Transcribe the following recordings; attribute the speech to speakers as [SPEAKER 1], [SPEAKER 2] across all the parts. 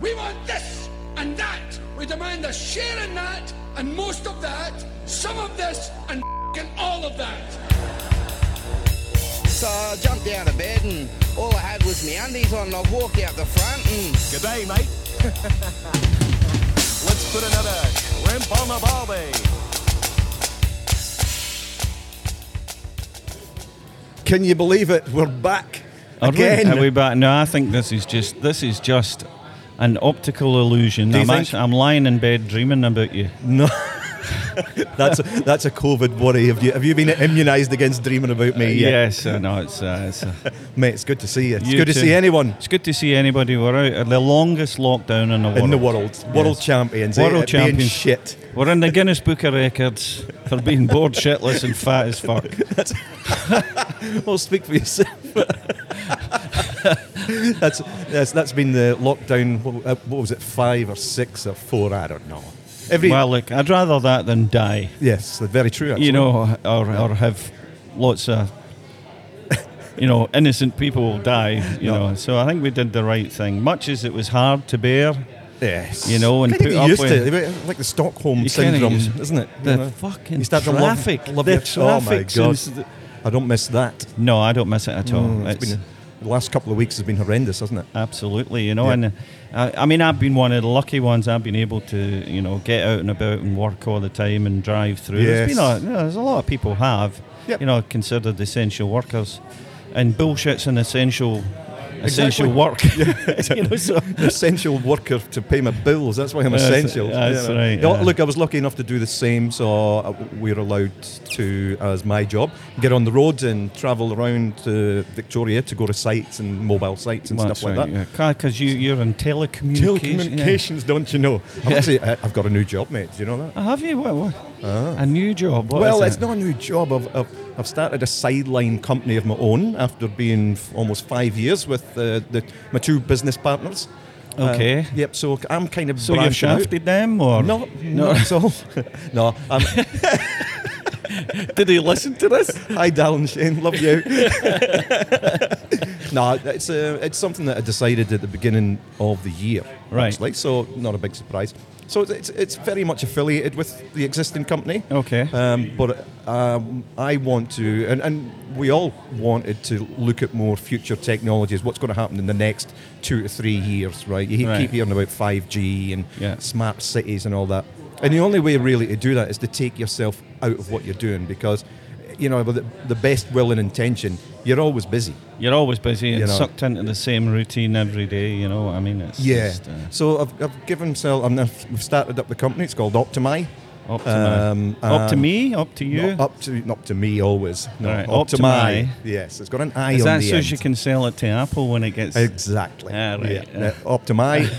[SPEAKER 1] We want this and that. We demand a share in that and most of that, some of this and f***ing all of that.
[SPEAKER 2] So I jumped out of bed and all I had was my undies on and I walked out the front and
[SPEAKER 3] G'day, mate. Let's put another crimp on the barbie.
[SPEAKER 4] Can you believe it? We're back
[SPEAKER 5] Are we-
[SPEAKER 4] again.
[SPEAKER 5] Are we back? No, I think this is just this is just an optical illusion.
[SPEAKER 4] Do you
[SPEAKER 5] I'm
[SPEAKER 4] think-
[SPEAKER 5] actually I'm lying in bed dreaming about you.
[SPEAKER 4] No. that's a, that's a COVID worry. Have you have you been immunised against dreaming about me? yet?
[SPEAKER 5] Yes, I know. It's, uh, it's uh,
[SPEAKER 4] mate. It's good to see you. It's
[SPEAKER 5] you
[SPEAKER 4] good to
[SPEAKER 5] too.
[SPEAKER 4] see anyone
[SPEAKER 5] It's good to see anybody. We're out at the longest lockdown in the world.
[SPEAKER 4] in the world. World
[SPEAKER 5] Yes.
[SPEAKER 4] champions. eh,
[SPEAKER 5] World
[SPEAKER 4] at being
[SPEAKER 5] champions.
[SPEAKER 4] Shit.
[SPEAKER 5] We're in the Guinness Book of Records for being bored shitless and fat as fuck.
[SPEAKER 4] Well, speak for yourself. that's, that's that's been the lockdown. What, uh, what was it? Five or six or four? I don't know. Every
[SPEAKER 5] Well, look, I'd rather that than die.
[SPEAKER 4] yes, very true. Actually.
[SPEAKER 5] you know, or, or have lots of, you know, innocent people die, you know. So I think we did the right thing. Much as it was hard to bear,
[SPEAKER 4] yes,
[SPEAKER 5] you know, and
[SPEAKER 4] Kinda
[SPEAKER 5] put
[SPEAKER 4] get
[SPEAKER 5] up
[SPEAKER 4] used to it.
[SPEAKER 5] with-
[SPEAKER 4] It's Like the Stockholm
[SPEAKER 5] You kinda
[SPEAKER 4] syndrome,
[SPEAKER 5] use-
[SPEAKER 4] isn't it?
[SPEAKER 5] the
[SPEAKER 4] You know?
[SPEAKER 5] fucking
[SPEAKER 4] You start to love-
[SPEAKER 5] traffic,
[SPEAKER 4] love
[SPEAKER 5] the
[SPEAKER 4] your-
[SPEAKER 5] traffic
[SPEAKER 4] Oh my
[SPEAKER 5] since
[SPEAKER 4] god,
[SPEAKER 5] the-
[SPEAKER 4] I don't miss that.
[SPEAKER 5] no, I don't miss it at all.
[SPEAKER 4] Mm, It's
[SPEAKER 5] It's-
[SPEAKER 4] been the last couple of weeks has been horrendous, hasn't it?
[SPEAKER 5] Absolutely, you know,
[SPEAKER 4] Yeah.
[SPEAKER 5] and uh, I, I mean, I've been one of the lucky ones. I've been able to, you know, get out and about and work all the time and drive through. There's been
[SPEAKER 4] Yes.
[SPEAKER 5] a, you know, there's a lot of people have,
[SPEAKER 4] Yep.
[SPEAKER 5] you know, considered essential workers, and bullshit's an essential, essential work. you know, so
[SPEAKER 4] An essential worker to pay my bills. That's why I'm
[SPEAKER 5] That's-
[SPEAKER 4] essential. you
[SPEAKER 5] that's
[SPEAKER 4] know.
[SPEAKER 5] right,
[SPEAKER 4] Oh,
[SPEAKER 5] yeah.
[SPEAKER 4] Look, I was lucky enough to do the same, so uh, we're allowed to, as my job, get on the road and travel around to Victoria to go to sites and mobile sites and stuff like that.
[SPEAKER 5] Because you, you're in telecommunications. yeah.
[SPEAKER 4] Telecommunications, don't you know? I'm actually- I- I've got a new job, mate. Do you know that?
[SPEAKER 5] Oh, Have you? What, what? A new job? What
[SPEAKER 4] Ah. well,
[SPEAKER 5] is
[SPEAKER 4] it's
[SPEAKER 5] it?
[SPEAKER 4] not a new job. I've, I've, I've started a sideline company of my own after being f- almost five years with uh, the, my two business partners. Uh,
[SPEAKER 5] Okay.
[SPEAKER 4] yep. So I'm kind of
[SPEAKER 5] So you've
[SPEAKER 4] branching out.
[SPEAKER 5] shafted them, or
[SPEAKER 4] No, no, not at all. no, um,
[SPEAKER 5] Did they listen to this?
[SPEAKER 4] hi, Dal and Shane, love you. no, it's uh, it's something that I decided at the beginning of the year,
[SPEAKER 5] Right.
[SPEAKER 4] Actually, so not a big surprise. So it's, it's it's very much affiliated with the existing company.
[SPEAKER 5] Okay.
[SPEAKER 4] Um, but um, I want to, and, and we all wanted to look at more future technologies. What's going to happen in the next two to three years, right? You
[SPEAKER 5] Right.
[SPEAKER 4] keep hearing about 5G and
[SPEAKER 5] Yeah.
[SPEAKER 4] smart cities and all that. And the only way really to do that is to take yourself out of what you're doing because, you know, with the, the best will and intention, you're always busy.
[SPEAKER 5] You're always busy and
[SPEAKER 4] You know.
[SPEAKER 5] sucked into the same routine every day. You know, I mean, it's
[SPEAKER 4] Yeah.
[SPEAKER 5] just, uh,
[SPEAKER 4] so I've, I've given myself, I'm, I've started up the company. It's called Optimi.
[SPEAKER 5] Up to, my-
[SPEAKER 4] Um,
[SPEAKER 5] up to
[SPEAKER 4] um,
[SPEAKER 5] me, up to you.
[SPEAKER 4] Not up to not to me always. No,
[SPEAKER 5] Right,
[SPEAKER 4] up, to
[SPEAKER 5] Optimi.
[SPEAKER 4] my. Yes, it's got an I
[SPEAKER 5] Is
[SPEAKER 4] on
[SPEAKER 5] that
[SPEAKER 4] the
[SPEAKER 5] so
[SPEAKER 4] end.
[SPEAKER 5] she can sell it to Apple when it gets?
[SPEAKER 4] Exactly.
[SPEAKER 5] Ah, right,
[SPEAKER 4] Yeah. Now, up to my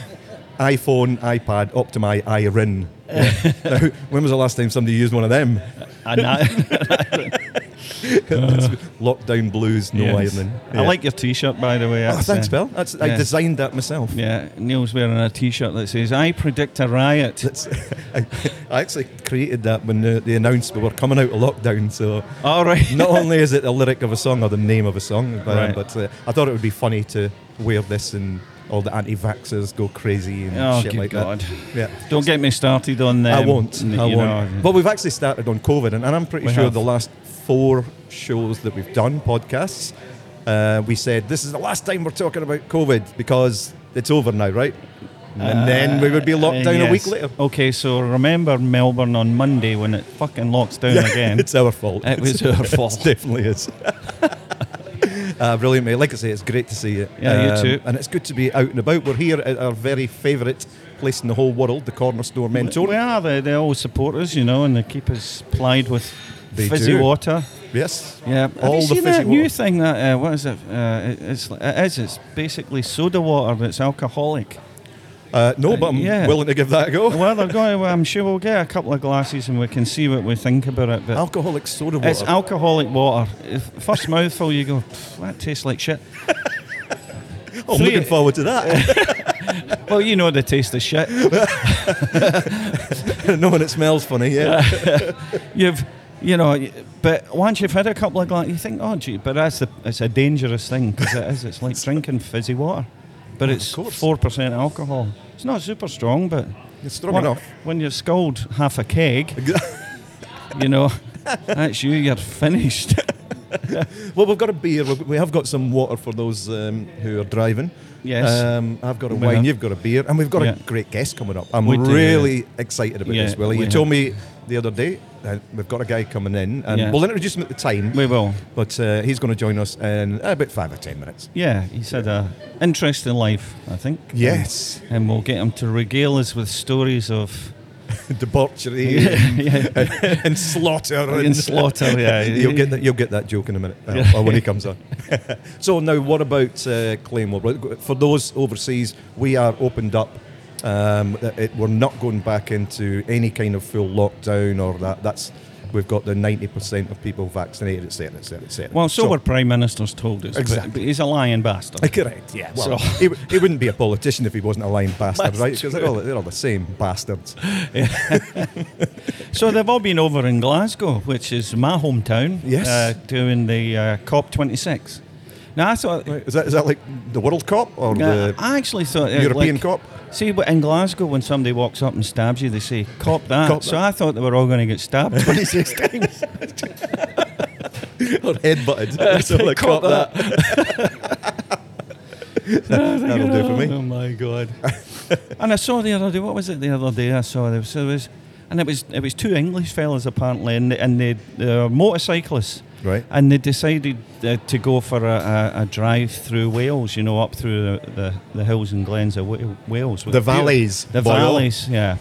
[SPEAKER 4] iPhone, iPad, up to my iRin. Yeah. now, when was the last time somebody used one of them?
[SPEAKER 5] and I, Uh.
[SPEAKER 4] Lockdown blues, no
[SPEAKER 5] Yes.
[SPEAKER 4] ironing.
[SPEAKER 5] I
[SPEAKER 4] Yeah.
[SPEAKER 5] like your T-shirt, by the way.
[SPEAKER 4] Oh,
[SPEAKER 5] That's,
[SPEAKER 4] thanks,
[SPEAKER 5] uh,
[SPEAKER 4] Bill. That's, I
[SPEAKER 5] yeah.
[SPEAKER 4] designed that myself.
[SPEAKER 5] Yeah, Neil's wearing a T-shirt that says "I predict a riot."
[SPEAKER 4] That's- I, I actually created that when uh, they announced we were coming out of lockdown. So
[SPEAKER 5] All right.
[SPEAKER 4] not only is it the lyric of a song or the name of a song, but,
[SPEAKER 5] Right.
[SPEAKER 4] but uh, I thought it would be funny to wear this and all the anti-vaxxers go crazy and
[SPEAKER 5] Oh,
[SPEAKER 4] shit
[SPEAKER 5] good
[SPEAKER 4] like
[SPEAKER 5] God. Um,
[SPEAKER 4] that. Yeah.
[SPEAKER 5] Don't get me started on that.
[SPEAKER 4] I won't. I won't. But we've actually started on COVID, and, and I'm pretty
[SPEAKER 5] We
[SPEAKER 4] sure
[SPEAKER 5] have.
[SPEAKER 4] the last four shows that we've done, podcasts, uh, we said this is the last time we're talking about COVID because it's over now, right? And then we would be locked
[SPEAKER 5] Uh,
[SPEAKER 4] down a week later.
[SPEAKER 5] Okay, so remember Melbourne on Monday when it fucking locks down again.
[SPEAKER 4] It's our fault.
[SPEAKER 5] It was our
[SPEAKER 4] it
[SPEAKER 5] fault.
[SPEAKER 4] definitely is. uh, brilliant, mate. Like I say, it's great to see you. Um,
[SPEAKER 5] Yeah, you too.
[SPEAKER 4] And it's good to be out and about. We're here at our very favourite place in the whole world, the Corner Store Mentor.
[SPEAKER 5] We are. They, they always support us, you know, and they keep us plied with
[SPEAKER 4] They
[SPEAKER 5] fizzy
[SPEAKER 4] do.
[SPEAKER 5] water.
[SPEAKER 4] Yes.
[SPEAKER 5] Yeah,
[SPEAKER 4] All the
[SPEAKER 5] have you seen
[SPEAKER 4] fizzy
[SPEAKER 5] that new
[SPEAKER 4] water.
[SPEAKER 5] thing that uh, what is it? Uh, it- it's it is it's basically soda water that's alcoholic.
[SPEAKER 4] Uh, no, but I'm
[SPEAKER 5] yeah.
[SPEAKER 4] willing to give that a go.
[SPEAKER 5] Well, they're going. I'm sure we'll get a couple of glasses and we can see what we think about it. But
[SPEAKER 4] Alcoholic soda water.
[SPEAKER 5] it's alcoholic water. If- First mouthful, you go, "Pff, that tastes like shit.
[SPEAKER 4] oh, I'm
[SPEAKER 5] three-
[SPEAKER 4] looking forward to that.
[SPEAKER 5] Well, you know the taste of shit.
[SPEAKER 4] no, and it smells funny. Yeah.
[SPEAKER 5] You've, you know, y- but once you've had a couple of glasses, you think, oh, gee, but that's the, it's a dangerous thing because it is. It's like drinking fizzy water, but it's
[SPEAKER 4] course.
[SPEAKER 5] four percent alcohol. It's not super strong, but
[SPEAKER 4] It's strong
[SPEAKER 5] when-
[SPEAKER 4] enough.
[SPEAKER 5] When you've sculled half a keg, you know, that's you. You're finished.
[SPEAKER 4] Well, we've got a beer. We've- We have got some water for those um, who are driving.
[SPEAKER 5] Yes.
[SPEAKER 4] Um, I've got a
[SPEAKER 5] Well
[SPEAKER 4] wine.
[SPEAKER 5] done.
[SPEAKER 4] You've got a beer, and we've got a
[SPEAKER 5] Yeah.
[SPEAKER 4] great guest coming up. I'm
[SPEAKER 5] We do, yeah.
[SPEAKER 4] really excited about
[SPEAKER 5] Yeah,
[SPEAKER 4] this, Willie.
[SPEAKER 5] we
[SPEAKER 4] You
[SPEAKER 5] have.
[SPEAKER 4] told me the other day that we've got a guy coming in, and
[SPEAKER 5] Yeah.
[SPEAKER 4] we'll introduce him at the time.
[SPEAKER 5] We will.
[SPEAKER 4] But uh, he's going to join us in about five or ten minutes.
[SPEAKER 5] Yeah, he's had a interesting life, I think.
[SPEAKER 4] Yes.
[SPEAKER 5] And, and we'll get him to regale us with stories of
[SPEAKER 4] Debauchery and, and slaughter
[SPEAKER 5] in slaughter. Yeah,
[SPEAKER 4] You'll get that. You'll get that joke in a minute uh, or when he comes on. so now, what about uh, Claymore? Right, For those overseas, we are opened up. Um, it, we're not going back into any kind of full lockdown or that. That's we've got the ninety percent of people vaccinated, etc., etc., etc.
[SPEAKER 5] Well, so, were prime ministers told us. but-
[SPEAKER 4] Exactly.
[SPEAKER 5] But he's a lying bastard.
[SPEAKER 4] Correct. Yeah. Well,
[SPEAKER 5] So-
[SPEAKER 4] he, w- he wouldn't be a politician if he wasn't a lying bastard,
[SPEAKER 5] That's
[SPEAKER 4] right? Because they're
[SPEAKER 5] true.
[SPEAKER 4] all, they're all the same bastards.
[SPEAKER 5] so they've all been over in Glasgow, which is my hometown.
[SPEAKER 4] Yes.
[SPEAKER 5] Uh, doing the uh, COP 26. Now I thought.
[SPEAKER 4] Is that is that like the World Cup or
[SPEAKER 5] Uh,
[SPEAKER 4] the?
[SPEAKER 5] I actually thought uh,
[SPEAKER 4] European
[SPEAKER 5] like,
[SPEAKER 4] cop?
[SPEAKER 5] See, but in Glasgow, when somebody walks up and stabs you, they say "cop that."
[SPEAKER 4] Cop
[SPEAKER 5] so
[SPEAKER 4] that.
[SPEAKER 5] I thought they were all going to get stabbed twenty-six times.
[SPEAKER 4] or headbutted. so like,
[SPEAKER 5] Uh, Cop
[SPEAKER 4] cop that. That'll do for me.
[SPEAKER 5] Oh my god! and I saw the other day. What was it the other day? I saw there was, there was and it was it was two English fellas apparently, and they, and they they're motorcyclists.
[SPEAKER 4] Right.
[SPEAKER 5] And they decided uh, to go for a, a, a drive through Wales. You know, up through the, the, the hills and glens of Wa- Wales.
[SPEAKER 4] The valleys,
[SPEAKER 5] The
[SPEAKER 4] boy. oh.
[SPEAKER 5] valleys. Yeah.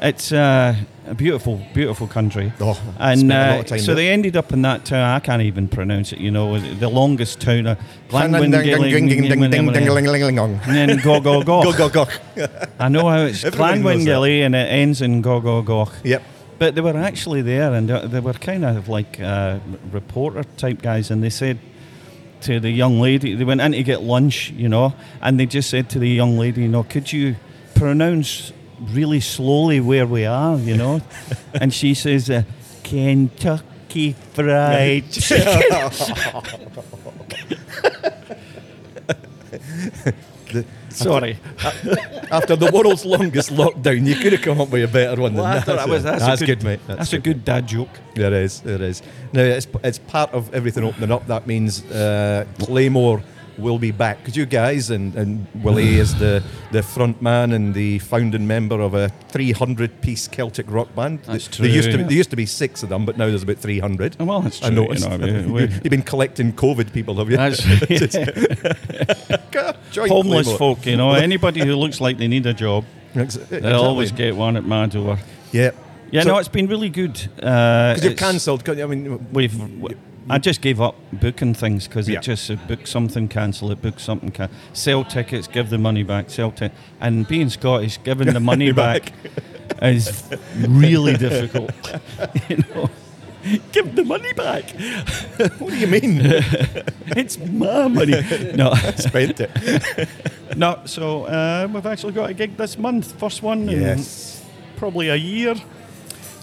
[SPEAKER 5] It's uh, a beautiful, beautiful country.
[SPEAKER 4] Oh,
[SPEAKER 5] and
[SPEAKER 4] spent a lot
[SPEAKER 5] uh,
[SPEAKER 4] of time
[SPEAKER 5] so
[SPEAKER 4] there.
[SPEAKER 5] they ended up in that town. I can't even pronounce it. You know, the longest town. Uh, Glanwyngelly-
[SPEAKER 4] Go,
[SPEAKER 5] and then go go go.
[SPEAKER 4] go, go.
[SPEAKER 5] I know how
[SPEAKER 4] Everybody knows
[SPEAKER 5] it's
[SPEAKER 4] that.
[SPEAKER 5] Clanwingilly and it ends in go go go.
[SPEAKER 4] Yep.
[SPEAKER 5] But they were actually there and uh, they were kind of like uh, reporter type guys and they said to the young lady, they went in to get lunch, you know, and they just said to the young lady, you know, could you pronounce really slowly where we are, you know? and she says, uh, Kentucky Fried Chicken. Sorry.
[SPEAKER 4] After the world's longest lockdown, you could have come up with a better one than
[SPEAKER 5] Well, I
[SPEAKER 4] that.
[SPEAKER 5] thought that was- that's a
[SPEAKER 4] good,
[SPEAKER 5] good-
[SPEAKER 4] mate. That's,
[SPEAKER 5] That's a
[SPEAKER 4] good.
[SPEAKER 5] good dad joke.
[SPEAKER 4] There is, there is. Now, it's, it's part of everything opening up. That means uh, Claymore will be back. Because you guys and, and Willie is the, the front man and the founding member of a 300 piece Celtic rock band.
[SPEAKER 5] That's
[SPEAKER 4] There used, to,
[SPEAKER 5] true. Oh,
[SPEAKER 4] there used to be six of them, but now there's about 300.
[SPEAKER 5] Well, that's
[SPEAKER 4] I
[SPEAKER 5] true, you
[SPEAKER 4] noticed.
[SPEAKER 5] know, I mean, we-
[SPEAKER 4] You've been collecting COVID people, have you?
[SPEAKER 5] That's
[SPEAKER 4] Just- Join
[SPEAKER 5] homeless
[SPEAKER 4] Claymore.
[SPEAKER 5] folk, you know. Anybody who looks like they need a job,
[SPEAKER 4] Ex-
[SPEAKER 5] they'll
[SPEAKER 4] exactly.
[SPEAKER 5] always get one at my door.
[SPEAKER 4] Yeah.
[SPEAKER 5] Yeah,
[SPEAKER 4] So-
[SPEAKER 5] no, it's been really good. Uh,
[SPEAKER 4] Because you've
[SPEAKER 5] it's-
[SPEAKER 4] cancelled. 'cause, I mean,
[SPEAKER 5] We've. w- I just gave up booking things because
[SPEAKER 4] Yeah.
[SPEAKER 5] it just said book something, cancel it, book something, can- sell tickets, give the money back, sell tickets. And being Scottish, giving the money back, is really difficult. you know, give the money back.
[SPEAKER 4] what do you mean?
[SPEAKER 5] It's my money. No.
[SPEAKER 4] Spent it.
[SPEAKER 5] Mm. No, so uh, we've actually got a gig this month, first one in
[SPEAKER 4] Yes.
[SPEAKER 5] probably a year.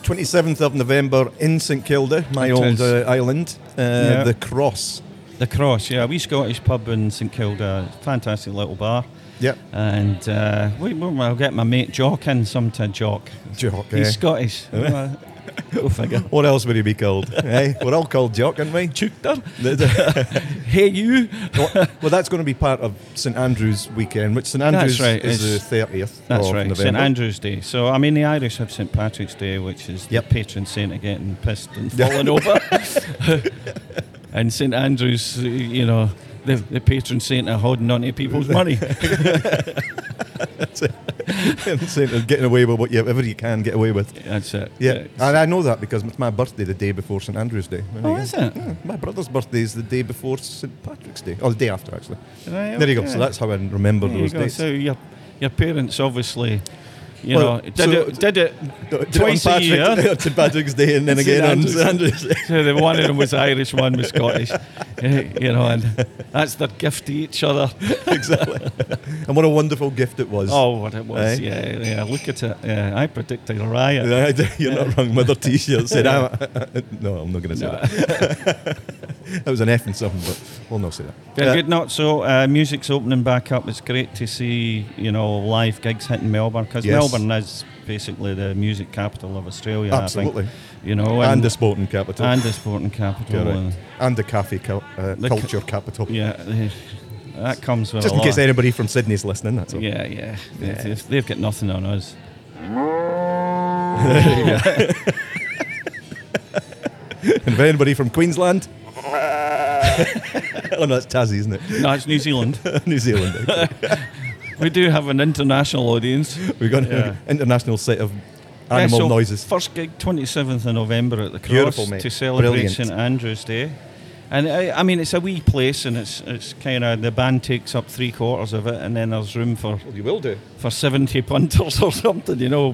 [SPEAKER 4] 27th of November in St Kilda, my
[SPEAKER 5] It
[SPEAKER 4] old
[SPEAKER 5] is.
[SPEAKER 4] uh, island, uh,
[SPEAKER 5] Yeah.
[SPEAKER 4] the Cross.
[SPEAKER 5] The Cross, yeah, a wee Scottish pub in St Kilda, fantastic little bar.
[SPEAKER 4] Yep.
[SPEAKER 5] And uh, we, we- I'll get my mate Jock in some to Jock.
[SPEAKER 4] Jock.
[SPEAKER 5] He's
[SPEAKER 4] eh?
[SPEAKER 5] Scottish. Uh, Go figure.
[SPEAKER 4] What else would he be called? eh? We're all called Jock, aren't we?
[SPEAKER 5] Chukter.
[SPEAKER 4] well,
[SPEAKER 5] Hey, you.
[SPEAKER 4] that's going to be part of St Andrew's weekend, which St Andrew's
[SPEAKER 5] right,
[SPEAKER 4] is
[SPEAKER 5] it's-
[SPEAKER 4] the 30th
[SPEAKER 5] That's
[SPEAKER 4] of
[SPEAKER 5] right,
[SPEAKER 4] November.
[SPEAKER 5] St Andrew's Day. So, I mean, the Irish have St Patrick's Day, which is
[SPEAKER 4] Yep.
[SPEAKER 5] the patron saint of getting pissed and falling over. and St Andrew's, uh, you know, the, the patron saint of holding onto people's money.
[SPEAKER 4] St. of uh, getting away with whatever you can get away with.
[SPEAKER 5] That's it.
[SPEAKER 4] Yeah, and I know that because it's my birthday the day before St Andrew's Day. There
[SPEAKER 5] Oh,
[SPEAKER 4] you go.
[SPEAKER 5] is it?
[SPEAKER 4] Yeah, my brother's birthday is the day before St Patrick's Day, or the day after actually.
[SPEAKER 5] Right,
[SPEAKER 4] There you go.
[SPEAKER 5] okay.
[SPEAKER 4] So that's how I remember
[SPEAKER 5] There you
[SPEAKER 4] those
[SPEAKER 5] go.
[SPEAKER 4] days.
[SPEAKER 5] So your your parents obviously, you
[SPEAKER 4] Well,
[SPEAKER 5] know, did
[SPEAKER 4] so-
[SPEAKER 5] it did it
[SPEAKER 4] Did it on
[SPEAKER 5] twice a
[SPEAKER 4] Patrick-
[SPEAKER 5] year.
[SPEAKER 4] on St Patrick's Day, and then
[SPEAKER 5] St.
[SPEAKER 4] again on
[SPEAKER 5] Andrew's.
[SPEAKER 4] St Andrew's Day.
[SPEAKER 5] so the one of them was Irish, one was Scottish. Eh, you know, and that's their gift to each other.
[SPEAKER 4] exactly. And what a wonderful gift it was.
[SPEAKER 5] Oh, what it was!
[SPEAKER 4] Aye.
[SPEAKER 5] Yeah, yeah. Look at it. Yeah, I predicted a riot.
[SPEAKER 4] "Ah, You're not wrong. Mother T-shirt said, I'm, "No, I'm not going to say that." that was an F and something, but we'll not say that.
[SPEAKER 5] Very
[SPEAKER 4] Uh,
[SPEAKER 5] good note. So uh, music's opening back up. It's great to see you know live gigs hitting Melbourne because
[SPEAKER 4] Yes.
[SPEAKER 5] Melbourne is basically the music capital of Australia. I
[SPEAKER 4] Absolutely.
[SPEAKER 5] think, you know,
[SPEAKER 4] and the sporting capital.
[SPEAKER 5] and the sporting capital.
[SPEAKER 4] Correct.
[SPEAKER 5] uh,
[SPEAKER 4] And the cafe cul- uh,
[SPEAKER 5] The cu-
[SPEAKER 4] culture capital.
[SPEAKER 5] yeah, they- that comes with
[SPEAKER 4] Just
[SPEAKER 5] a
[SPEAKER 4] in
[SPEAKER 5] lot.
[SPEAKER 4] case anybody from Sydney's listening, that's all.
[SPEAKER 5] yeah, yeah, They- They've, they've got nothing on us.
[SPEAKER 4] And if anybody from Queensland. oh, no, that's Tassie, isn't it?
[SPEAKER 5] No, it's New Zealand.
[SPEAKER 4] New Zealand. okay.
[SPEAKER 5] we do have an international audience.
[SPEAKER 4] We've got
[SPEAKER 5] Yeah.
[SPEAKER 4] an international set of
[SPEAKER 5] Yeah,
[SPEAKER 4] animal
[SPEAKER 5] so
[SPEAKER 4] noises.
[SPEAKER 5] First gig, 27th of November at the Cross
[SPEAKER 4] Beautiful, mate.
[SPEAKER 5] to celebrate
[SPEAKER 4] Brilliant.
[SPEAKER 5] St Andrew's Day. And I, I mean, it's a wee place, and it's it's kind of the band takes up three quarters of it, and then there's room for,
[SPEAKER 4] you will do.
[SPEAKER 5] for 70 punters or something, you know,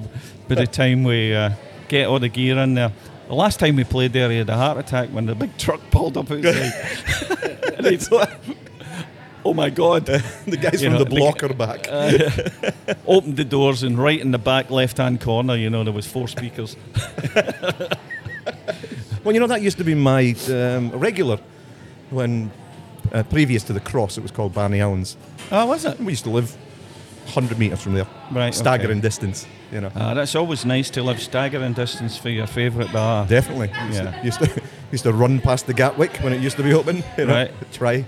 [SPEAKER 5] by the time we uh, get all the gear in there. The last time we played there, he had a heart attack when the big truck pulled up outside. and he's like, oh my God.
[SPEAKER 4] The guys
[SPEAKER 5] You
[SPEAKER 4] from the
[SPEAKER 5] know,
[SPEAKER 4] uh,
[SPEAKER 5] the-
[SPEAKER 4] block are back.
[SPEAKER 5] Opened the doors, and right in the back left hand corner, you know, there was four speakers.
[SPEAKER 4] Well, you know, that used to be my um, regular when, uh, previous to the cross, it was called Barney Allen's.
[SPEAKER 5] Oh, was it?
[SPEAKER 4] We used to live 100 metres from there.
[SPEAKER 5] Right,
[SPEAKER 4] Staggering
[SPEAKER 5] okay.
[SPEAKER 4] distance, you know.
[SPEAKER 5] Uh, that's always nice to live staggering distance for your favourite bar.
[SPEAKER 4] Definitely.
[SPEAKER 5] Yeah.
[SPEAKER 4] Used to, used to used to run past the Gatwick when it used to be open. You know,
[SPEAKER 5] Right.
[SPEAKER 4] Try.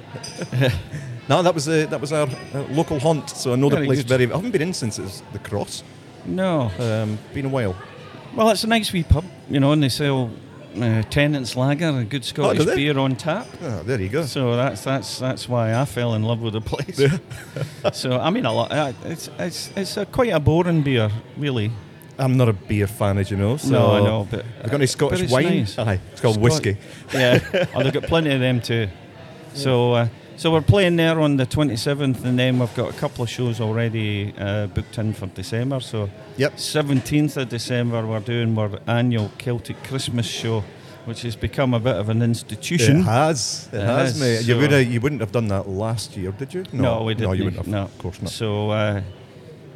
[SPEAKER 4] no, that was uh, that was our uh, local haunt. So I know the
[SPEAKER 5] Very
[SPEAKER 4] place
[SPEAKER 5] good.
[SPEAKER 4] very. I haven't been in since it's the Cross.
[SPEAKER 5] No. uh,
[SPEAKER 4] Um, been a while.
[SPEAKER 5] Well, it's a nice wee pub, you know, and they sell uh, Tennant's Lager and good Scottish
[SPEAKER 4] they?
[SPEAKER 5] beer on tap.
[SPEAKER 4] Ah, there you go.
[SPEAKER 5] So that's that's that's why I fell in love with the place. so I mean, a lot. uh, It's it's it's a quite a boring beer, really.
[SPEAKER 4] I'm not a beer fan, as you know. So
[SPEAKER 5] No, I know, but- uh,
[SPEAKER 4] I've got any Scottish
[SPEAKER 5] but it's
[SPEAKER 4] wine.
[SPEAKER 5] nice.
[SPEAKER 4] Aye, it's called
[SPEAKER 5] Scot-
[SPEAKER 4] whiskey.
[SPEAKER 5] Yeah, and they've got plenty of them too. So, uh, so we're playing there on the 27th, and then we've got a couple of shows already uh, booked in for December. So,
[SPEAKER 4] Yep.
[SPEAKER 5] 17th of December, we're doing our annual Celtic Christmas show, which has become a bit of an institution.
[SPEAKER 4] It has. It,
[SPEAKER 5] It
[SPEAKER 4] has,
[SPEAKER 5] has,
[SPEAKER 4] mate. You
[SPEAKER 5] so-
[SPEAKER 4] would have, you wouldn't have done that last year, did you?
[SPEAKER 5] No, we didn't.
[SPEAKER 4] No, you wouldn't have.
[SPEAKER 5] No,
[SPEAKER 4] Of course not.
[SPEAKER 5] So, uh,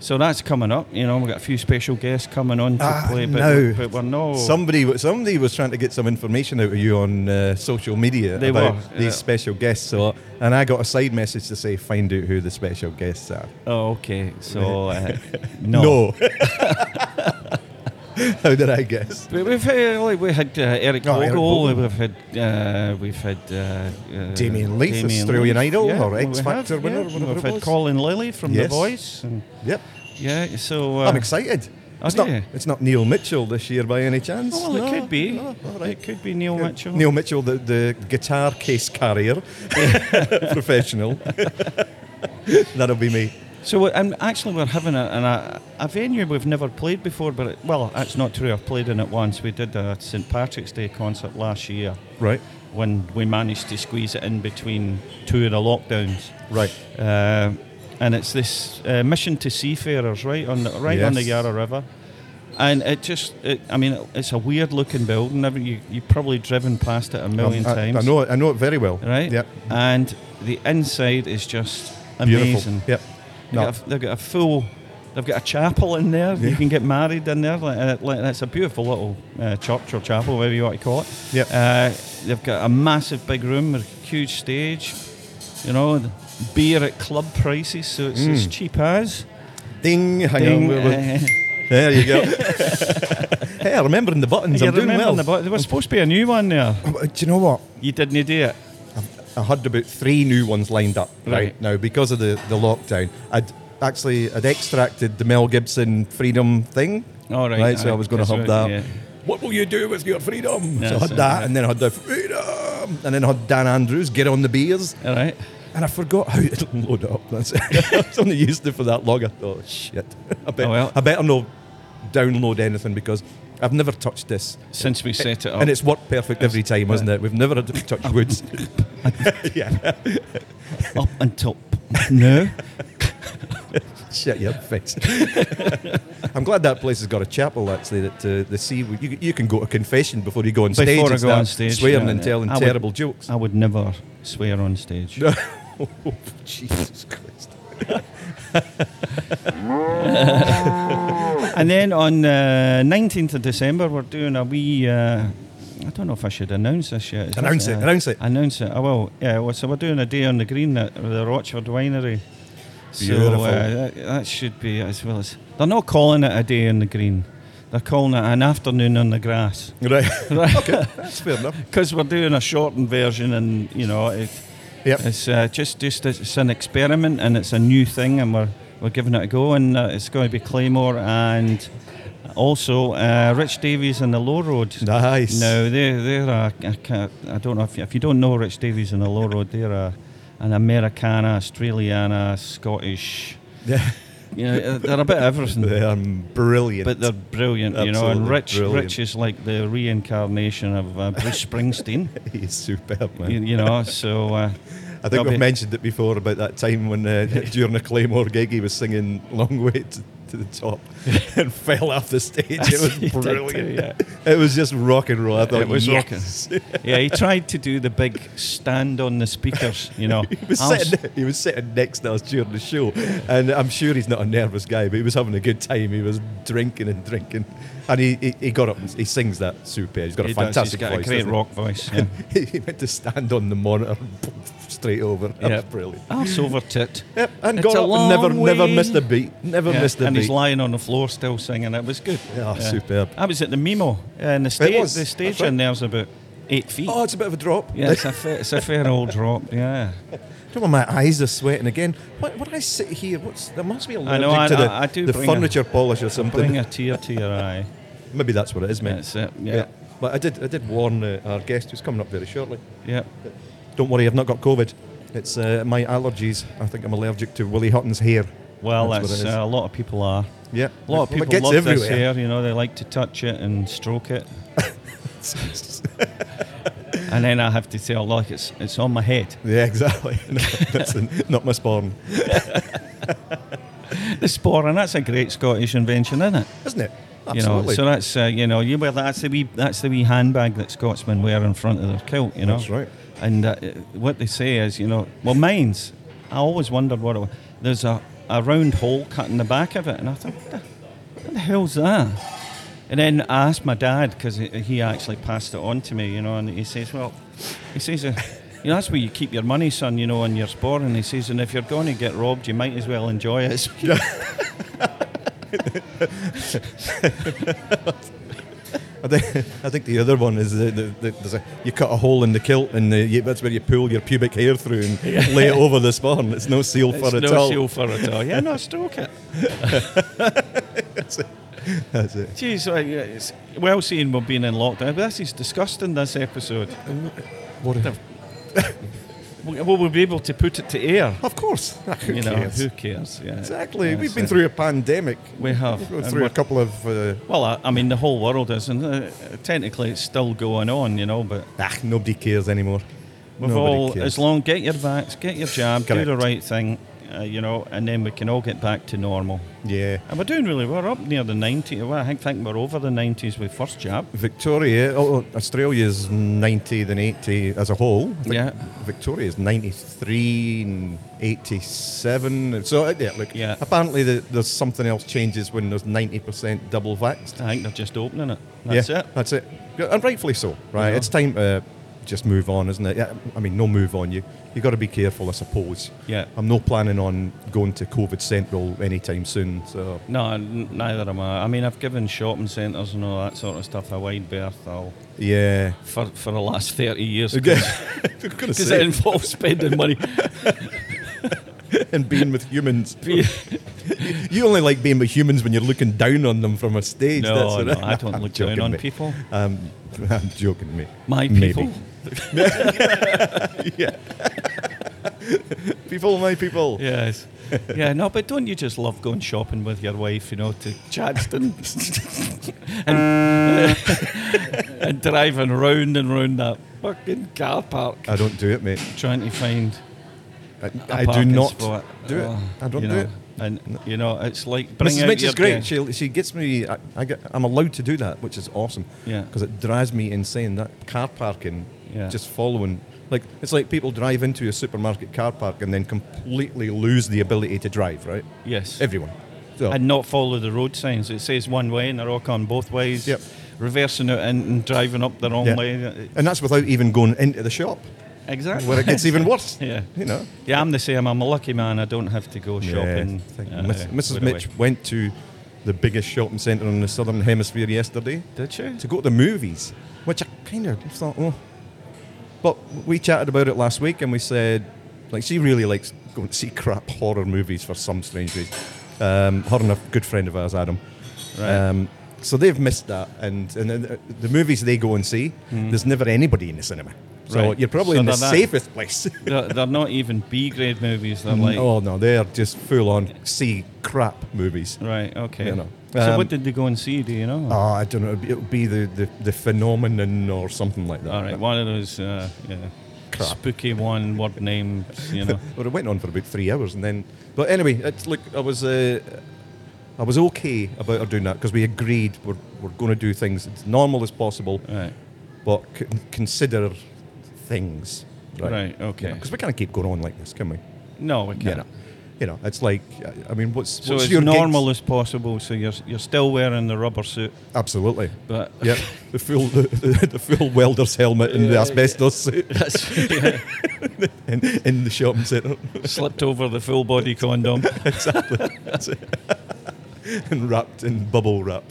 [SPEAKER 5] so that's coming up. You know, we've got a few special guests coming on to
[SPEAKER 4] Ah,
[SPEAKER 5] play, but,
[SPEAKER 4] no.
[SPEAKER 5] but we're no.
[SPEAKER 4] Somebody, wa- somebody was trying to get some information out of you on uh, social media
[SPEAKER 5] They
[SPEAKER 4] about
[SPEAKER 5] were,
[SPEAKER 4] these
[SPEAKER 5] yeah.
[SPEAKER 4] special guests. So, and I got a side message to say, find out who the special guests are.
[SPEAKER 5] oh, okay. So, uh,
[SPEAKER 4] How did I guess?
[SPEAKER 5] We- We've had, like, we had uh, Eric
[SPEAKER 4] Oh, Eric
[SPEAKER 5] Bogle,
[SPEAKER 4] Bogle.
[SPEAKER 5] we've had uh, we've had uh, uh,
[SPEAKER 4] Damien Leith, Australian Idol or
[SPEAKER 5] well,
[SPEAKER 4] X
[SPEAKER 5] we have,
[SPEAKER 4] Factor winner,
[SPEAKER 5] yeah.
[SPEAKER 4] whatever it
[SPEAKER 5] We've had
[SPEAKER 4] was.
[SPEAKER 5] Colin Lilly from The
[SPEAKER 4] Yes.
[SPEAKER 5] Voice, and
[SPEAKER 4] Yep,
[SPEAKER 5] yeah. So uh,
[SPEAKER 4] I'm excited.
[SPEAKER 5] Oh,
[SPEAKER 4] It's not,
[SPEAKER 5] yeah.
[SPEAKER 4] it's not Neil Mitchell this year by any chance.
[SPEAKER 5] Oh, Well, it
[SPEAKER 4] No,
[SPEAKER 5] could be.
[SPEAKER 4] no, all right.
[SPEAKER 5] It could be Neil Mitchell.
[SPEAKER 4] Neil Mitchell, the, the guitar case carrier, professional. That'll be me.
[SPEAKER 5] So and actually, we're having a, an, a a venue we've never played before. But it, well, that's not true. I've played in it once. We did a St Patrick's Day concert last year
[SPEAKER 4] Right,
[SPEAKER 5] when we managed to squeeze it in between two of the lockdowns.
[SPEAKER 4] right.
[SPEAKER 5] uh, and it's this uh, mission to seafarers right on the, right on the
[SPEAKER 4] Yes.
[SPEAKER 5] Yarra River. And it just, it, I mean, it's a weird looking building. Every- You, you've probably driven past it a million
[SPEAKER 4] Um, I-
[SPEAKER 5] times.
[SPEAKER 4] I, know it. I know it very well.
[SPEAKER 5] Right?
[SPEAKER 4] Yep.
[SPEAKER 5] And the inside is just
[SPEAKER 4] Beautiful.
[SPEAKER 5] amazing.
[SPEAKER 4] Yep.
[SPEAKER 5] They've,
[SPEAKER 4] No,
[SPEAKER 5] got a, they've got a full, they've got a chapel in there. You
[SPEAKER 4] Yeah.
[SPEAKER 5] can get married in there. Like, uh, like, that's a beautiful little uh, church or chapel, whatever you want to call it.
[SPEAKER 4] Yep.
[SPEAKER 5] Uh, they've got a massive big room with a huge stage. You know, the beer at club prices, so it's as cheap as.
[SPEAKER 4] Ding. Hang on.
[SPEAKER 5] Ding,
[SPEAKER 4] Mm. we'll- we'll-
[SPEAKER 5] uh,
[SPEAKER 4] There you go. hey, I'm remembering the buttons.
[SPEAKER 5] you
[SPEAKER 4] I'm doing
[SPEAKER 5] remember
[SPEAKER 4] well.
[SPEAKER 5] the bo- there was supposed to be a new one there.
[SPEAKER 4] Uh, Do you know what?
[SPEAKER 5] You didn't do it.
[SPEAKER 4] I had about three new ones lined up right,
[SPEAKER 5] Right.
[SPEAKER 4] now because of the, the lockdown. I'd actually I'd extracted the Mel Gibson freedom thing.
[SPEAKER 5] All right,
[SPEAKER 4] so I
[SPEAKER 5] aye,
[SPEAKER 4] was going to
[SPEAKER 5] that's
[SPEAKER 4] have
[SPEAKER 5] right,
[SPEAKER 4] that.
[SPEAKER 5] yeah.
[SPEAKER 4] What will you do with your freedom?
[SPEAKER 5] Yeah,
[SPEAKER 4] so I had
[SPEAKER 5] so-
[SPEAKER 4] that, and then I had the freedom, and then I had Dan Andrews get on the beers,
[SPEAKER 5] All right.
[SPEAKER 4] and I forgot how to load it up. That's it. I was only used it for that long. I thought, "Oh, shit, I, bet,
[SPEAKER 5] Oh, well.
[SPEAKER 4] I better not download anything because I've never touched this
[SPEAKER 5] Since we set it up.
[SPEAKER 4] and it's worked perfect every time, hasn't it? We've never had to touch woods. yeah.
[SPEAKER 5] up until no.
[SPEAKER 4] Shut your face. I'm glad that place has got a chapel, actually, that uh, the sea, you, you can go to confession before you go on stage and
[SPEAKER 5] Before I go on
[SPEAKER 4] start
[SPEAKER 5] stage,
[SPEAKER 4] swearing
[SPEAKER 5] yeah.
[SPEAKER 4] and telling
[SPEAKER 5] I would-
[SPEAKER 4] terrible jokes.
[SPEAKER 5] I would never swear on stage.
[SPEAKER 4] Oh, Jesus Christ.
[SPEAKER 5] And then on uh, 19th of December, we're doing a wee uh, I don't know if I should announce this yet. Is
[SPEAKER 4] Announce
[SPEAKER 5] this-
[SPEAKER 4] it, announce it.
[SPEAKER 5] Announce it. I will. Yeah. Well, so we're doing a day on the green at the Rochford Winery.
[SPEAKER 4] Beautiful.
[SPEAKER 5] So uh, that, that should be as well as they're not calling it a day on the green. They're calling it an afternoon on the grass
[SPEAKER 4] Right. okay, that's fair enough.
[SPEAKER 5] because we're doing a shortened version, and you know, it,
[SPEAKER 4] Yep.
[SPEAKER 5] it's uh, just just it's an experiment and it's a new thing, and we're we're giving it a go, and uh, it's going to be Claymore and also uh, Rich Davies and the Low Road.
[SPEAKER 4] Nice.
[SPEAKER 5] No, they're they're a, I can't, I don't know if you, if you don't know Rich Davies and the Low Road, they're a, an Americana, Australiana, Scottish.
[SPEAKER 4] Yeah.
[SPEAKER 5] You know, they're a bit of everything.
[SPEAKER 4] They are brilliant.
[SPEAKER 5] But they're brilliant, you know. And
[SPEAKER 4] Absolutely
[SPEAKER 5] Rich,
[SPEAKER 4] brilliant.
[SPEAKER 5] Rich is like the reincarnation of uh, Bruce Springsteen.
[SPEAKER 4] he's superb, man.
[SPEAKER 5] you, you know, so uh,
[SPEAKER 4] I think
[SPEAKER 5] that'll
[SPEAKER 4] we've
[SPEAKER 5] be-
[SPEAKER 4] mentioned it before about that time when uh, during a Claymore gig he was singing "Long Way to, to the Top" and fell off the stage. It
[SPEAKER 5] He did
[SPEAKER 4] was
[SPEAKER 5] too,
[SPEAKER 4] brilliant.
[SPEAKER 5] yeah.
[SPEAKER 4] It was just rock and roll. I thought
[SPEAKER 5] It was
[SPEAKER 4] yes.
[SPEAKER 5] yeah, he tried to do the big stand on the speakers, you know.
[SPEAKER 4] He was,
[SPEAKER 5] I was-
[SPEAKER 4] sitting, he was sitting next to us during the show, and I'm sure he's not a nervous guy, but he was having a good time. He was drinking and drinking, and he, he, he got up. And he sings that super. He's got
[SPEAKER 5] he
[SPEAKER 4] a
[SPEAKER 5] does,
[SPEAKER 4] fantastic
[SPEAKER 5] He's got
[SPEAKER 4] voice.
[SPEAKER 5] a great
[SPEAKER 4] doesn't he?
[SPEAKER 5] rock voice. Yeah.
[SPEAKER 4] he meant to stand on the monitor straight over. That was brilliant.
[SPEAKER 5] Arse over tit.
[SPEAKER 4] Yep, and
[SPEAKER 5] It's
[SPEAKER 4] got
[SPEAKER 5] a
[SPEAKER 4] up and never,
[SPEAKER 5] long
[SPEAKER 4] never
[SPEAKER 5] way.
[SPEAKER 4] missed a beat. Never
[SPEAKER 5] Yeah,
[SPEAKER 4] missed a
[SPEAKER 5] and
[SPEAKER 4] beat.
[SPEAKER 5] he's lying on the floor still singing. It was good.
[SPEAKER 4] Oh, superb.
[SPEAKER 5] I was at the Mimo, and the stage,
[SPEAKER 4] was,
[SPEAKER 5] the
[SPEAKER 4] that's
[SPEAKER 5] stage
[SPEAKER 4] right.
[SPEAKER 5] in there's about eight feet.
[SPEAKER 4] oh, it's a bit of a drop.
[SPEAKER 5] yeah, it's a, fa- it's a fair old drop. Yeah,
[SPEAKER 4] Don't know, my eyes are sweating again. What, when I sit here, what's there must be a
[SPEAKER 5] I know, I-
[SPEAKER 4] to the,
[SPEAKER 5] I- I do
[SPEAKER 4] the
[SPEAKER 5] bring a-
[SPEAKER 4] furniture polish or
[SPEAKER 5] bring
[SPEAKER 4] something.
[SPEAKER 5] a tear to your eye.
[SPEAKER 4] Maybe that's what it is, mate.
[SPEAKER 5] That's it. Yeah,
[SPEAKER 4] yeah. But I did, I did warn uh, our guest who's coming up very shortly.
[SPEAKER 5] yeah.
[SPEAKER 4] Don't worry, I've not got COVID. It's uh, my allergies. I think I'm allergic to Willie Hutton's hair.
[SPEAKER 5] Well,
[SPEAKER 4] That's what
[SPEAKER 5] that's,
[SPEAKER 4] it is.
[SPEAKER 5] uh, a lot of people are.
[SPEAKER 4] Yeah,
[SPEAKER 5] A lot of
[SPEAKER 4] Well,
[SPEAKER 5] people
[SPEAKER 4] it gets
[SPEAKER 5] love
[SPEAKER 4] everywhere.
[SPEAKER 5] this hair. You know, they like to touch it and stroke it. and then I have to tell, look, it's it's on my head.
[SPEAKER 4] Yeah, exactly. No, that's not my spawn,
[SPEAKER 5] The spore, and that's a great Scottish invention, isn't it?
[SPEAKER 4] isn't it?
[SPEAKER 5] You know,
[SPEAKER 4] Absolutely.
[SPEAKER 5] so that's uh, you know, you wear that's the wee that's the wee handbag that Scotsmen wear in front of their kilt. You know,
[SPEAKER 4] That's right.
[SPEAKER 5] And uh, what they say is, you know, well, mine's. I always wondered what it was. There's a, a round hole cut in the back of it, and I thought, what the, what the hell's that? And then I asked my dad because he, he actually passed it on to me, you know, and he says, well, he says, uh, you know, that's where you keep your money, son, you know, on your spore. And he says, and if you're going to get robbed, you might as well enjoy it.
[SPEAKER 4] I think, I think the other one is the, the, the, there's a, you cut a hole in the kilt and the, you, that's where you pull your pubic hair through and lay it over the spawn. It's no seal for it
[SPEAKER 5] it's
[SPEAKER 4] at
[SPEAKER 5] no
[SPEAKER 4] all.
[SPEAKER 5] seal for it all. Yeah, no, stroke it.
[SPEAKER 4] That's it.
[SPEAKER 5] Jeez, uh, yeah, it's well seen we've been in lockdown, but this is disgusting, this episode.
[SPEAKER 4] What if-
[SPEAKER 5] Will will we be able to put it to air?
[SPEAKER 4] of course. Ah, Who
[SPEAKER 5] You know,
[SPEAKER 4] cares?
[SPEAKER 5] who cares? Yeah.
[SPEAKER 4] Exactly.
[SPEAKER 5] Yeah,
[SPEAKER 4] We've
[SPEAKER 5] so-
[SPEAKER 4] been through a pandemic.
[SPEAKER 5] We have.
[SPEAKER 4] We've gone
[SPEAKER 5] And
[SPEAKER 4] through a
[SPEAKER 5] we're-
[SPEAKER 4] couple of. Uh,
[SPEAKER 5] Well, I, I mean, the whole world is, and uh, technically it's still going on, you know, but
[SPEAKER 4] ah, nobody cares anymore.
[SPEAKER 5] we've
[SPEAKER 4] Nobody
[SPEAKER 5] all,
[SPEAKER 4] cares.
[SPEAKER 5] as long, get your vax, get your jab, do the
[SPEAKER 4] Correct.
[SPEAKER 5] right thing, uh, you know, and then we can all get back to normal.
[SPEAKER 4] Yeah.
[SPEAKER 5] And we're doing really well. We're up near the 90s. Well, I think we're over the 90s with first jab.
[SPEAKER 4] Victoria, oh, Australia's 90 than 80 as a whole. I think
[SPEAKER 5] Yeah.
[SPEAKER 4] Victoria's 93 and 87. So, uh, yeah, look,
[SPEAKER 5] Yeah.
[SPEAKER 4] apparently the, there's something else changes when there's 90% double vaxxed.
[SPEAKER 5] I think they're just opening it. That's
[SPEAKER 4] yeah,
[SPEAKER 5] it.
[SPEAKER 4] That's it. And rightfully so, right?
[SPEAKER 5] Yeah.
[SPEAKER 4] It's time to just move on, isn't it? Yeah, I mean, no move on. You you got to be careful, I suppose.
[SPEAKER 5] Yeah.
[SPEAKER 4] I'm not planning on going to COVID Central anytime soon, so.
[SPEAKER 5] No, n- neither am I. I mean, I've given shopping centres and all that sort of stuff a wide berth all
[SPEAKER 4] Yeah.
[SPEAKER 5] for, for the last 30 years because
[SPEAKER 4] Because
[SPEAKER 5] it involves spending money.
[SPEAKER 4] and being with humans. You only like being with humans when you're looking down on them from a stage.
[SPEAKER 5] No,
[SPEAKER 4] That's what
[SPEAKER 5] no, I don't
[SPEAKER 4] I'm
[SPEAKER 5] look down
[SPEAKER 4] joking,
[SPEAKER 5] on
[SPEAKER 4] mate.
[SPEAKER 5] people.
[SPEAKER 4] Um, I'm joking, mate.
[SPEAKER 5] My
[SPEAKER 4] Maybe.
[SPEAKER 5] people.
[SPEAKER 4] yeah. people, my people.
[SPEAKER 5] Yes. Yeah, no, but don't you just love going shopping with your wife, you know, to Chadston and, and driving round and round that fucking car park
[SPEAKER 4] I don't do it, mate.
[SPEAKER 5] trying to find
[SPEAKER 4] I,
[SPEAKER 5] a
[SPEAKER 4] I do
[SPEAKER 5] parking
[SPEAKER 4] not
[SPEAKER 5] spot.
[SPEAKER 4] do it.
[SPEAKER 5] Oh,
[SPEAKER 4] I don't
[SPEAKER 5] you
[SPEAKER 4] do
[SPEAKER 5] know,
[SPEAKER 4] it.
[SPEAKER 5] And, you know, it's like bring
[SPEAKER 4] Mrs.
[SPEAKER 5] out
[SPEAKER 4] Mitch
[SPEAKER 5] your
[SPEAKER 4] is great.
[SPEAKER 5] best-
[SPEAKER 4] She, she gets me. I, I get, I'm allowed to do that, which is awesome.
[SPEAKER 5] Yeah.
[SPEAKER 4] Because it drives me insane. That car parking,
[SPEAKER 5] Yeah.
[SPEAKER 4] just following. Like it's like people drive into a supermarket car park and then completely lose the ability to drive. Right.
[SPEAKER 5] Yes.
[SPEAKER 4] Everyone. So,
[SPEAKER 5] and not follow the road signs. It says one way and they're all on both ways.
[SPEAKER 4] Yep.
[SPEAKER 5] reversing it in and driving up the wrong
[SPEAKER 4] Yeah.
[SPEAKER 5] way.
[SPEAKER 4] And that's without even going into the shop,
[SPEAKER 5] Exactly.
[SPEAKER 4] where it gets even worse.
[SPEAKER 5] Yeah.
[SPEAKER 4] You know?
[SPEAKER 5] Yeah, I'm the same. I'm a lucky man. I don't have to go shopping.
[SPEAKER 4] Yeah, I think
[SPEAKER 5] uh,
[SPEAKER 4] Miss- Mrs.
[SPEAKER 5] right
[SPEAKER 4] Mitch
[SPEAKER 5] away.
[SPEAKER 4] went to the biggest shopping centre in the southern hemisphere yesterday
[SPEAKER 5] Did she?
[SPEAKER 4] to go to the movies, which I kind of thought, oh. But we chatted about it last week and we said, like, she really likes going to see crap horror movies for some strange reason. Um, her and a good friend of ours, Adam. Um, so they've missed that. And, and the, the movies they go and see, there's never anybody in the cinema. So
[SPEAKER 5] Hmm. Right.
[SPEAKER 4] you're probably
[SPEAKER 5] So
[SPEAKER 4] in the
[SPEAKER 5] they're that-
[SPEAKER 4] safest place.
[SPEAKER 5] they're, they're not even B grade movies. They're like,
[SPEAKER 4] oh, no, they're just full on see crap movies.
[SPEAKER 5] right, okay.
[SPEAKER 4] You know.
[SPEAKER 5] so
[SPEAKER 4] Um,
[SPEAKER 5] what did they go and see? Do you know?
[SPEAKER 4] Ah, I don't know. It would be the, the, the phenomenon or something like that.
[SPEAKER 5] All right, one of those uh, yeah,
[SPEAKER 4] Crap.
[SPEAKER 5] spooky one word names. You know.
[SPEAKER 4] Well, it went on for about three hours, and then. But anyway, it's like I was, uh, I was okay about her doing that because we agreed we're, we're going to do things as normal as possible,
[SPEAKER 5] right.
[SPEAKER 4] but c- consider things. Right.
[SPEAKER 5] Right, okay.
[SPEAKER 4] Because we can't keep going on like this, can we?
[SPEAKER 5] No, we
[SPEAKER 4] You
[SPEAKER 5] can't.
[SPEAKER 4] know, you know, it's like I- I mean, what's
[SPEAKER 5] So
[SPEAKER 4] what's
[SPEAKER 5] as
[SPEAKER 4] your gigs?
[SPEAKER 5] normal as possible. So you're you're still wearing the rubber suit,
[SPEAKER 4] Absolutely.
[SPEAKER 5] but
[SPEAKER 4] Yep, the full the, the, full welder's helmet and the asbestos suit
[SPEAKER 5] that's yeah,
[SPEAKER 4] in, in the shopping centre.
[SPEAKER 5] slipped over the full body condom.
[SPEAKER 4] and wrapped in bubble wrap.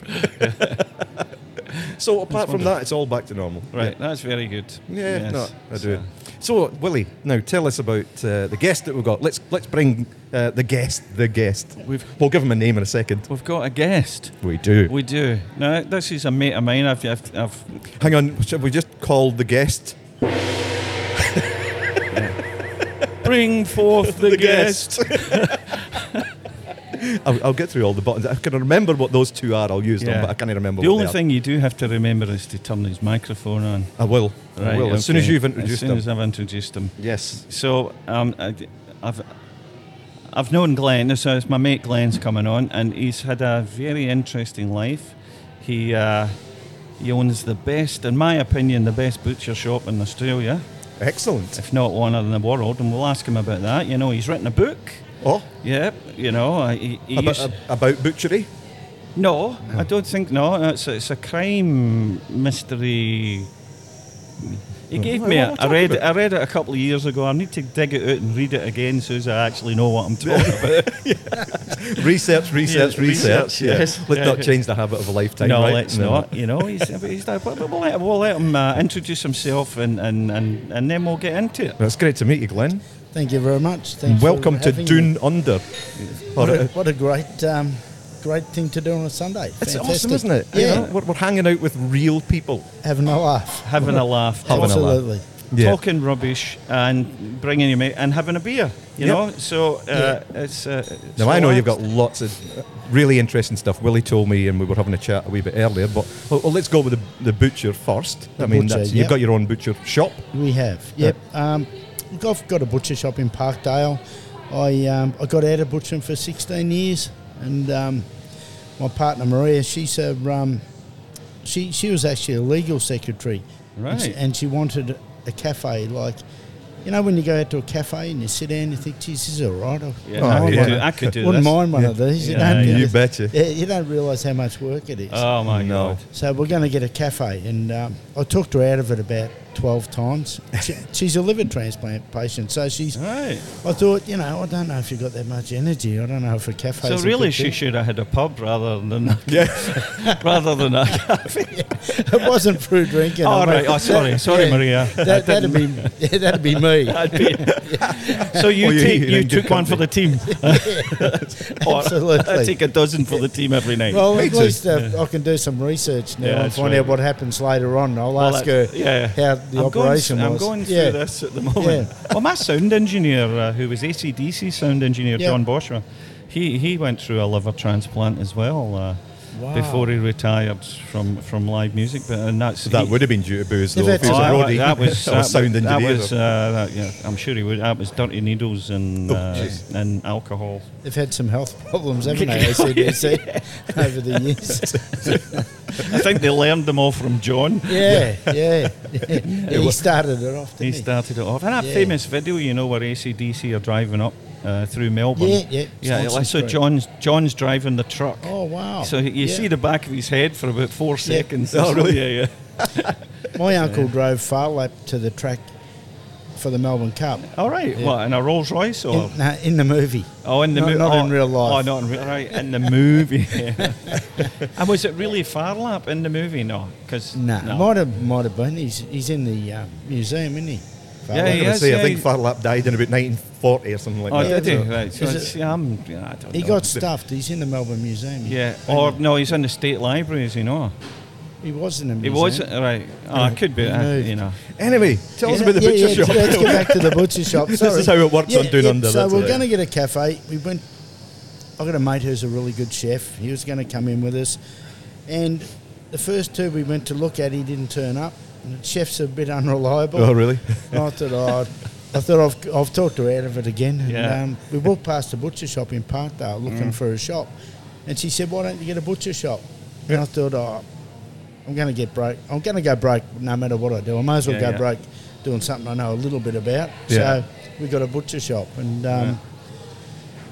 [SPEAKER 4] so apart from that, it's all back to normal.
[SPEAKER 5] Right, that's very good.
[SPEAKER 4] Yeah,
[SPEAKER 5] Yes.
[SPEAKER 4] no, I do.
[SPEAKER 5] So-
[SPEAKER 4] So Willie, now tell us about uh, the guest that we've got. Let's let's bring uh, the guest. The guest. We've, we'll give him a name in a second.
[SPEAKER 5] We've got a guest.
[SPEAKER 4] We do.
[SPEAKER 5] We do. Now this is a mate of mine. I've, I've, I've
[SPEAKER 4] Hang on. Should we just call the guest?
[SPEAKER 5] bring forth the, guest.
[SPEAKER 4] I'll, I'll get through all the buttons. I can remember what those two are. I'll use
[SPEAKER 5] Yeah.
[SPEAKER 4] them, but I can't remember.
[SPEAKER 5] The
[SPEAKER 4] what
[SPEAKER 5] only
[SPEAKER 4] they are.
[SPEAKER 5] thing you do have to remember is to turn his microphone on.
[SPEAKER 4] I will. I will. As soon as
[SPEAKER 5] okay.
[SPEAKER 4] you've
[SPEAKER 5] as
[SPEAKER 4] introduced
[SPEAKER 5] soon
[SPEAKER 4] them.
[SPEAKER 5] as I've introduced him.
[SPEAKER 4] yes.
[SPEAKER 5] So um, I, have I've known Glenn. So it's my mate Glenn's coming on, and he's had a very interesting life. He uh, he owns the best, in my opinion, the best butcher shop in Australia,
[SPEAKER 4] Excellent.
[SPEAKER 5] if not one in the world. And we'll ask him about that. You know, he's written a book.
[SPEAKER 4] Oh,
[SPEAKER 5] Yep. You know, uh, he, he
[SPEAKER 4] about,
[SPEAKER 5] used-
[SPEAKER 4] about butchery.
[SPEAKER 5] no, I don't think no. It's a, it's a crime mystery. He gave
[SPEAKER 4] Well,
[SPEAKER 5] me.
[SPEAKER 4] what
[SPEAKER 5] A,
[SPEAKER 4] am I
[SPEAKER 5] I read.
[SPEAKER 4] talking
[SPEAKER 5] I read it a couple of years ago. I need to dig it out and read it again, so as I actually know what I'm talking about.
[SPEAKER 4] Research, research,
[SPEAKER 5] Yeah,
[SPEAKER 4] research.
[SPEAKER 5] research,
[SPEAKER 4] yeah.
[SPEAKER 5] yes.
[SPEAKER 4] Let's
[SPEAKER 5] Yeah.
[SPEAKER 4] not change the habit of a lifetime.
[SPEAKER 5] no,
[SPEAKER 4] right?
[SPEAKER 5] let's not. You know, he's, he's like, but we'll let, we'll let him uh, introduce himself, and, and, and, and then we'll get into it.
[SPEAKER 4] Well, it's great to meet you, Glenn.
[SPEAKER 6] Thank you very much. Thanks
[SPEAKER 4] Welcome
[SPEAKER 6] for
[SPEAKER 4] to
[SPEAKER 6] having
[SPEAKER 4] Dune
[SPEAKER 6] me.
[SPEAKER 4] Under. Or,
[SPEAKER 6] What a,
[SPEAKER 4] uh,
[SPEAKER 6] what a great, um, great thing to do on a Sunday.
[SPEAKER 4] it's
[SPEAKER 6] Fantastic.
[SPEAKER 4] awesome, isn't it? You
[SPEAKER 6] Yeah,
[SPEAKER 4] know, we're, we're hanging out with real people.
[SPEAKER 6] having a laugh.
[SPEAKER 5] Having a laugh,
[SPEAKER 4] Having a laugh.
[SPEAKER 6] Absolutely.
[SPEAKER 4] Yeah.
[SPEAKER 5] talking rubbish, and bringing your mate, and having a beer. You
[SPEAKER 4] Yeah.
[SPEAKER 5] know, so uh, it's. Uh,
[SPEAKER 4] Now,
[SPEAKER 5] so
[SPEAKER 4] I know you've
[SPEAKER 5] relaxed.
[SPEAKER 4] got lots of uh, really interesting stuff. Willie told me, and we were having a chat a wee bit earlier, but well, well, let's go with the, the butcher first. I
[SPEAKER 6] The
[SPEAKER 4] mean,
[SPEAKER 6] butcher,
[SPEAKER 4] that's,
[SPEAKER 6] yeah.
[SPEAKER 4] you've got your own butcher shop.
[SPEAKER 6] We have. Yep. Um, look, I've got a butcher shop in Parkdale. I um, I got out of butchering for 16 years, and um, my partner Maria, she's a um, she she was actually a legal secretary, And she,
[SPEAKER 5] Right.
[SPEAKER 6] and she wanted a cafe like. You know when you go out to a cafe and you sit down and you think, geez, this is all right. I-
[SPEAKER 5] Yeah,
[SPEAKER 4] Oh,
[SPEAKER 5] no, I,
[SPEAKER 4] yeah.
[SPEAKER 5] could do, I could do
[SPEAKER 6] Wouldn't
[SPEAKER 5] this.
[SPEAKER 6] mind one of these. You,
[SPEAKER 5] Yeah,
[SPEAKER 6] don't
[SPEAKER 5] yeah.
[SPEAKER 6] you
[SPEAKER 4] You
[SPEAKER 6] just-
[SPEAKER 4] betcha.
[SPEAKER 6] Yeah, you don't realise how much work it is.
[SPEAKER 5] Oh my
[SPEAKER 4] No.
[SPEAKER 5] god.
[SPEAKER 6] So we're going to get a cafe, and um, I talked her out of it about twelve times. She, she's a liver transplant patient, so she's.
[SPEAKER 5] Right.
[SPEAKER 6] I thought, you know, I don't know if you've got that much energy. I don't know if a cafe.
[SPEAKER 5] So really, she should have had a pub rather than
[SPEAKER 4] Yeah.
[SPEAKER 5] rather than a.
[SPEAKER 6] it wasn't through drinking.
[SPEAKER 5] All
[SPEAKER 6] I mean,
[SPEAKER 5] right. Oh, sorry, sorry,
[SPEAKER 6] yeah,
[SPEAKER 5] Maria.
[SPEAKER 6] That, that'd be yeah, that'd be me.
[SPEAKER 5] So you
[SPEAKER 4] Well, you-
[SPEAKER 5] take,
[SPEAKER 4] you're
[SPEAKER 5] you
[SPEAKER 4] in good
[SPEAKER 5] took one for the team. Or I
[SPEAKER 6] Absolutely.
[SPEAKER 5] take a dozen for the team every night.
[SPEAKER 6] Well,
[SPEAKER 4] Me
[SPEAKER 6] at
[SPEAKER 4] too.
[SPEAKER 6] least uh, I can do some research now
[SPEAKER 5] Yeah,
[SPEAKER 6] and
[SPEAKER 5] that's
[SPEAKER 6] find
[SPEAKER 5] right.
[SPEAKER 6] out what happens later on. I'll
[SPEAKER 5] Well,
[SPEAKER 6] ask her
[SPEAKER 5] that- yeah.
[SPEAKER 6] how the
[SPEAKER 5] I'm
[SPEAKER 6] operation
[SPEAKER 5] going,
[SPEAKER 6] was.
[SPEAKER 5] I'm going
[SPEAKER 6] Yeah.
[SPEAKER 5] through this at the moment. Well, my sound engineer, uh, who was ACDC sound engineer,
[SPEAKER 6] Yeah.
[SPEAKER 5] John Boshra, he, he went through a liver transplant as well uh,
[SPEAKER 6] Wow.
[SPEAKER 5] before he retired from, from live music. But and that's
[SPEAKER 4] that
[SPEAKER 5] he-
[SPEAKER 4] would have been due to booze, though. If
[SPEAKER 6] If
[SPEAKER 4] he was a
[SPEAKER 6] it's-
[SPEAKER 5] Oh,
[SPEAKER 4] roadie.
[SPEAKER 5] That was
[SPEAKER 4] or a sound
[SPEAKER 5] that
[SPEAKER 4] engineer.
[SPEAKER 5] was, uh, that- yeah, I'm sure he would. That was dirty needles and uh,
[SPEAKER 4] Oh, jeez.
[SPEAKER 5] and alcohol.
[SPEAKER 6] They've had some health problems, haven't they? ACDC over the years.
[SPEAKER 5] I think they learned them all from John.
[SPEAKER 6] Yeah, yeah. he started it off. Didn't
[SPEAKER 5] He
[SPEAKER 6] he,
[SPEAKER 5] started it off. And that
[SPEAKER 6] Yeah.
[SPEAKER 5] famous video, you know, where ACDC are driving up uh, through Melbourne.
[SPEAKER 6] Yeah, yeah,
[SPEAKER 5] yeah.
[SPEAKER 6] Swanson
[SPEAKER 5] like, so
[SPEAKER 6] Street.
[SPEAKER 5] John's John's driving the truck.
[SPEAKER 6] Oh, wow.
[SPEAKER 5] So you
[SPEAKER 6] Yeah.
[SPEAKER 5] see the back of his head for about four seconds.
[SPEAKER 4] Oh, really?
[SPEAKER 5] Yeah, yeah.
[SPEAKER 6] My uncle drove far lap to the track for the Melbourne Cup.
[SPEAKER 5] All right. What in a Rolls Royce or?
[SPEAKER 6] In, no, in the movie.
[SPEAKER 5] Oh, in the
[SPEAKER 6] No,
[SPEAKER 5] movie,
[SPEAKER 6] not in real life.
[SPEAKER 5] Oh, not in real right in the movie. and was it really far lap in the movie? No, because
[SPEAKER 6] Nah, might have might have been. He's he's in the uh, museum, isn't he?
[SPEAKER 5] Yeah,
[SPEAKER 4] I'm
[SPEAKER 5] he
[SPEAKER 4] gonna
[SPEAKER 5] is,
[SPEAKER 4] say,
[SPEAKER 5] yeah,
[SPEAKER 4] I think
[SPEAKER 5] he-
[SPEAKER 4] Farlap died in about 1940 or something like
[SPEAKER 5] Oh,
[SPEAKER 4] that.
[SPEAKER 5] did he?
[SPEAKER 4] so-
[SPEAKER 5] Right. So
[SPEAKER 6] Is
[SPEAKER 5] it's, yeah, I'm, yeah, I don't
[SPEAKER 6] He
[SPEAKER 5] know.
[SPEAKER 6] got stuffed. He's in the Melbourne Museum.
[SPEAKER 5] Oh, Yeah, or no, he's in the state library, is he not?
[SPEAKER 6] he was in the
[SPEAKER 5] He
[SPEAKER 6] museum.
[SPEAKER 5] wasn't right. Oh, it could be.
[SPEAKER 6] He
[SPEAKER 5] uh,
[SPEAKER 6] moved.
[SPEAKER 5] you know.
[SPEAKER 4] Anyway, tell us
[SPEAKER 6] Yeah,
[SPEAKER 4] about the
[SPEAKER 6] yeah,
[SPEAKER 4] butcher
[SPEAKER 6] yeah,
[SPEAKER 4] shop.
[SPEAKER 6] Let's get back to the butcher shop.
[SPEAKER 4] This
[SPEAKER 6] Sorry.
[SPEAKER 4] is how it works on Doon Under,
[SPEAKER 6] So
[SPEAKER 4] that's
[SPEAKER 6] we're
[SPEAKER 4] right.
[SPEAKER 6] going to get a cafe. We went. I got a mate who's a really good chef. He was going to come in with us, and the first two we went to look at, he didn't turn up. And the chef's a bit unreliable.
[SPEAKER 4] Oh, really?
[SPEAKER 6] And I thought, oh, I thought I've, I've talked her out of it again. And,
[SPEAKER 5] Yeah. Mm.
[SPEAKER 6] um, we walked past the butcher shop in Parkdale looking for a shop, and she said, "Why don't you get a butcher shop?" And I thought, oh, I'm going to get broke. I'm going to go broke no matter what I do. I may as well
[SPEAKER 5] Yeah,
[SPEAKER 6] go
[SPEAKER 5] yeah.
[SPEAKER 6] broke doing something I know a little bit about.
[SPEAKER 4] Yeah.
[SPEAKER 6] So we got a butcher shop, and um,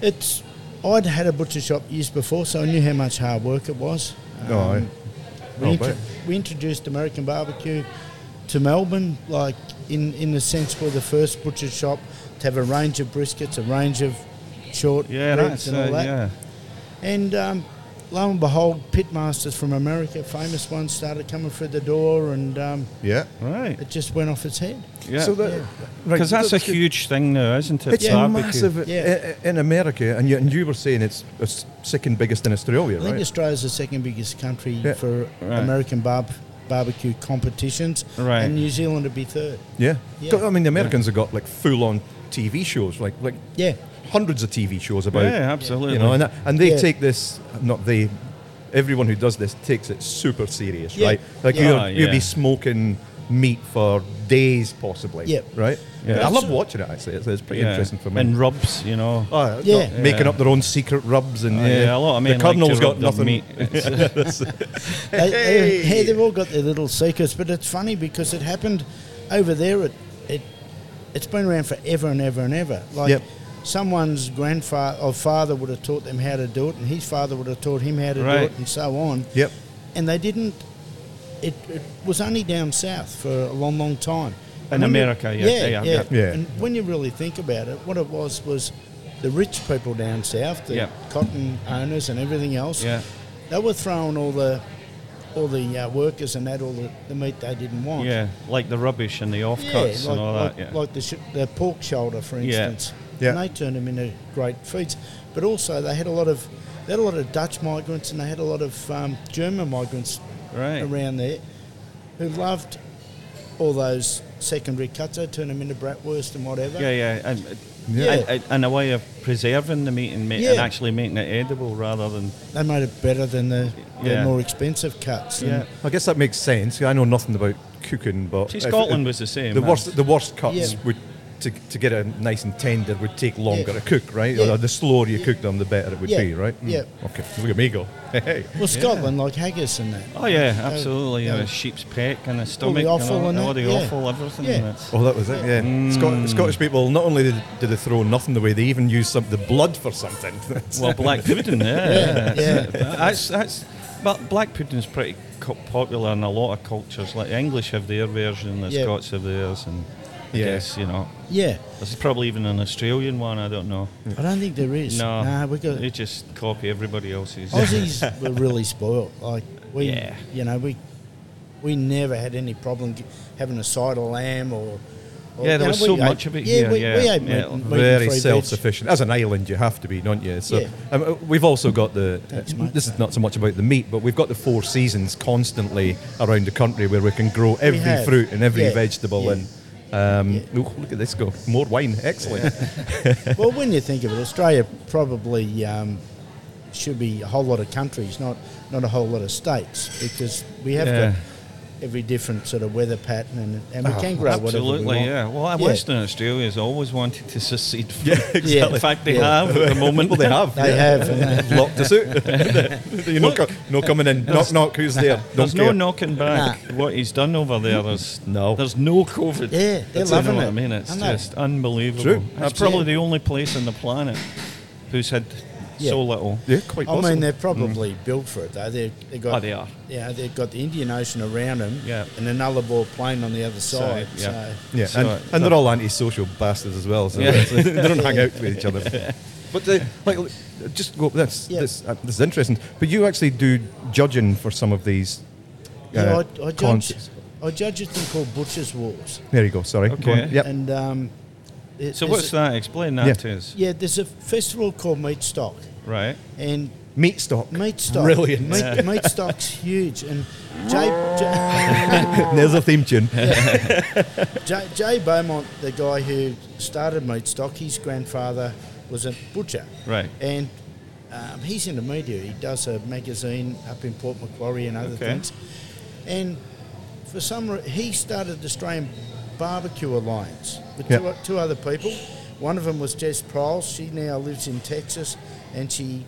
[SPEAKER 6] it's I'd had a butcher shop years before, so I knew how much hard work it was.
[SPEAKER 4] Oh,
[SPEAKER 6] Um,
[SPEAKER 4] aye.
[SPEAKER 6] we,
[SPEAKER 4] Oh,
[SPEAKER 6] intro-
[SPEAKER 4] but-
[SPEAKER 6] we introduced American barbecue to Melbourne, like in, in the sense we're the first butcher shop to have a range of briskets, a range of short
[SPEAKER 5] Yeah,
[SPEAKER 6] ribs,
[SPEAKER 5] that's
[SPEAKER 6] and
[SPEAKER 5] uh,
[SPEAKER 6] all that.
[SPEAKER 5] yeah.
[SPEAKER 6] And um, lo and behold, pitmasters from America, famous ones, started coming through the door, and um,
[SPEAKER 4] yeah.
[SPEAKER 5] Right.
[SPEAKER 6] it just went off its head.
[SPEAKER 5] Yeah.
[SPEAKER 4] So that, right,
[SPEAKER 5] because that's a
[SPEAKER 4] that's good.
[SPEAKER 5] huge thing now, isn't it?
[SPEAKER 4] It's
[SPEAKER 5] Barbecue.
[SPEAKER 4] massive i-
[SPEAKER 6] Yeah.
[SPEAKER 4] i- in America, and you, and you were saying it's the s- second biggest in Australia,
[SPEAKER 6] I think
[SPEAKER 4] right?
[SPEAKER 6] Australia's the second biggest country
[SPEAKER 4] Yeah.
[SPEAKER 6] for
[SPEAKER 5] Right.
[SPEAKER 6] American barb- barbecue competitions,
[SPEAKER 5] Right.
[SPEAKER 6] and New Zealand would be third.
[SPEAKER 4] yeah.
[SPEAKER 6] Yeah.
[SPEAKER 4] So, I mean, the Americans have got like full-on TV shows, like like
[SPEAKER 6] Yeah.
[SPEAKER 4] hundreds of TV shows about.
[SPEAKER 5] Yeah, absolutely.
[SPEAKER 4] You know, and, that, and they
[SPEAKER 6] Yeah.
[SPEAKER 4] take this not they. Everyone who does this takes it super serious,
[SPEAKER 6] Yeah.
[SPEAKER 4] right? Like
[SPEAKER 6] Yeah.
[SPEAKER 4] you're,
[SPEAKER 5] Ah,
[SPEAKER 4] you'll be
[SPEAKER 5] yeah.
[SPEAKER 4] smoking meat for days, possibly.
[SPEAKER 6] Yep.
[SPEAKER 4] Right.
[SPEAKER 5] Yeah.
[SPEAKER 4] I love watching it. Actually, it's, it's pretty
[SPEAKER 5] Yeah.
[SPEAKER 4] interesting for me.
[SPEAKER 5] And rubs, you know.
[SPEAKER 4] Oh,
[SPEAKER 6] Yeah.
[SPEAKER 4] not making
[SPEAKER 5] Yeah.
[SPEAKER 4] up their own secret rubs and
[SPEAKER 5] Uh, yeah, a lot. I mean,
[SPEAKER 4] the Cardinals
[SPEAKER 5] like to
[SPEAKER 4] got
[SPEAKER 5] rub their
[SPEAKER 4] nothing.
[SPEAKER 5] meat. It's-
[SPEAKER 6] They, they, hey, they've all got their little secrets, but it's funny because it happened over there. It, it it's been around forever and ever and ever. Like
[SPEAKER 4] Yep.
[SPEAKER 6] someone's grandfather or father would have taught them how to do it, and his father would have taught him how to do
[SPEAKER 5] Right.
[SPEAKER 6] it, and so on.
[SPEAKER 4] Yep.
[SPEAKER 6] And they didn't. It, it was only down south for a long, long
[SPEAKER 5] In
[SPEAKER 6] time. And when you-
[SPEAKER 5] America, yeah,
[SPEAKER 6] yeah,
[SPEAKER 5] yeah,
[SPEAKER 6] yeah.
[SPEAKER 4] yeah.
[SPEAKER 6] And when you really think about it, what it was was the rich people down south, the
[SPEAKER 5] Yeah.
[SPEAKER 6] cotton owners and everything else.
[SPEAKER 5] Yeah.
[SPEAKER 6] They were throwing all the all the uh, workers and that all the, the meat they didn't want.
[SPEAKER 5] yeah, like the rubbish and the
[SPEAKER 6] Oh. Yeah,
[SPEAKER 5] offcuts
[SPEAKER 6] like,
[SPEAKER 5] and all
[SPEAKER 6] like,
[SPEAKER 5] that. Yeah.
[SPEAKER 6] like the, sh- the pork shoulder, for
[SPEAKER 5] Yeah.
[SPEAKER 6] instance.
[SPEAKER 4] Yeah.
[SPEAKER 6] And they turned them into great feeds. But also, they had a lot of they had a lot of Dutch migrants and they had a lot of um, German migrants
[SPEAKER 5] right.
[SPEAKER 6] around there who loved all those secondary cuts. They turned them into bratwurst and whatever.
[SPEAKER 5] Yeah, yeah. And, uh,
[SPEAKER 6] Yeah.
[SPEAKER 5] and- and- and a way of preserving the meat and, ma- and
[SPEAKER 6] Yeah.
[SPEAKER 5] actually making it edible rather than.
[SPEAKER 6] They made it better than the, the
[SPEAKER 5] Yeah.
[SPEAKER 6] more expensive cuts. And
[SPEAKER 5] Yeah.
[SPEAKER 4] I guess that makes sense. I know nothing about cooking, but
[SPEAKER 5] See,
[SPEAKER 4] if-
[SPEAKER 5] Scotland
[SPEAKER 4] if
[SPEAKER 5] was the same.
[SPEAKER 4] The
[SPEAKER 5] eh?
[SPEAKER 4] worst, the worst cuts
[SPEAKER 6] Yeah.
[SPEAKER 4] would to, to get a nice and tender would take longer
[SPEAKER 6] Yeah.
[SPEAKER 4] to cook, right?
[SPEAKER 6] Yeah.
[SPEAKER 4] Or the slower you cook them, the better it would
[SPEAKER 6] Yeah.
[SPEAKER 4] be, right? Mm.
[SPEAKER 6] Yeah.
[SPEAKER 4] Okay, look at me go. Hey.
[SPEAKER 6] Well, Scotland, like haggis and that.
[SPEAKER 5] Oh yeah, absolutely.
[SPEAKER 6] Uh, yeah.
[SPEAKER 5] Yeah, the sheep's peck and the stomach, and
[SPEAKER 6] offal
[SPEAKER 5] all,
[SPEAKER 6] and
[SPEAKER 5] all
[SPEAKER 6] that,
[SPEAKER 5] the
[SPEAKER 6] yeah.
[SPEAKER 5] offal, everything.
[SPEAKER 6] Yeah.
[SPEAKER 5] That's,
[SPEAKER 4] Oh, that was it. Yeah,
[SPEAKER 5] Hmm.
[SPEAKER 4] Scot- Scottish people not only did, did they throw nothing away, they even used some the blood for something. That's-
[SPEAKER 5] well, black pudding. Yeah, yeah.
[SPEAKER 6] yeah.
[SPEAKER 5] That's that's. But black pudding's pretty co- popular in a lot of cultures. Like the English have their version, the
[SPEAKER 6] Yeah.
[SPEAKER 5] Scots have theirs, and I
[SPEAKER 4] Yeah.
[SPEAKER 5] guess you know.
[SPEAKER 6] Yeah.
[SPEAKER 5] There's probably even an Australian one. I don't know.
[SPEAKER 6] I don't think there is.
[SPEAKER 5] No,
[SPEAKER 6] Nah, we got Oh,
[SPEAKER 5] they just copy everybody else's.
[SPEAKER 6] Aussies were really spoiled. Like we,
[SPEAKER 5] Yeah.
[SPEAKER 6] you know, we we never had any problem g- having a side of lamb or. or
[SPEAKER 5] Yeah, there
[SPEAKER 6] you know,
[SPEAKER 5] was
[SPEAKER 6] we
[SPEAKER 5] so
[SPEAKER 6] ate-
[SPEAKER 5] much of it
[SPEAKER 6] Yeah,
[SPEAKER 5] here,
[SPEAKER 6] we,
[SPEAKER 5] yeah,
[SPEAKER 6] we ate
[SPEAKER 5] yeah.
[SPEAKER 6] meat, meat and
[SPEAKER 4] very
[SPEAKER 6] free veg.
[SPEAKER 4] self-sufficient. As an island, you have to be, don't you? So
[SPEAKER 6] Yeah.
[SPEAKER 4] um, uh, we've also got the. uh,
[SPEAKER 6] Thanks, mate.
[SPEAKER 4] this is not so much about the meat, but we've got the four seasons constantly around the country where we can grow every
[SPEAKER 6] have.
[SPEAKER 4] fruit and every
[SPEAKER 6] Yeah.
[SPEAKER 4] vegetable
[SPEAKER 6] Yeah.
[SPEAKER 4] and. Um, oh, look at this go! More wine, excellent.
[SPEAKER 6] Well, when you think of it, Australia probably um, should be a whole lot of countries, not not a whole lot of states, because we have
[SPEAKER 5] Yeah. Oh,
[SPEAKER 6] got every different sort of weather pattern, and, and we can grow whatever we
[SPEAKER 5] Absolutely,
[SPEAKER 6] want.
[SPEAKER 5] yeah. Well, Western Australia has always wanted to secede. From
[SPEAKER 4] Yeah, exactly.
[SPEAKER 5] In fact, they
[SPEAKER 6] Yeah.
[SPEAKER 5] have at the moment.
[SPEAKER 4] Well, they have.
[SPEAKER 6] They have. and they-
[SPEAKER 4] Locked us out. You're not, co- no coming in. Knock, knock. Who's there? Don't
[SPEAKER 5] There's no
[SPEAKER 4] care.
[SPEAKER 5] knocking back. What he's done over there, there's
[SPEAKER 4] No.
[SPEAKER 5] there's no COVID.
[SPEAKER 6] Yeah, they're
[SPEAKER 5] That's- you know
[SPEAKER 6] loving
[SPEAKER 5] what
[SPEAKER 6] it,
[SPEAKER 5] I mean, it's
[SPEAKER 6] aren't they?
[SPEAKER 5] just unbelievable.
[SPEAKER 4] True,
[SPEAKER 5] It's
[SPEAKER 4] absolutely.
[SPEAKER 5] probably the only place on the planet who's had
[SPEAKER 6] Yeah.
[SPEAKER 5] so little.
[SPEAKER 4] Yeah, quite
[SPEAKER 6] I
[SPEAKER 4] possible.
[SPEAKER 6] mean, they're probably built for it though. They they got
[SPEAKER 5] Mm. Oh, they are.
[SPEAKER 6] Yeah, they've got the Indian Ocean around them,
[SPEAKER 5] Yeah.
[SPEAKER 6] and another ball plane on the other side. So,
[SPEAKER 5] yeah.
[SPEAKER 4] Yeah,
[SPEAKER 5] So,
[SPEAKER 4] and,
[SPEAKER 5] uh,
[SPEAKER 4] and they're all antisocial bastards as well. So
[SPEAKER 5] Yeah.
[SPEAKER 4] it's- they don't hang out with each other. But they, like, l- just go. That's
[SPEAKER 6] Yeah.
[SPEAKER 4] this. Uh, this is interesting. But you actually do judging for some of these.
[SPEAKER 6] yeah,
[SPEAKER 4] uh,
[SPEAKER 6] I, I judge.
[SPEAKER 4] concerts.
[SPEAKER 6] I judge a thing called Butcher's Wars,
[SPEAKER 4] There you go. Sorry. Go on.
[SPEAKER 5] Okay.
[SPEAKER 4] Yep.
[SPEAKER 6] and um, it-
[SPEAKER 5] So
[SPEAKER 6] there's
[SPEAKER 5] what's
[SPEAKER 6] a,
[SPEAKER 5] that? Explain that
[SPEAKER 4] Yeah.
[SPEAKER 5] to us.
[SPEAKER 6] Yeah, there's a festival called Meat Stock,
[SPEAKER 5] Right.
[SPEAKER 6] and
[SPEAKER 4] Meat stock.
[SPEAKER 6] Meat Stock,
[SPEAKER 4] Brilliant.
[SPEAKER 6] Meat, meat Stock's huge, and Jay, Jay,
[SPEAKER 4] There's a theme tune.
[SPEAKER 6] Jay, Jay Beaumont, the guy who started Meat Stock, his grandfather was a butcher.
[SPEAKER 5] Right.
[SPEAKER 6] And um, he's in the media. He does a magazine up in Port Macquarie and other
[SPEAKER 5] Okay.
[SPEAKER 6] things. And for some re- he started the Australian Barbecue Alliance with
[SPEAKER 4] Yeah.
[SPEAKER 6] two, two other people. One of them was Jess Prowse. She now lives in Texas and she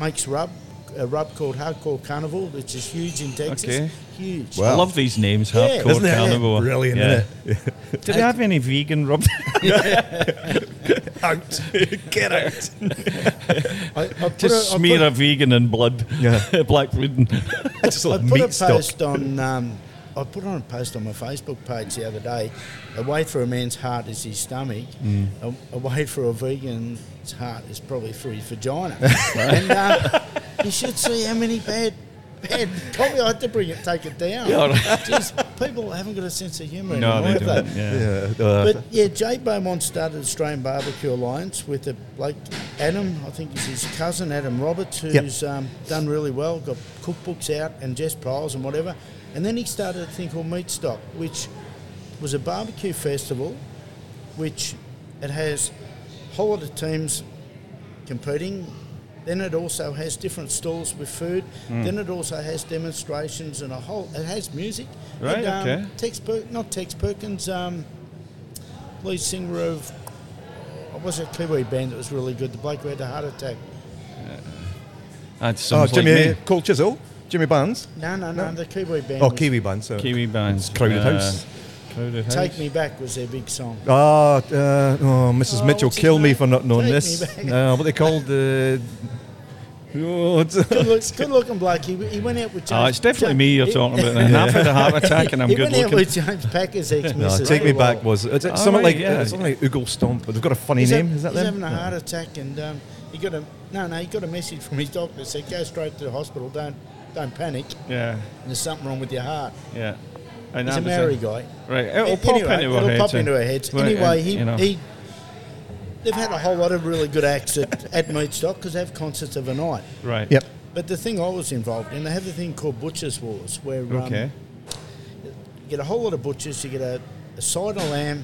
[SPEAKER 6] makes rub, a rub called Hardcore Carnival, which is huge in Texas.
[SPEAKER 5] Okay.
[SPEAKER 6] Huge.
[SPEAKER 5] I
[SPEAKER 4] Wow.
[SPEAKER 5] love these names,
[SPEAKER 6] Yeah.
[SPEAKER 5] hardcore
[SPEAKER 6] Isn't
[SPEAKER 5] carnivore.
[SPEAKER 4] Brilliant,
[SPEAKER 5] Yeah.
[SPEAKER 4] isn't
[SPEAKER 5] Do they have any vegan rub?
[SPEAKER 4] it? Out. Get out.
[SPEAKER 6] I, I put a- I
[SPEAKER 5] Just
[SPEAKER 6] put
[SPEAKER 5] smear a vegan in blood.
[SPEAKER 4] Yeah.
[SPEAKER 5] Black pudding.
[SPEAKER 4] I just
[SPEAKER 6] I
[SPEAKER 4] love
[SPEAKER 6] put a
[SPEAKER 4] meat stock.
[SPEAKER 6] post on. Um, I put on a post on my Facebook page the other day. A way for a man's heart is his stomach.
[SPEAKER 5] Mm.
[SPEAKER 6] A, a way for a vegan's heart is probably through his vagina. and uh, you should see how many bad, bad. Probably I had to bring it, take it down.
[SPEAKER 5] Yeah, all right.
[SPEAKER 6] Jeez, people haven't got a sense of humour
[SPEAKER 5] no,
[SPEAKER 6] anymore.
[SPEAKER 5] they
[SPEAKER 6] have
[SPEAKER 5] don't. Yeah.
[SPEAKER 4] Yeah. uh,
[SPEAKER 6] But yeah, Jay Beaumont started Australian Barbecue Alliance with a bloke, Adam, I think is his cousin, Adam Roberts,
[SPEAKER 4] Yep.
[SPEAKER 6] who's um, done really well, got cookbooks out and Jess Priles and whatever. And then he started a thing called Meat Stock, which was a barbecue festival, which it has a whole lot of teams competing. Then it also has different stalls with food.
[SPEAKER 5] Hmm.
[SPEAKER 6] Then it also has demonstrations and a whole. It has music.
[SPEAKER 5] Right,
[SPEAKER 6] And, um,
[SPEAKER 5] okay.
[SPEAKER 6] Tex per- not Tex Perkins. Um, lead singer of what was it Kiwi band that was really good? The bloke who had a heart attack.
[SPEAKER 5] That
[SPEAKER 4] oh,
[SPEAKER 5] sounds like
[SPEAKER 4] Jimmy
[SPEAKER 5] me.
[SPEAKER 4] Cole Chisel. Jimmy Barnes.
[SPEAKER 6] No, no, no, the Kiwi band.
[SPEAKER 4] Oh,
[SPEAKER 6] was-
[SPEAKER 4] Kiwi Band. So.
[SPEAKER 5] Kiwi uh, bands.
[SPEAKER 4] Crowded House.
[SPEAKER 5] Crowded House.
[SPEAKER 6] Take Me Back was their big song.
[SPEAKER 4] Ah, uh, oh, Mrs.
[SPEAKER 6] Oh,
[SPEAKER 4] Mitchell,
[SPEAKER 6] what's his
[SPEAKER 4] kill me
[SPEAKER 6] name?
[SPEAKER 4] for not knowing
[SPEAKER 6] Take me
[SPEAKER 4] this.
[SPEAKER 6] back.
[SPEAKER 4] No, what they called uh, the. oh, it's-
[SPEAKER 6] Good, look, good looking bloke. He, he went out with. James,
[SPEAKER 5] Oh, it's definitely
[SPEAKER 6] Ja-
[SPEAKER 5] me you're
[SPEAKER 6] he-
[SPEAKER 5] talking about. then. I've had a heart attack and I'm
[SPEAKER 6] he
[SPEAKER 5] good
[SPEAKER 6] went out
[SPEAKER 5] looking.
[SPEAKER 6] with James Packer's ex
[SPEAKER 4] no,
[SPEAKER 6] missus.
[SPEAKER 4] take me back was it's it's
[SPEAKER 5] Oh,
[SPEAKER 4] something
[SPEAKER 5] right,
[SPEAKER 4] like
[SPEAKER 5] yeah.
[SPEAKER 4] uh, something like Oogle Stomp, but they've got a funny
[SPEAKER 6] He's
[SPEAKER 4] name.
[SPEAKER 6] hav-
[SPEAKER 4] is that
[SPEAKER 6] he's
[SPEAKER 4] them?
[SPEAKER 6] having a heart attack, and um, he got a no, no. He got a message from his doctor said, "Go straight to the hospital. Don't, don't panic.
[SPEAKER 5] Yeah,
[SPEAKER 6] There's something wrong with your heart."
[SPEAKER 5] yeah. And
[SPEAKER 6] He's
[SPEAKER 5] that
[SPEAKER 6] a
[SPEAKER 5] was
[SPEAKER 6] Maori guy.
[SPEAKER 5] Right, it'll
[SPEAKER 6] A-
[SPEAKER 5] pop
[SPEAKER 6] anyway,
[SPEAKER 5] into our
[SPEAKER 6] it'll
[SPEAKER 5] heads.
[SPEAKER 6] pop
[SPEAKER 5] and-
[SPEAKER 6] into our heads.
[SPEAKER 5] Well,
[SPEAKER 6] anyway,
[SPEAKER 5] and,
[SPEAKER 6] he,
[SPEAKER 5] you know,
[SPEAKER 6] he they've had a whole lot of really good acts at, at Meatstock because they have concerts of a night.
[SPEAKER 5] right.
[SPEAKER 4] Yep.
[SPEAKER 6] But the thing I was involved in, they have a thing called Butchers Wars, where um,
[SPEAKER 5] Okay.
[SPEAKER 6] you get a whole lot of butchers, you get a, a side of lamb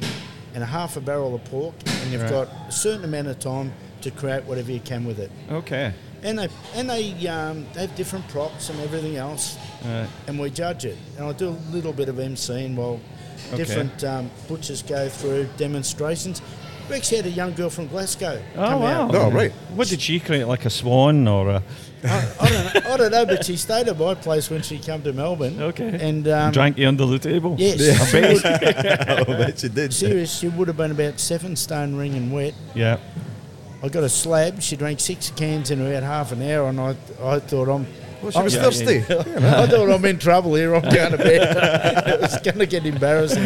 [SPEAKER 6] and a half a barrel of pork, and you've
[SPEAKER 5] Right.
[SPEAKER 6] got a certain amount of time to create whatever you can with it.
[SPEAKER 5] Okay.
[SPEAKER 6] And they and they um, they have different props and everything else,
[SPEAKER 5] Right.
[SPEAKER 6] and we judge it. And I do a little bit of MCing while
[SPEAKER 5] Okay.
[SPEAKER 6] different um, butchers go through demonstrations. We actually had a young girl from Glasgow.
[SPEAKER 5] Oh
[SPEAKER 6] come
[SPEAKER 5] wow.
[SPEAKER 6] Out.
[SPEAKER 4] Oh, right.
[SPEAKER 5] What did she create? Like a swan or a
[SPEAKER 6] I, I don't know, I don't know, but she stayed at my place when she came to Melbourne.
[SPEAKER 5] okay?
[SPEAKER 6] And um,
[SPEAKER 5] drank you under the table.
[SPEAKER 6] Yes, she,
[SPEAKER 5] bet.
[SPEAKER 6] would,
[SPEAKER 4] oh, I bet you did.
[SPEAKER 6] serious, she would have been about seven stone ring and wet.
[SPEAKER 5] Yeah.
[SPEAKER 6] I got a slab. She drank six cans in about half an hour, and I, I thought I'm.
[SPEAKER 4] Well, she was
[SPEAKER 5] Yeah,
[SPEAKER 4] thirsty.
[SPEAKER 6] I thought I'm in trouble here. I'm going to bed. it's going to get embarrassing.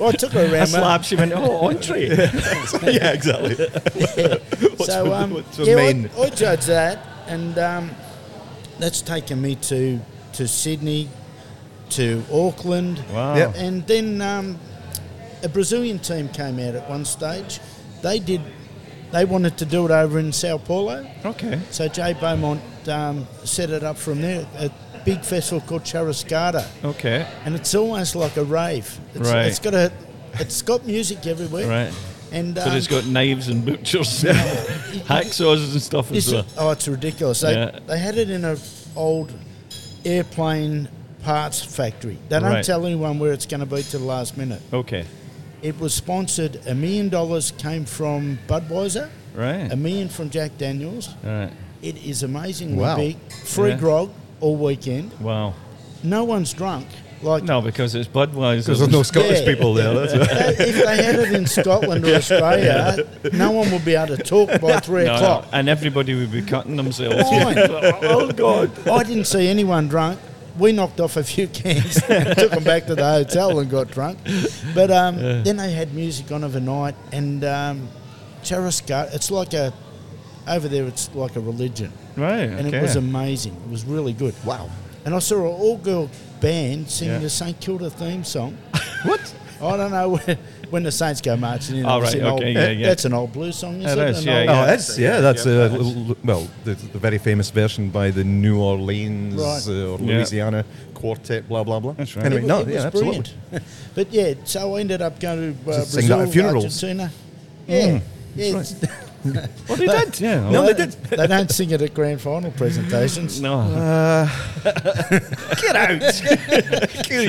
[SPEAKER 6] Well, I took her
[SPEAKER 5] A
[SPEAKER 6] around. mate.
[SPEAKER 5] slap. She went. Oh, entree.
[SPEAKER 4] Yeah, exactly. Oh,
[SPEAKER 6] so
[SPEAKER 4] with-
[SPEAKER 6] um,
[SPEAKER 4] what's with
[SPEAKER 6] yeah,
[SPEAKER 4] men?
[SPEAKER 6] I, I judge that, and um, that's taken me to to Sydney, to Auckland,
[SPEAKER 5] Wow.
[SPEAKER 4] Yep.
[SPEAKER 6] and then um, a Brazilian team came out at one stage. They did. They wanted to do it over in Sao Paulo,
[SPEAKER 5] Okay.
[SPEAKER 6] so Jay Beaumont um, set it up from there. A big festival called Chariscada,
[SPEAKER 5] Okay.
[SPEAKER 6] and it's almost like a rave. It's,
[SPEAKER 5] Right.
[SPEAKER 6] It's got a. It's got music everywhere.
[SPEAKER 5] Right.
[SPEAKER 6] And um,
[SPEAKER 5] But it's got knives and butchers, and hacksaws and stuff as
[SPEAKER 6] It's-
[SPEAKER 5] well.
[SPEAKER 6] oh, it's ridiculous. They,
[SPEAKER 5] Yeah.
[SPEAKER 6] they had it in an old airplane parts factory. They don't
[SPEAKER 5] Right.
[SPEAKER 6] tell anyone where it's going to be till the last minute.
[SPEAKER 5] Okay.
[SPEAKER 6] It was sponsored. A million dollars came from Budweiser.
[SPEAKER 5] Right.
[SPEAKER 6] A million from Jack Daniels.
[SPEAKER 5] All right.
[SPEAKER 6] It is amazingly
[SPEAKER 4] Wow.
[SPEAKER 6] big. Free
[SPEAKER 5] Yeah.
[SPEAKER 6] grog all weekend.
[SPEAKER 5] Wow.
[SPEAKER 6] No one's drunk. Like
[SPEAKER 5] No, because it's Budweiser.
[SPEAKER 4] Because there's no Scottish
[SPEAKER 6] Yeah.
[SPEAKER 4] people there. That's it.
[SPEAKER 6] they- if they had it in Scotland or Australia, no one would be able to talk by three
[SPEAKER 5] No, no,
[SPEAKER 6] o'clock.
[SPEAKER 5] and everybody would be cutting themselves.
[SPEAKER 6] Fine.
[SPEAKER 5] oh God!
[SPEAKER 6] I didn't see anyone drunk. We knocked off a few cans, took them back to the hotel, and got drunk. But um, then they had music on overnight, and um, Charisca, it's like a over there, it's like a religion,
[SPEAKER 5] Right.
[SPEAKER 6] and
[SPEAKER 5] okay.
[SPEAKER 6] it was amazing. It was really good.
[SPEAKER 4] Wow.
[SPEAKER 6] And I saw an all-girl band singing
[SPEAKER 5] Yeah.
[SPEAKER 6] the St Kilda theme song.
[SPEAKER 4] What?
[SPEAKER 6] I don't know when, when the Saints go marching in.
[SPEAKER 5] Oh,
[SPEAKER 6] it's
[SPEAKER 5] right,
[SPEAKER 6] an old-
[SPEAKER 5] okay, yeah, yeah.
[SPEAKER 6] That's an old blues song, isn't
[SPEAKER 5] It
[SPEAKER 6] it?
[SPEAKER 5] is,
[SPEAKER 6] An
[SPEAKER 5] yeah,
[SPEAKER 6] old-
[SPEAKER 5] yeah.
[SPEAKER 4] Oh, that's yeah. That's
[SPEAKER 3] yeah,
[SPEAKER 4] uh, l- l- well, the, the very famous version by the New Orleans
[SPEAKER 6] Right.
[SPEAKER 4] uh, or
[SPEAKER 5] Yeah.
[SPEAKER 4] Louisiana quartet, blah blah blah.
[SPEAKER 5] That's right.
[SPEAKER 4] Anyway,
[SPEAKER 6] It
[SPEAKER 4] no,
[SPEAKER 6] wa- it was
[SPEAKER 4] yeah, absolutely.
[SPEAKER 6] brilliant. but yeah, so I ended up going to uh,
[SPEAKER 4] To sing that
[SPEAKER 6] Brazil,
[SPEAKER 4] at funerals.
[SPEAKER 6] Argentina. Yeah, yeah. it's-
[SPEAKER 5] Well, they did. Yeah.
[SPEAKER 4] No,
[SPEAKER 5] Mm. well,
[SPEAKER 4] they did.
[SPEAKER 6] they don't sing it at grand final presentations.
[SPEAKER 5] No.
[SPEAKER 6] Uh,
[SPEAKER 4] Get out! Kill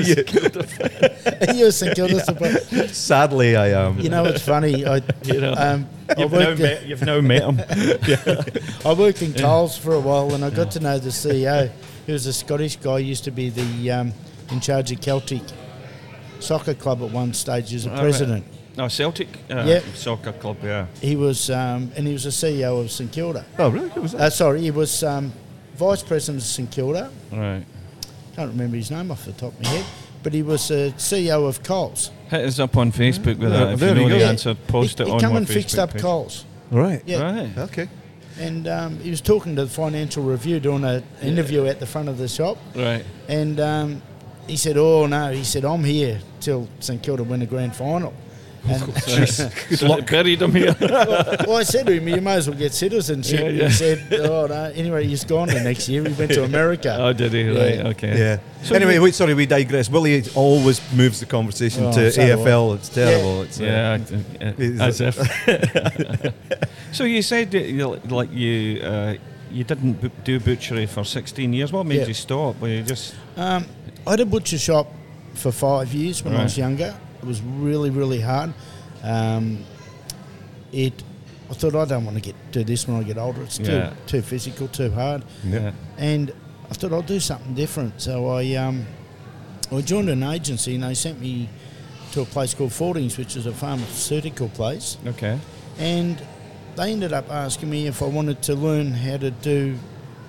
[SPEAKER 6] You're St Kilda supporter.
[SPEAKER 4] you. Sadly, I um, am.
[SPEAKER 6] You know, it's funny. I,
[SPEAKER 5] You know.
[SPEAKER 6] um, I,
[SPEAKER 5] You've now,
[SPEAKER 6] worked,
[SPEAKER 5] met, you've now met him.
[SPEAKER 6] I worked in Coles for a while and I got to know the CEO. He was a Scottish guy, used to be the um, in charge of Celtic Soccer Club at one stage as a
[SPEAKER 5] right.
[SPEAKER 6] president.
[SPEAKER 5] No, Celtic uh,
[SPEAKER 6] Yeah.
[SPEAKER 5] soccer club, yeah.
[SPEAKER 6] He was, um, and he was a CEO of St Kilda.
[SPEAKER 4] Oh, really? What was that?
[SPEAKER 6] Uh, sorry, he was um, vice president of St Kilda.
[SPEAKER 5] Right.
[SPEAKER 6] Can't remember his name off the top of my head, but he was uh, a CEO of Coles.
[SPEAKER 5] Hit us up on Facebook with
[SPEAKER 4] Yeah,
[SPEAKER 5] that. If
[SPEAKER 4] there
[SPEAKER 5] you know
[SPEAKER 4] you
[SPEAKER 5] the
[SPEAKER 4] go. Yeah.
[SPEAKER 5] answer, post
[SPEAKER 6] he,
[SPEAKER 5] it
[SPEAKER 6] he
[SPEAKER 5] on
[SPEAKER 6] come
[SPEAKER 5] my
[SPEAKER 6] and fixed
[SPEAKER 5] Facebook
[SPEAKER 6] up
[SPEAKER 5] page.
[SPEAKER 6] Coles,
[SPEAKER 4] Right.
[SPEAKER 6] Yeah.
[SPEAKER 5] Right.
[SPEAKER 4] Okay.
[SPEAKER 6] and um, he was talking to the Financial Review doing an interview at the front of the shop,
[SPEAKER 5] Right.
[SPEAKER 6] and um, he said, "Oh no," he said, "I'm here till St Kilda win a grand final." And
[SPEAKER 5] So they buried him here.
[SPEAKER 6] well, I said to him, "You may as well get citizenship."
[SPEAKER 5] Yeah, yeah.
[SPEAKER 6] He said, "Oh no." Anyway, he's gone the next year. He went to America.
[SPEAKER 5] oh, did he?
[SPEAKER 6] Yeah.
[SPEAKER 5] Right, okay.
[SPEAKER 4] Yeah. anyway, wait, sorry, we digress. Willie always moves the conversation
[SPEAKER 6] Oh,
[SPEAKER 4] to
[SPEAKER 6] so do I.
[SPEAKER 4] AFL. It's terrible. It's uh,
[SPEAKER 5] Yeah, I- I-
[SPEAKER 4] Is
[SPEAKER 5] as if. so you said that you, like you uh, you didn't bu- do butchery for 16 years. What made
[SPEAKER 6] Yeah.
[SPEAKER 5] you stop? Were you just
[SPEAKER 6] Um, I had a butcher shop for five years when I was
[SPEAKER 5] Right.
[SPEAKER 6] younger. It was really, really hard. Um, it, I thought I don't want to get do this when I get older. It's
[SPEAKER 5] Yeah.
[SPEAKER 6] too too physical, too hard.
[SPEAKER 4] yeah.
[SPEAKER 6] And I thought I'll do something different. So I, um, I joined an agency and they sent me to a place called Fordings, which is a pharmaceutical place.
[SPEAKER 5] okay?
[SPEAKER 6] And they ended up asking me if I wanted to learn how to do,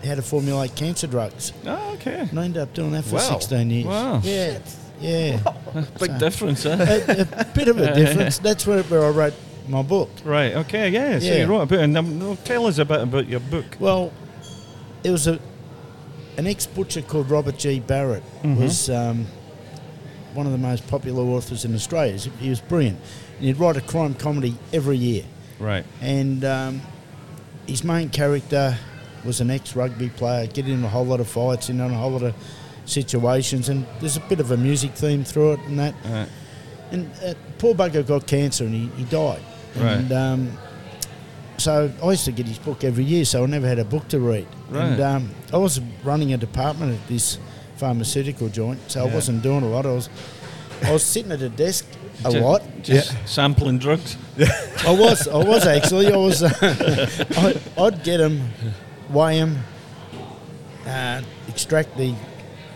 [SPEAKER 6] how to formulate cancer drugs.
[SPEAKER 5] Oh, okay.
[SPEAKER 6] And I ended up doing that for
[SPEAKER 4] Wow.
[SPEAKER 6] 16 years.
[SPEAKER 5] Wow.
[SPEAKER 6] Yeah. Yeah.
[SPEAKER 5] Big difference, eh?
[SPEAKER 6] a, a bit of a difference. That's where, where I wrote my book.
[SPEAKER 5] right. Okay. Yeah. So
[SPEAKER 6] Yeah.
[SPEAKER 5] you wrote a book, and um, no, tell us a bit about your book.
[SPEAKER 6] Well, it was a an ex butcher called Robert G. Barrett was um, one of the most popular authors in Australia. He was brilliant. And he'd write a crime comedy every year.
[SPEAKER 5] Right.
[SPEAKER 6] and um, his main character was an ex-rugby player, getting in a whole lot of fights, in on a whole lot of situations, and there's a bit of a music theme through it and that.
[SPEAKER 5] Right.
[SPEAKER 6] And uh, poor bugger got cancer and he, he died.
[SPEAKER 5] Right.
[SPEAKER 6] And um, so I used to get his book every year, so I never had a book to read.
[SPEAKER 5] Right.
[SPEAKER 6] And um, I was running a department at this pharmaceutical joint, so I
[SPEAKER 5] Yeah.
[SPEAKER 6] wasn't doing a lot. I was I was sitting at a desk a
[SPEAKER 5] Ju-
[SPEAKER 6] lot.
[SPEAKER 5] Just sampling drugs.
[SPEAKER 6] I was, I was actually. I was. uh, I, I'd get them, weigh them, uh, extract the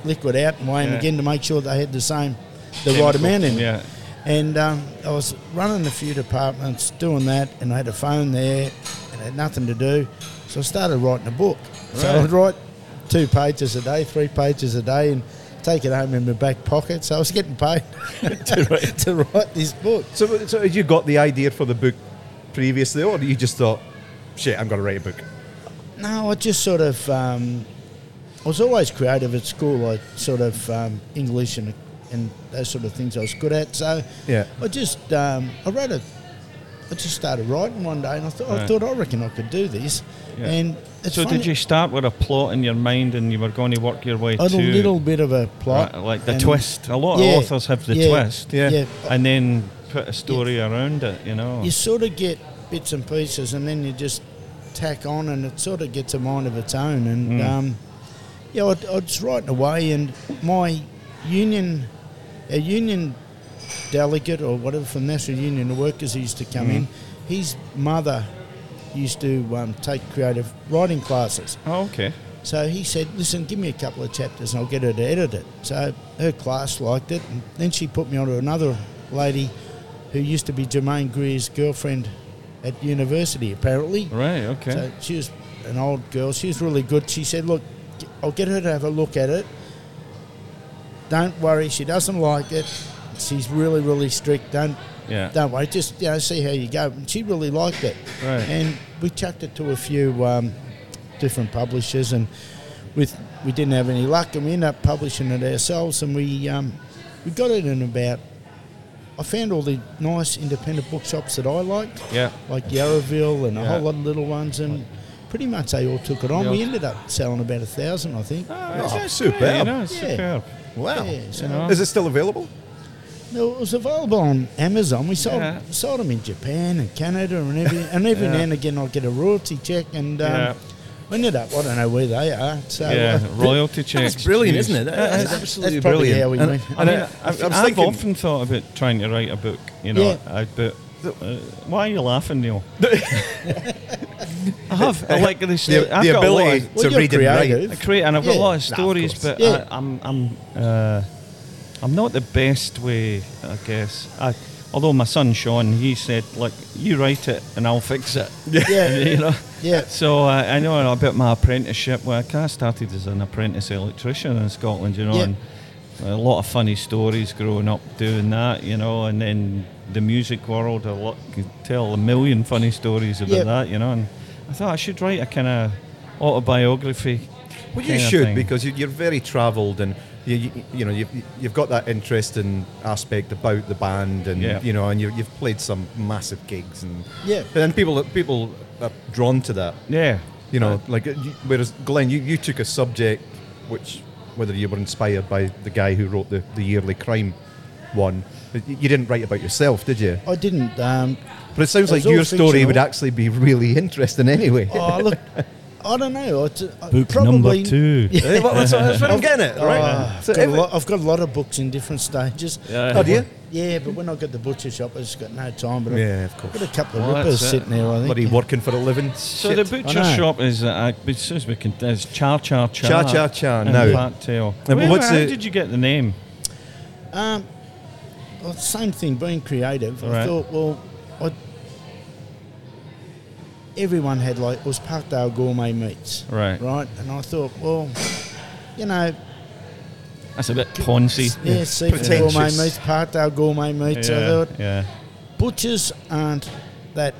[SPEAKER 6] liquid out, and weigh them
[SPEAKER 5] Yeah.
[SPEAKER 6] again to make sure they had the same, the right amount in. 'em.
[SPEAKER 5] Yeah.
[SPEAKER 6] And um, I was running a few departments, doing that, and I had a phone there, and had nothing to do, so I started writing a book. So
[SPEAKER 5] Right.
[SPEAKER 6] I'd write two pages a day, three pages a day, and take it home in my back pocket. So I was getting paid to write this book.
[SPEAKER 4] So, so had you got the idea for the book previously, or you just thought, shit, I'm going to write a book?
[SPEAKER 6] No, I just sort of. Um, I was always creative at school. I sort of um, English and and those sort of things I was good at. So
[SPEAKER 4] Yeah.
[SPEAKER 6] I just um, I wrote a. I just started writing one day, and I thought I
[SPEAKER 5] Right.
[SPEAKER 6] thought I reckon I could do this.
[SPEAKER 5] Yeah.
[SPEAKER 6] And it's
[SPEAKER 5] so
[SPEAKER 6] funny,
[SPEAKER 5] did you start with a plot in your mind, and you were going to work your way
[SPEAKER 6] I had
[SPEAKER 5] to
[SPEAKER 6] a little bit of a plot,
[SPEAKER 5] Right, like the
[SPEAKER 6] and-
[SPEAKER 5] twist. A lot
[SPEAKER 6] Yeah,
[SPEAKER 5] of authors have the
[SPEAKER 6] yeah,
[SPEAKER 5] twist.
[SPEAKER 6] yeah. Yeah.
[SPEAKER 5] And then put a story around it, you know.
[SPEAKER 6] You sort of get bits and pieces, and then you just tack on, and it sort of gets a mind of its own. And um, Yeah, I'd, I'd right away, and my union, a union delegate or whatever from National Union of Workers used to come in. His mother used to um, take creative writing classes.
[SPEAKER 5] Oh, okay.
[SPEAKER 6] So he said, "Listen, give me a couple of chapters, and I'll get her to edit it." So her class liked it, and then she put me onto another lady who used to be Jermaine Greer's girlfriend at university, apparently.
[SPEAKER 5] Right. Okay.
[SPEAKER 6] So she was an old girl. She was really good. She said, "Look, I'll get her to have a look at it. Don't worry, she doesn't like it. She's really, really strict. Don't
[SPEAKER 5] yeah.
[SPEAKER 6] don't worry. Just you know, see how you go." And she really liked it.
[SPEAKER 5] Right.
[SPEAKER 6] And we chucked it to a few um, different publishers, and with we didn't have any luck, and we ended up publishing it ourselves, and we um, we got it in about. I found all the nice independent bookshops that I liked
[SPEAKER 5] yeah.
[SPEAKER 6] like Yarraville and a
[SPEAKER 5] Yeah.
[SPEAKER 6] whole lot of little ones, and pretty much they all took it on.
[SPEAKER 5] Yeah.
[SPEAKER 6] We ended up selling about a thousand, I think.
[SPEAKER 4] Oh,
[SPEAKER 5] that's
[SPEAKER 4] superb.
[SPEAKER 5] Yeah, you know, it's
[SPEAKER 6] Yeah.
[SPEAKER 5] superb.
[SPEAKER 4] Wow.
[SPEAKER 6] Yeah, so
[SPEAKER 5] know.
[SPEAKER 4] Is it still available?
[SPEAKER 6] no, it was available on Amazon. We sold
[SPEAKER 5] Yeah.
[SPEAKER 6] sold them in Japan and Canada and every and every
[SPEAKER 5] Yeah.
[SPEAKER 6] now and again I'd get a royalty check and um,
[SPEAKER 5] Yeah.
[SPEAKER 6] we ended up. I don't know where they are. So
[SPEAKER 5] yeah,
[SPEAKER 6] uh,
[SPEAKER 5] royalty checks.
[SPEAKER 4] That's brilliant,
[SPEAKER 5] geez.
[SPEAKER 4] isn't it? That's,
[SPEAKER 6] that's-
[SPEAKER 4] absolutely
[SPEAKER 6] that's probably
[SPEAKER 4] brilliant.
[SPEAKER 6] how we
[SPEAKER 4] And-
[SPEAKER 6] went.
[SPEAKER 5] I
[SPEAKER 4] and
[SPEAKER 5] mean,
[SPEAKER 4] I-
[SPEAKER 5] I've,
[SPEAKER 4] I was
[SPEAKER 5] I've
[SPEAKER 4] thinking-
[SPEAKER 5] often thought about trying to write a book. You know,
[SPEAKER 6] Yeah.
[SPEAKER 5] I but uh, why are you laughing, Neil? I have. I like this.
[SPEAKER 4] the,
[SPEAKER 5] I've
[SPEAKER 4] the
[SPEAKER 5] got a lot
[SPEAKER 4] ability
[SPEAKER 5] of-
[SPEAKER 6] Well,
[SPEAKER 4] to
[SPEAKER 6] you're
[SPEAKER 4] read and write.
[SPEAKER 6] creative.
[SPEAKER 5] I create, and I've got
[SPEAKER 6] Yeah.
[SPEAKER 5] a lot of
[SPEAKER 4] Nah, of
[SPEAKER 5] stories,
[SPEAKER 4] course.
[SPEAKER 5] but
[SPEAKER 6] Yeah.
[SPEAKER 5] I, I'm I'm uh, I'm not the best way, I guess. I, although my son Sean, he said, "Look, you write it, and I'll fix it."
[SPEAKER 6] uh, yeah,
[SPEAKER 5] you know.
[SPEAKER 6] yeah.
[SPEAKER 5] So uh, I know about my apprenticeship. Well, I kind of started as an apprentice electrician in Scotland, you know,
[SPEAKER 6] Yeah.
[SPEAKER 5] and a lot of funny stories growing up doing that, you know, and then the music world. I lot, could tell a million funny stories about
[SPEAKER 6] Yeah.
[SPEAKER 5] that, you know. And I thought I should write a kind of autobiography.
[SPEAKER 4] Well, you
[SPEAKER 5] kinda
[SPEAKER 4] should
[SPEAKER 5] thing.
[SPEAKER 4] because you, you're very travelled and you, you, you know you've, you've got that interesting aspect about the band and
[SPEAKER 5] Yeah.
[SPEAKER 4] you know and you, you've played some massive gigs and
[SPEAKER 6] Yeah.
[SPEAKER 4] and people people are drawn to that.
[SPEAKER 5] yeah,
[SPEAKER 4] You know, like uh, you- whereas Glenn, you, you took a subject which whether you were inspired by the guy who wrote the, the yearly crime one, but you you didn't write about yourself, did you?
[SPEAKER 6] I didn't. Um,
[SPEAKER 4] But it sounds
[SPEAKER 6] It
[SPEAKER 4] like
[SPEAKER 6] was all
[SPEAKER 4] your story would
[SPEAKER 6] fictional.
[SPEAKER 4] actually be really interesting anyway.
[SPEAKER 6] oh look, I don't know. It's, uh,
[SPEAKER 5] book number
[SPEAKER 6] probably,
[SPEAKER 5] two.
[SPEAKER 4] Eh, well, that's, what- that's what I'm getting at, right?
[SPEAKER 6] Oh, I've,
[SPEAKER 4] so
[SPEAKER 6] got a
[SPEAKER 4] every-
[SPEAKER 6] lot, I've got a lot of books in different stages.
[SPEAKER 5] Yeah.
[SPEAKER 4] Oh, do you?
[SPEAKER 6] Yeah, but when I got the butcher shop, I just got no time. But
[SPEAKER 4] Yeah, of
[SPEAKER 6] I've
[SPEAKER 4] course.
[SPEAKER 6] got a couple of
[SPEAKER 5] Well,
[SPEAKER 6] rippers
[SPEAKER 5] that's it.
[SPEAKER 6] sitting there. I think.
[SPEAKER 4] Bloody working for a living.
[SPEAKER 5] So the butcher
[SPEAKER 6] I know.
[SPEAKER 5] shop is, uh, as soon as we can, is Char Char Char.
[SPEAKER 4] Char Char Char,
[SPEAKER 5] and
[SPEAKER 4] now.
[SPEAKER 5] Fat Tail.
[SPEAKER 4] but
[SPEAKER 5] Where-
[SPEAKER 4] what's
[SPEAKER 5] how
[SPEAKER 4] the-
[SPEAKER 5] did you get the name?
[SPEAKER 6] Um, well, same thing, being creative. I
[SPEAKER 5] Right.
[SPEAKER 6] thought, well, I, everyone had like it was Parkdale Gourmet Meats,
[SPEAKER 5] Right.
[SPEAKER 6] Right, and I thought, well, you know,
[SPEAKER 5] That's a bit poncy.
[SPEAKER 6] yeah, seafood gourmet
[SPEAKER 4] Pretentious.
[SPEAKER 6] meats, Parkdale Gourmet Meats. I
[SPEAKER 5] Yeah,
[SPEAKER 6] thought
[SPEAKER 5] yeah.
[SPEAKER 6] butchers aren't that.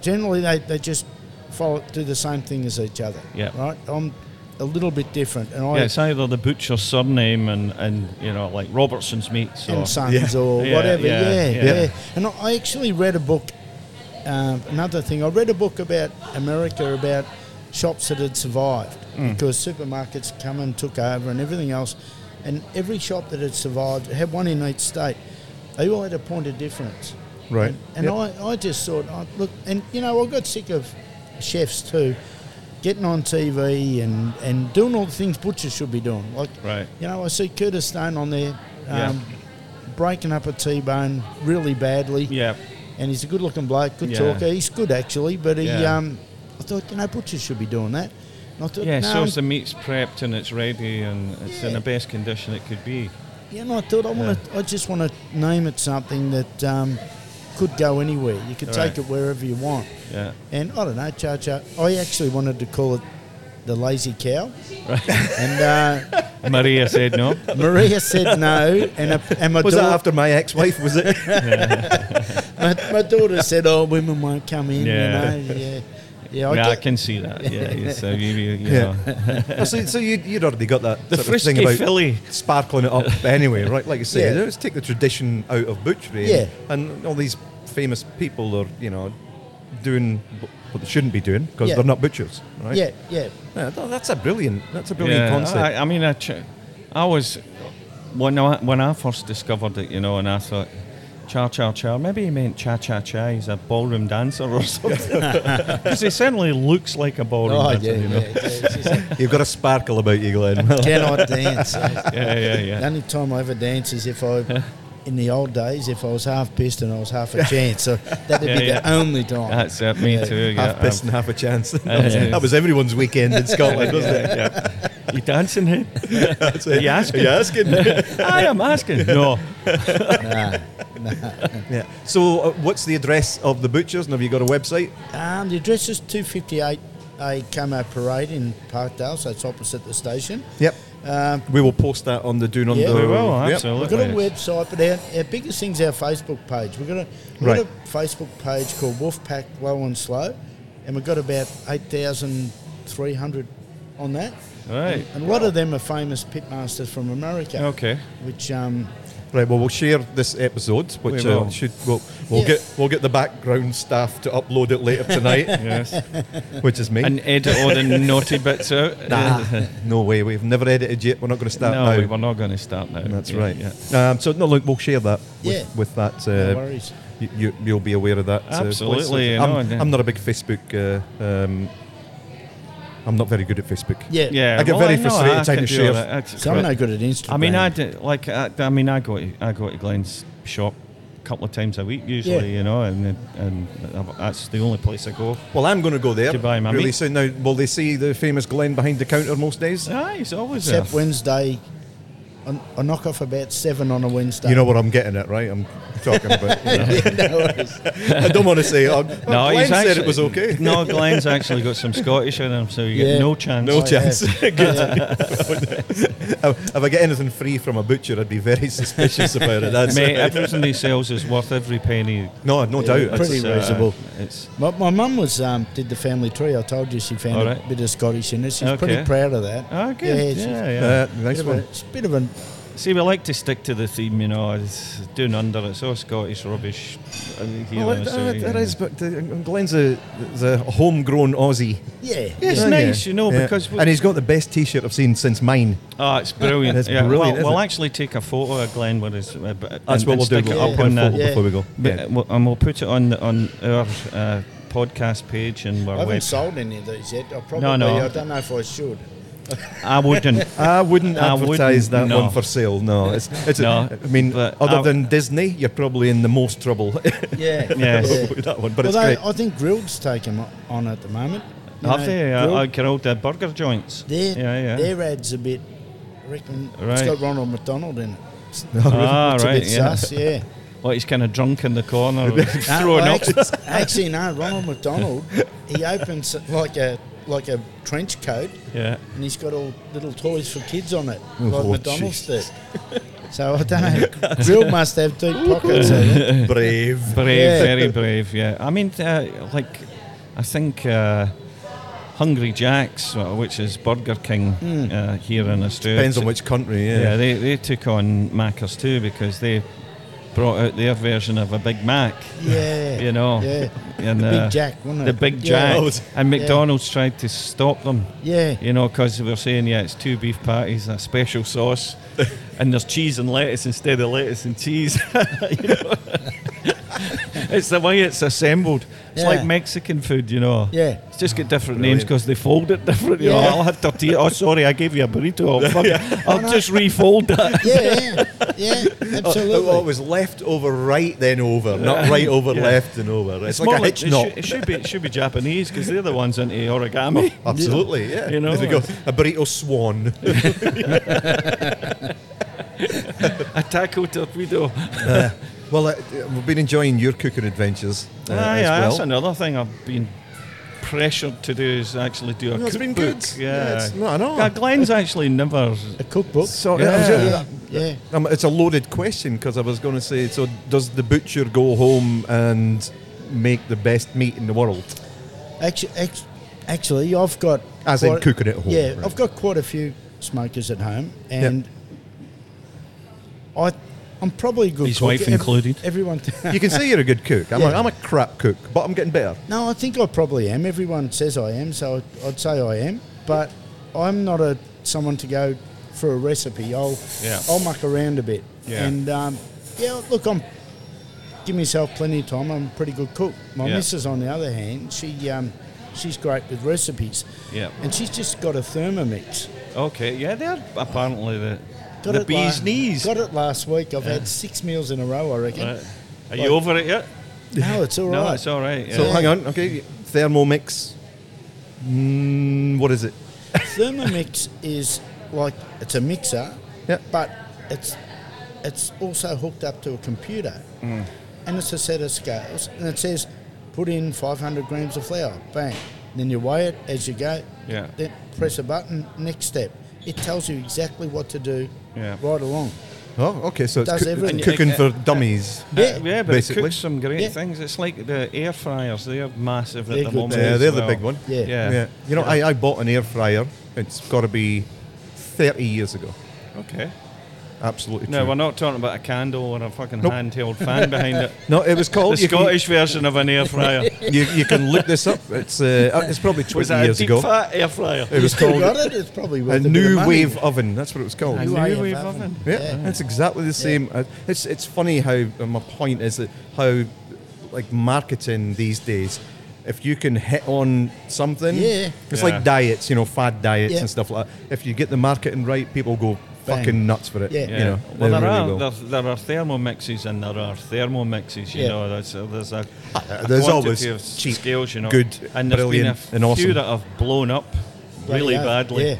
[SPEAKER 6] Generally, they, they just follow do the same thing as each other.
[SPEAKER 5] Yeah.
[SPEAKER 6] Right. I'm a little bit different, and I
[SPEAKER 5] Yeah, it's either the butcher's surname and, and you know like Robertson's meats or
[SPEAKER 6] and Sons
[SPEAKER 4] Yeah.
[SPEAKER 6] or
[SPEAKER 5] Yeah,
[SPEAKER 6] whatever.
[SPEAKER 5] yeah,
[SPEAKER 6] Yeah yeah,
[SPEAKER 5] yeah.
[SPEAKER 6] And I- I actually read a book. Um, another thing, I read a book about America about shops that had survived
[SPEAKER 5] Hmm.
[SPEAKER 6] because supermarkets come and took over and everything else, and every shop that had survived had one in each state. They all had a point of difference.
[SPEAKER 4] Right.
[SPEAKER 6] And, and I, I just thought, oh, look, and you know, I got sick of chefs too, getting on TV and, and doing all the things butchers should be doing. Like,
[SPEAKER 5] Right.
[SPEAKER 6] you know, I see Curtis Stone on there um,
[SPEAKER 5] Yeah.
[SPEAKER 6] breaking up a T-bone really badly.
[SPEAKER 5] yeah
[SPEAKER 6] And he's a good-looking bloke, good
[SPEAKER 5] Yeah.
[SPEAKER 6] talker. He's good, actually, but he,
[SPEAKER 5] Yeah.
[SPEAKER 6] um, I thought, you know, butchers should be doing that. And I thought,
[SPEAKER 5] yeah.
[SPEAKER 6] no,
[SPEAKER 5] so as the meat's prepped and it's ready and it's in
[SPEAKER 6] Yeah.
[SPEAKER 5] the best condition it could be.
[SPEAKER 6] Yeah, and I thought I want to. I just want to name it something that um, could go anywhere. You could
[SPEAKER 5] Right.
[SPEAKER 6] take it wherever you want.
[SPEAKER 5] Yeah.
[SPEAKER 6] And I don't know, Cha Cha. I actually wanted to call it the Lazy Cow. And uh,
[SPEAKER 5] Maria said no.
[SPEAKER 6] Maria said no, and, a, and my,
[SPEAKER 4] was that
[SPEAKER 6] daugh-
[SPEAKER 4] after my ex-wife? Was it?
[SPEAKER 6] my, my daughter said, "Oh, women won't come in."
[SPEAKER 5] Yeah.
[SPEAKER 6] You know, yeah, yeah.
[SPEAKER 5] I,
[SPEAKER 6] I
[SPEAKER 5] yeah, I
[SPEAKER 6] get,
[SPEAKER 5] can see that. Yeah. yeah, so you, you, you
[SPEAKER 4] Yeah.
[SPEAKER 5] know.
[SPEAKER 4] Oh, so so you, you'd already got that
[SPEAKER 5] The
[SPEAKER 4] sort of thing
[SPEAKER 5] frisky
[SPEAKER 4] about
[SPEAKER 5] filly.
[SPEAKER 4] sparkling it up anyway, right? Like you say,
[SPEAKER 6] Yeah.
[SPEAKER 4] let's take the tradition out of butchery.
[SPEAKER 6] Yeah.
[SPEAKER 4] And all these famous people are, you know, doing what they shouldn't be doing because
[SPEAKER 6] Yeah.
[SPEAKER 4] they're not butchers, right?
[SPEAKER 6] yeah, yeah,
[SPEAKER 4] Yeah, tha- that's a brilliant. That's a brilliant concept.
[SPEAKER 5] I, I mean, I, ch- I was when I, when I first discovered it, you know, and I thought, Cha Cha Cha. Maybe he meant Cha Cha Cha. He's a ballroom dancer or
[SPEAKER 4] Oh,
[SPEAKER 5] something. Because he certainly looks like a ballroom
[SPEAKER 6] Oh,
[SPEAKER 5] dancer,
[SPEAKER 6] yeah,
[SPEAKER 5] you know.
[SPEAKER 6] yeah, yeah.
[SPEAKER 4] You've got a sparkle about you, Glenn.
[SPEAKER 6] Cannot dance. eh?
[SPEAKER 5] Yeah, yeah,
[SPEAKER 6] The
[SPEAKER 5] yeah.
[SPEAKER 6] only time I ever dance is if I, in the old days, if I was half pissed and I was half a chance. So that'd
[SPEAKER 5] Yeah,
[SPEAKER 6] be
[SPEAKER 5] yeah.
[SPEAKER 6] the only time.
[SPEAKER 5] That's it, me too. Yeah. Um,
[SPEAKER 4] half pissed and half a chance. that,
[SPEAKER 5] Uh,
[SPEAKER 4] was,
[SPEAKER 5] yeah.
[SPEAKER 4] that was everyone's weekend in Scotland, wasn't it?
[SPEAKER 5] You dancing here?
[SPEAKER 4] That's it.
[SPEAKER 5] you asking?
[SPEAKER 4] Are you asking?
[SPEAKER 5] I am asking. No.
[SPEAKER 4] yeah. So, uh, what's the address of the butchers, and have you got a website?
[SPEAKER 6] Um, the address is 258 A Camo Parade in Parkdale, so it's opposite the station.
[SPEAKER 4] Yep.
[SPEAKER 6] Um,
[SPEAKER 4] Uh, We will post that on the Do Not.
[SPEAKER 6] Yeah.
[SPEAKER 4] Do-
[SPEAKER 6] We
[SPEAKER 5] will,
[SPEAKER 4] Yep.
[SPEAKER 5] absolutely.
[SPEAKER 6] we've got a website, but our, our biggest thing's our Facebook page. We've got a, we've
[SPEAKER 4] Right.
[SPEAKER 6] got a Facebook page called Wolfpack Low and Slow, and we've got about 8,300 on that.
[SPEAKER 5] Right.
[SPEAKER 6] And a lot of them are famous pitmasters from America.
[SPEAKER 5] Okay.
[SPEAKER 6] Which, um,
[SPEAKER 4] Right. Well, we'll share this episode, which
[SPEAKER 5] We will.
[SPEAKER 4] uh, should we'll, we'll
[SPEAKER 6] Yeah.
[SPEAKER 4] get we'll get the background staff to upload it later tonight,
[SPEAKER 5] Yes.
[SPEAKER 4] which is me.
[SPEAKER 5] And edit all the naughty bits out.
[SPEAKER 4] Nah, no way. We've never edited yet. We're not going to start
[SPEAKER 5] no,
[SPEAKER 4] now.
[SPEAKER 5] we we're not going to start now.
[SPEAKER 4] That's
[SPEAKER 5] Yeah,
[SPEAKER 4] right.
[SPEAKER 5] Yeah.
[SPEAKER 4] Yeah. Um, so no, look, we'll share that with,
[SPEAKER 6] Yeah.
[SPEAKER 4] with that.
[SPEAKER 6] no
[SPEAKER 4] Uh,
[SPEAKER 6] worries.
[SPEAKER 4] y- you, you'll be aware of that. uh,
[SPEAKER 5] Absolutely,
[SPEAKER 4] place.
[SPEAKER 5] you know,
[SPEAKER 4] I'm,
[SPEAKER 5] and-
[SPEAKER 4] I'm not a big Facebook. Uh, um, I'm not very good at Facebook.
[SPEAKER 6] Yeah.
[SPEAKER 5] Yeah,
[SPEAKER 4] I get very
[SPEAKER 5] know,
[SPEAKER 4] frustrated
[SPEAKER 5] I
[SPEAKER 4] trying
[SPEAKER 5] can
[SPEAKER 4] to
[SPEAKER 5] do all
[SPEAKER 4] share-
[SPEAKER 5] that. That's
[SPEAKER 6] So I'm
[SPEAKER 5] right.
[SPEAKER 6] no good at Instagram.
[SPEAKER 5] I mean, I do, like. I, I mean, I go. To, I go to Glenn's shop a couple of times a week usually.
[SPEAKER 6] Yeah.
[SPEAKER 5] You know, and and that's the only place I go.
[SPEAKER 4] Well, I'm going to go there
[SPEAKER 5] Goodbye, mummy.
[SPEAKER 4] really soon. Now, will they see the famous Glenn behind the counter most days?
[SPEAKER 5] Ah, he's always there.
[SPEAKER 6] Except Wednesday, I, I knock off about seven on a Wednesday.
[SPEAKER 4] You know what I'm getting at, right? I'm talking about. you know.
[SPEAKER 6] Yeah, no worries.
[SPEAKER 4] I don't want to say. I'm,
[SPEAKER 5] No,
[SPEAKER 4] Glenn
[SPEAKER 5] he's
[SPEAKER 4] said
[SPEAKER 5] actually,
[SPEAKER 4] it was okay.
[SPEAKER 5] No, Glenn's actually got some Scottish in him, so you
[SPEAKER 6] Yeah.
[SPEAKER 5] get no chance.
[SPEAKER 4] No
[SPEAKER 6] Oh,
[SPEAKER 4] chance.
[SPEAKER 6] yeah.
[SPEAKER 4] if I get anything free from a butcher, I'd be very suspicious about it. That's
[SPEAKER 5] Mate, everything he sells is worth every penny.
[SPEAKER 4] no, no
[SPEAKER 6] Yeah,
[SPEAKER 4] doubt.
[SPEAKER 6] pretty
[SPEAKER 4] It's, uh,
[SPEAKER 6] reasonable.
[SPEAKER 5] It's
[SPEAKER 6] My, my mum was um, did the family tree. I told you she found
[SPEAKER 5] Alright.
[SPEAKER 6] a bit of Scottish in it. She's
[SPEAKER 5] Okay.
[SPEAKER 6] pretty proud of that.
[SPEAKER 5] oh, good.
[SPEAKER 6] she's
[SPEAKER 5] Yeah, yeah.
[SPEAKER 4] Uh,
[SPEAKER 6] a bit
[SPEAKER 4] nice
[SPEAKER 6] of
[SPEAKER 4] one.
[SPEAKER 6] A, it's a bit of an
[SPEAKER 5] See, we like to stick to the theme, you know. It's doing under. It's all Scottish rubbish. uh, Here,
[SPEAKER 4] Well,
[SPEAKER 5] now,
[SPEAKER 4] it,
[SPEAKER 5] so,
[SPEAKER 4] uh,
[SPEAKER 5] yeah.
[SPEAKER 4] it is, but the, Glenn's a, the homegrown Aussie.
[SPEAKER 6] yeah.
[SPEAKER 5] Yeah, It's
[SPEAKER 4] Yeah.
[SPEAKER 5] nice, you know,
[SPEAKER 4] Yeah.
[SPEAKER 5] because we-
[SPEAKER 4] and he's got the best T-shirt I've seen since mine.
[SPEAKER 5] Oh, it's brilliant.
[SPEAKER 4] It's brilliant,
[SPEAKER 5] Well,
[SPEAKER 4] isn't
[SPEAKER 5] we'll
[SPEAKER 4] it?
[SPEAKER 5] actually take a photo of Glenn with his. Uh, b-
[SPEAKER 4] That's
[SPEAKER 5] and-
[SPEAKER 4] what
[SPEAKER 5] and
[SPEAKER 4] we'll do.
[SPEAKER 5] stick it
[SPEAKER 4] We'll
[SPEAKER 5] up
[SPEAKER 4] get a
[SPEAKER 5] on
[SPEAKER 4] photo
[SPEAKER 5] the,
[SPEAKER 6] yeah.
[SPEAKER 4] before we go.
[SPEAKER 5] but,
[SPEAKER 4] Yeah.
[SPEAKER 5] uh, we'll- and we'll put it on the, on our uh, podcast page and our
[SPEAKER 6] I haven't
[SPEAKER 5] website.
[SPEAKER 6] sold any of these yet. I probably
[SPEAKER 5] no.
[SPEAKER 6] I don't know if I should.
[SPEAKER 5] I wouldn't.
[SPEAKER 4] I wouldn't
[SPEAKER 5] I
[SPEAKER 4] advertise
[SPEAKER 5] wouldn't,
[SPEAKER 4] that
[SPEAKER 5] no.
[SPEAKER 4] one for sale. No, it's, it's
[SPEAKER 5] No,
[SPEAKER 4] I mean,
[SPEAKER 5] but
[SPEAKER 4] other
[SPEAKER 5] I-
[SPEAKER 4] than Disney, you're probably in the most trouble
[SPEAKER 6] Yeah.
[SPEAKER 5] Yes.
[SPEAKER 6] Yeah.
[SPEAKER 4] with that one. But
[SPEAKER 6] Although
[SPEAKER 4] it's great.
[SPEAKER 6] I think Grilled's taken o- on at the moment. You
[SPEAKER 5] Have
[SPEAKER 6] know,
[SPEAKER 5] they? Uh,
[SPEAKER 6] Grilled,
[SPEAKER 5] uh, can all the burger joints?
[SPEAKER 6] their,
[SPEAKER 5] yeah, yeah.
[SPEAKER 6] their ad's a bit. I reckon
[SPEAKER 5] Right.
[SPEAKER 6] it's got Ronald McDonald in it. It's,
[SPEAKER 5] Ah,
[SPEAKER 6] it's a
[SPEAKER 5] right,
[SPEAKER 6] bit
[SPEAKER 5] yeah.
[SPEAKER 6] sus, yeah. Uh,
[SPEAKER 5] Well, he's kind of drunk in the corner, throwing
[SPEAKER 6] well,
[SPEAKER 5] up.
[SPEAKER 6] Actually, actually, no. Ronald McDonald, he opens it like a like a trench coat,
[SPEAKER 5] Yeah.
[SPEAKER 6] and he's got all little toys for kids on it,
[SPEAKER 4] Oh,
[SPEAKER 6] like
[SPEAKER 4] Lord
[SPEAKER 6] McDonald's did. So I don't know. Grill must have deep pockets. eh?
[SPEAKER 4] brave.
[SPEAKER 5] Brave,
[SPEAKER 6] Yeah.
[SPEAKER 5] very brave. Yeah, I mean, uh, like, I think uh, Hungry Jack's, uh, which is Burger King
[SPEAKER 6] Hmm.
[SPEAKER 5] uh, here in Australia,
[SPEAKER 4] Depends on which country. Yeah.
[SPEAKER 5] Yeah, they, they took on Macca's too because they brought out their version of a Big Mac.
[SPEAKER 6] Yeah.
[SPEAKER 5] You know,
[SPEAKER 6] Yeah.
[SPEAKER 5] and
[SPEAKER 6] The
[SPEAKER 5] uh,
[SPEAKER 6] Big Jack, wasn't it?
[SPEAKER 5] the Big
[SPEAKER 6] Yeah.
[SPEAKER 5] Jack,
[SPEAKER 4] Oh, it's-
[SPEAKER 5] and McDonald's tried to stop them.
[SPEAKER 6] Yeah.
[SPEAKER 5] You know, because they were saying, yeah, it's two beef patties, a special sauce, and there's cheese and lettuce instead of lettuce and cheese. You know? it's the way it's assembled. It's like
[SPEAKER 6] Yeah.
[SPEAKER 5] Mexican food, you know.
[SPEAKER 6] Yeah.
[SPEAKER 5] It's just got different names 'cause names because they fold it different. You know,
[SPEAKER 6] Yeah.
[SPEAKER 5] I'll have tortilla. Oh, sorry, I gave you a burrito. Fuck. I'll just refold that.
[SPEAKER 6] Yeah, yeah, yeah,
[SPEAKER 4] Oh,
[SPEAKER 6] absolutely.
[SPEAKER 4] oh, it was left over, right then over, not right over,
[SPEAKER 5] Yeah.
[SPEAKER 4] left and over. It's, like
[SPEAKER 5] more
[SPEAKER 4] a hitch
[SPEAKER 5] it,
[SPEAKER 4] knot.
[SPEAKER 5] should, it should be it should be Japanese because they're the ones into origami.
[SPEAKER 4] Absolutely, yeah.
[SPEAKER 5] You know,
[SPEAKER 4] There we go. A burrito swan.
[SPEAKER 5] A taco torpedo.
[SPEAKER 4] well, uh, we've been enjoying your cooking adventures uh,
[SPEAKER 5] Aye,
[SPEAKER 4] as
[SPEAKER 5] aye,
[SPEAKER 4] well.
[SPEAKER 5] Ah, That's another thing I've been pressured to do is actually do a
[SPEAKER 4] No, it's been
[SPEAKER 5] cookbook.
[SPEAKER 4] good.
[SPEAKER 5] Yeah,
[SPEAKER 4] Yeah, it's- no, I know.
[SPEAKER 5] Uh, Glenn's actually never.
[SPEAKER 6] a cookbook.
[SPEAKER 4] So
[SPEAKER 5] Yeah.
[SPEAKER 4] I was-
[SPEAKER 6] yeah, yeah.
[SPEAKER 4] Um, it's a loaded question because I was going to say. So, does the butcher go home and make the best meat in the world?
[SPEAKER 6] Actually, act- actually, I've got
[SPEAKER 4] As in cooking at home,
[SPEAKER 6] Yeah,
[SPEAKER 4] right.
[SPEAKER 6] I've got quite a few smokers at home, and I, I'm probably a good.
[SPEAKER 5] His
[SPEAKER 6] cook.
[SPEAKER 5] wife included.
[SPEAKER 6] Everyone.
[SPEAKER 4] You can say you're a good cook. I'm, a,
[SPEAKER 6] Yeah.
[SPEAKER 4] I'm a crap cook, but I'm getting better.
[SPEAKER 6] no, I think I probably am. Everyone says I am, so I'd say I am. But I'm not a someone to go for a recipe. I'll
[SPEAKER 5] Yeah.
[SPEAKER 6] I'll muck around a bit.
[SPEAKER 5] Yeah.
[SPEAKER 6] And um, yeah, look, I'm give myself plenty of time. I'm a pretty good cook. My
[SPEAKER 5] Yeah.
[SPEAKER 6] missus, on the other hand, she um, she's great with recipes.
[SPEAKER 5] Yeah.
[SPEAKER 6] And she's just got a Thermomix.
[SPEAKER 5] Okay, yeah, they're apparently the,
[SPEAKER 6] Got
[SPEAKER 5] the
[SPEAKER 6] it
[SPEAKER 5] bee's
[SPEAKER 6] la-
[SPEAKER 5] knees.
[SPEAKER 6] Got it last week. I've had six meals in a row. I reckon.
[SPEAKER 5] Right. Are you over it yet?
[SPEAKER 6] No, it's all right.
[SPEAKER 5] No, it's all right. Yeah.
[SPEAKER 4] So hang on, okay, Thermomix. Mm, what is it?
[SPEAKER 6] Thermomix is like it's a mixer,
[SPEAKER 4] Yeah.
[SPEAKER 6] but it's it's also hooked up to a computer, and it's a set of scales, and it says put in 500 grams of flour, bang. Then you weigh it as you go.
[SPEAKER 5] Yeah.
[SPEAKER 6] Then press a button. Next step. It tells you exactly what to do.
[SPEAKER 5] Yeah.
[SPEAKER 6] Right along.
[SPEAKER 4] Oh, okay, so it's
[SPEAKER 6] Does
[SPEAKER 4] coo-
[SPEAKER 6] everything.
[SPEAKER 4] cooking for dummies.
[SPEAKER 5] Uh,
[SPEAKER 6] Yeah.
[SPEAKER 5] yeah, but
[SPEAKER 4] Basically.
[SPEAKER 5] it cooks some great
[SPEAKER 6] Yeah.
[SPEAKER 5] things. It's like the air fryers; they're massive
[SPEAKER 6] They're
[SPEAKER 5] at the
[SPEAKER 6] good
[SPEAKER 5] moment.
[SPEAKER 6] too.
[SPEAKER 4] Yeah,
[SPEAKER 5] as
[SPEAKER 4] they're the
[SPEAKER 5] well.
[SPEAKER 4] big one.
[SPEAKER 6] Yeah.
[SPEAKER 5] Yeah.
[SPEAKER 4] Yeah. You know, I, I bought an air fryer. It's got to be 30 years ago.
[SPEAKER 5] Okay.
[SPEAKER 4] Absolutely
[SPEAKER 5] No,
[SPEAKER 4] true.
[SPEAKER 5] we're not talking about a candle or a fucking
[SPEAKER 4] Nope.
[SPEAKER 5] handheld fan behind it.
[SPEAKER 4] no, it was
[SPEAKER 5] The
[SPEAKER 4] called. you can-
[SPEAKER 5] Scottish version of an air fryer.
[SPEAKER 4] you, you can look this up. It's uh, uh, it's probably 20
[SPEAKER 5] Was that a
[SPEAKER 4] years
[SPEAKER 5] deep
[SPEAKER 4] ago.
[SPEAKER 5] fat air fryer?
[SPEAKER 4] It
[SPEAKER 6] You
[SPEAKER 4] was
[SPEAKER 6] still
[SPEAKER 4] called
[SPEAKER 6] got it. It's probably
[SPEAKER 4] a
[SPEAKER 6] worth a, bit of
[SPEAKER 4] new
[SPEAKER 6] money.
[SPEAKER 4] wave oven. That's what it was called.
[SPEAKER 5] A
[SPEAKER 6] New
[SPEAKER 5] new
[SPEAKER 6] wave
[SPEAKER 5] wave
[SPEAKER 6] oven.
[SPEAKER 5] oven.
[SPEAKER 4] Yeah,
[SPEAKER 6] Yeah.
[SPEAKER 4] it's exactly the same. Uh, It's it's funny how uh, my point is that how like marketing these days, if you can hit on something,
[SPEAKER 6] Yeah.
[SPEAKER 4] it's
[SPEAKER 5] Yeah.
[SPEAKER 4] like diets, you know, fad diets
[SPEAKER 6] Yeah.
[SPEAKER 4] and stuff like that. If you get the marketing right, people go
[SPEAKER 6] Bang.
[SPEAKER 4] fucking nuts for it.
[SPEAKER 6] Yeah.
[SPEAKER 4] you know,
[SPEAKER 5] well,
[SPEAKER 4] they
[SPEAKER 5] there
[SPEAKER 4] really
[SPEAKER 5] are
[SPEAKER 4] will.
[SPEAKER 5] there, there are thermomixes and there are thermomixes. You
[SPEAKER 6] Yeah.
[SPEAKER 5] know, there's, uh, there's a a
[SPEAKER 4] Ah, there's
[SPEAKER 5] quantity
[SPEAKER 4] always
[SPEAKER 5] of
[SPEAKER 4] cheap,
[SPEAKER 5] scales. You know,
[SPEAKER 4] good,
[SPEAKER 5] and there's been a
[SPEAKER 4] brilliant,
[SPEAKER 5] few
[SPEAKER 4] and awesome.
[SPEAKER 5] that have blown up
[SPEAKER 6] Right,
[SPEAKER 5] really
[SPEAKER 6] yeah,
[SPEAKER 5] badly.
[SPEAKER 6] Yeah.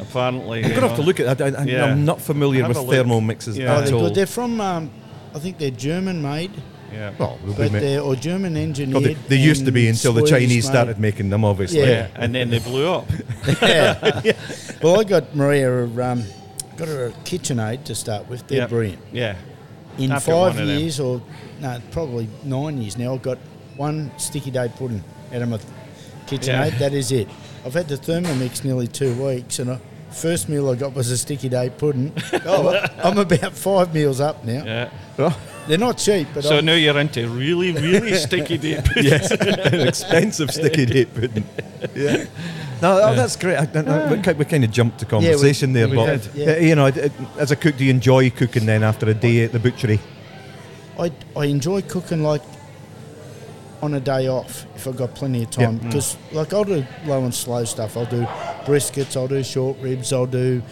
[SPEAKER 5] Apparently,
[SPEAKER 4] I'm gonna have to look at. I, I,
[SPEAKER 5] Yeah.
[SPEAKER 4] I'm not familiar
[SPEAKER 5] Have
[SPEAKER 4] with
[SPEAKER 5] a look.
[SPEAKER 4] thermal mixes
[SPEAKER 5] Yeah.
[SPEAKER 6] Oh,
[SPEAKER 4] at
[SPEAKER 6] they're
[SPEAKER 4] all.
[SPEAKER 6] good. They're from. Um, I think they're German made,
[SPEAKER 5] Yeah.
[SPEAKER 4] Well, we'll be
[SPEAKER 6] but
[SPEAKER 4] ma-
[SPEAKER 6] they're or German engineered.
[SPEAKER 4] God, Oh, they, they used to be
[SPEAKER 6] and
[SPEAKER 4] until the
[SPEAKER 6] Swedish
[SPEAKER 4] Chinese
[SPEAKER 6] made.
[SPEAKER 4] started making them, obviously.
[SPEAKER 6] Yeah.
[SPEAKER 5] and then they blew up.
[SPEAKER 6] yeah. Well, I got Maria, a, um, got her a KitchenAid to start with. They're
[SPEAKER 5] Yeah.
[SPEAKER 6] brilliant.
[SPEAKER 5] Yeah.
[SPEAKER 6] In
[SPEAKER 5] I've got
[SPEAKER 6] five
[SPEAKER 5] one of them.
[SPEAKER 6] years, or no, probably nine years now, I've got one sticky day pudding out of my KitchenAid.
[SPEAKER 5] Yeah.
[SPEAKER 6] That is it. I've had the Thermomix nearly two weeks, and I, first meal I got was a sticky day pudding. I'm, I'm about five meals up now.
[SPEAKER 5] Yeah.
[SPEAKER 6] They're not cheap, but
[SPEAKER 5] So
[SPEAKER 6] I'm,
[SPEAKER 5] now you're into really, really sticky deep. Yeah.
[SPEAKER 4] an expensive sticky date pudding. Yeah. No, oh, that's great. I, don't know. we, ki- we kind of jumped to
[SPEAKER 6] we-
[SPEAKER 4] conversation
[SPEAKER 6] we
[SPEAKER 4] there,
[SPEAKER 6] did,
[SPEAKER 4] but
[SPEAKER 6] yeah.
[SPEAKER 4] uh, you know, it- it- as a cook, do you enjoy cooking then after a day at the butchery?
[SPEAKER 6] I, I enjoy cooking like on a day off if I've got plenty of time. Because like I'll do low and slow stuff. I'll do briskets, I'll do short ribs, I'll do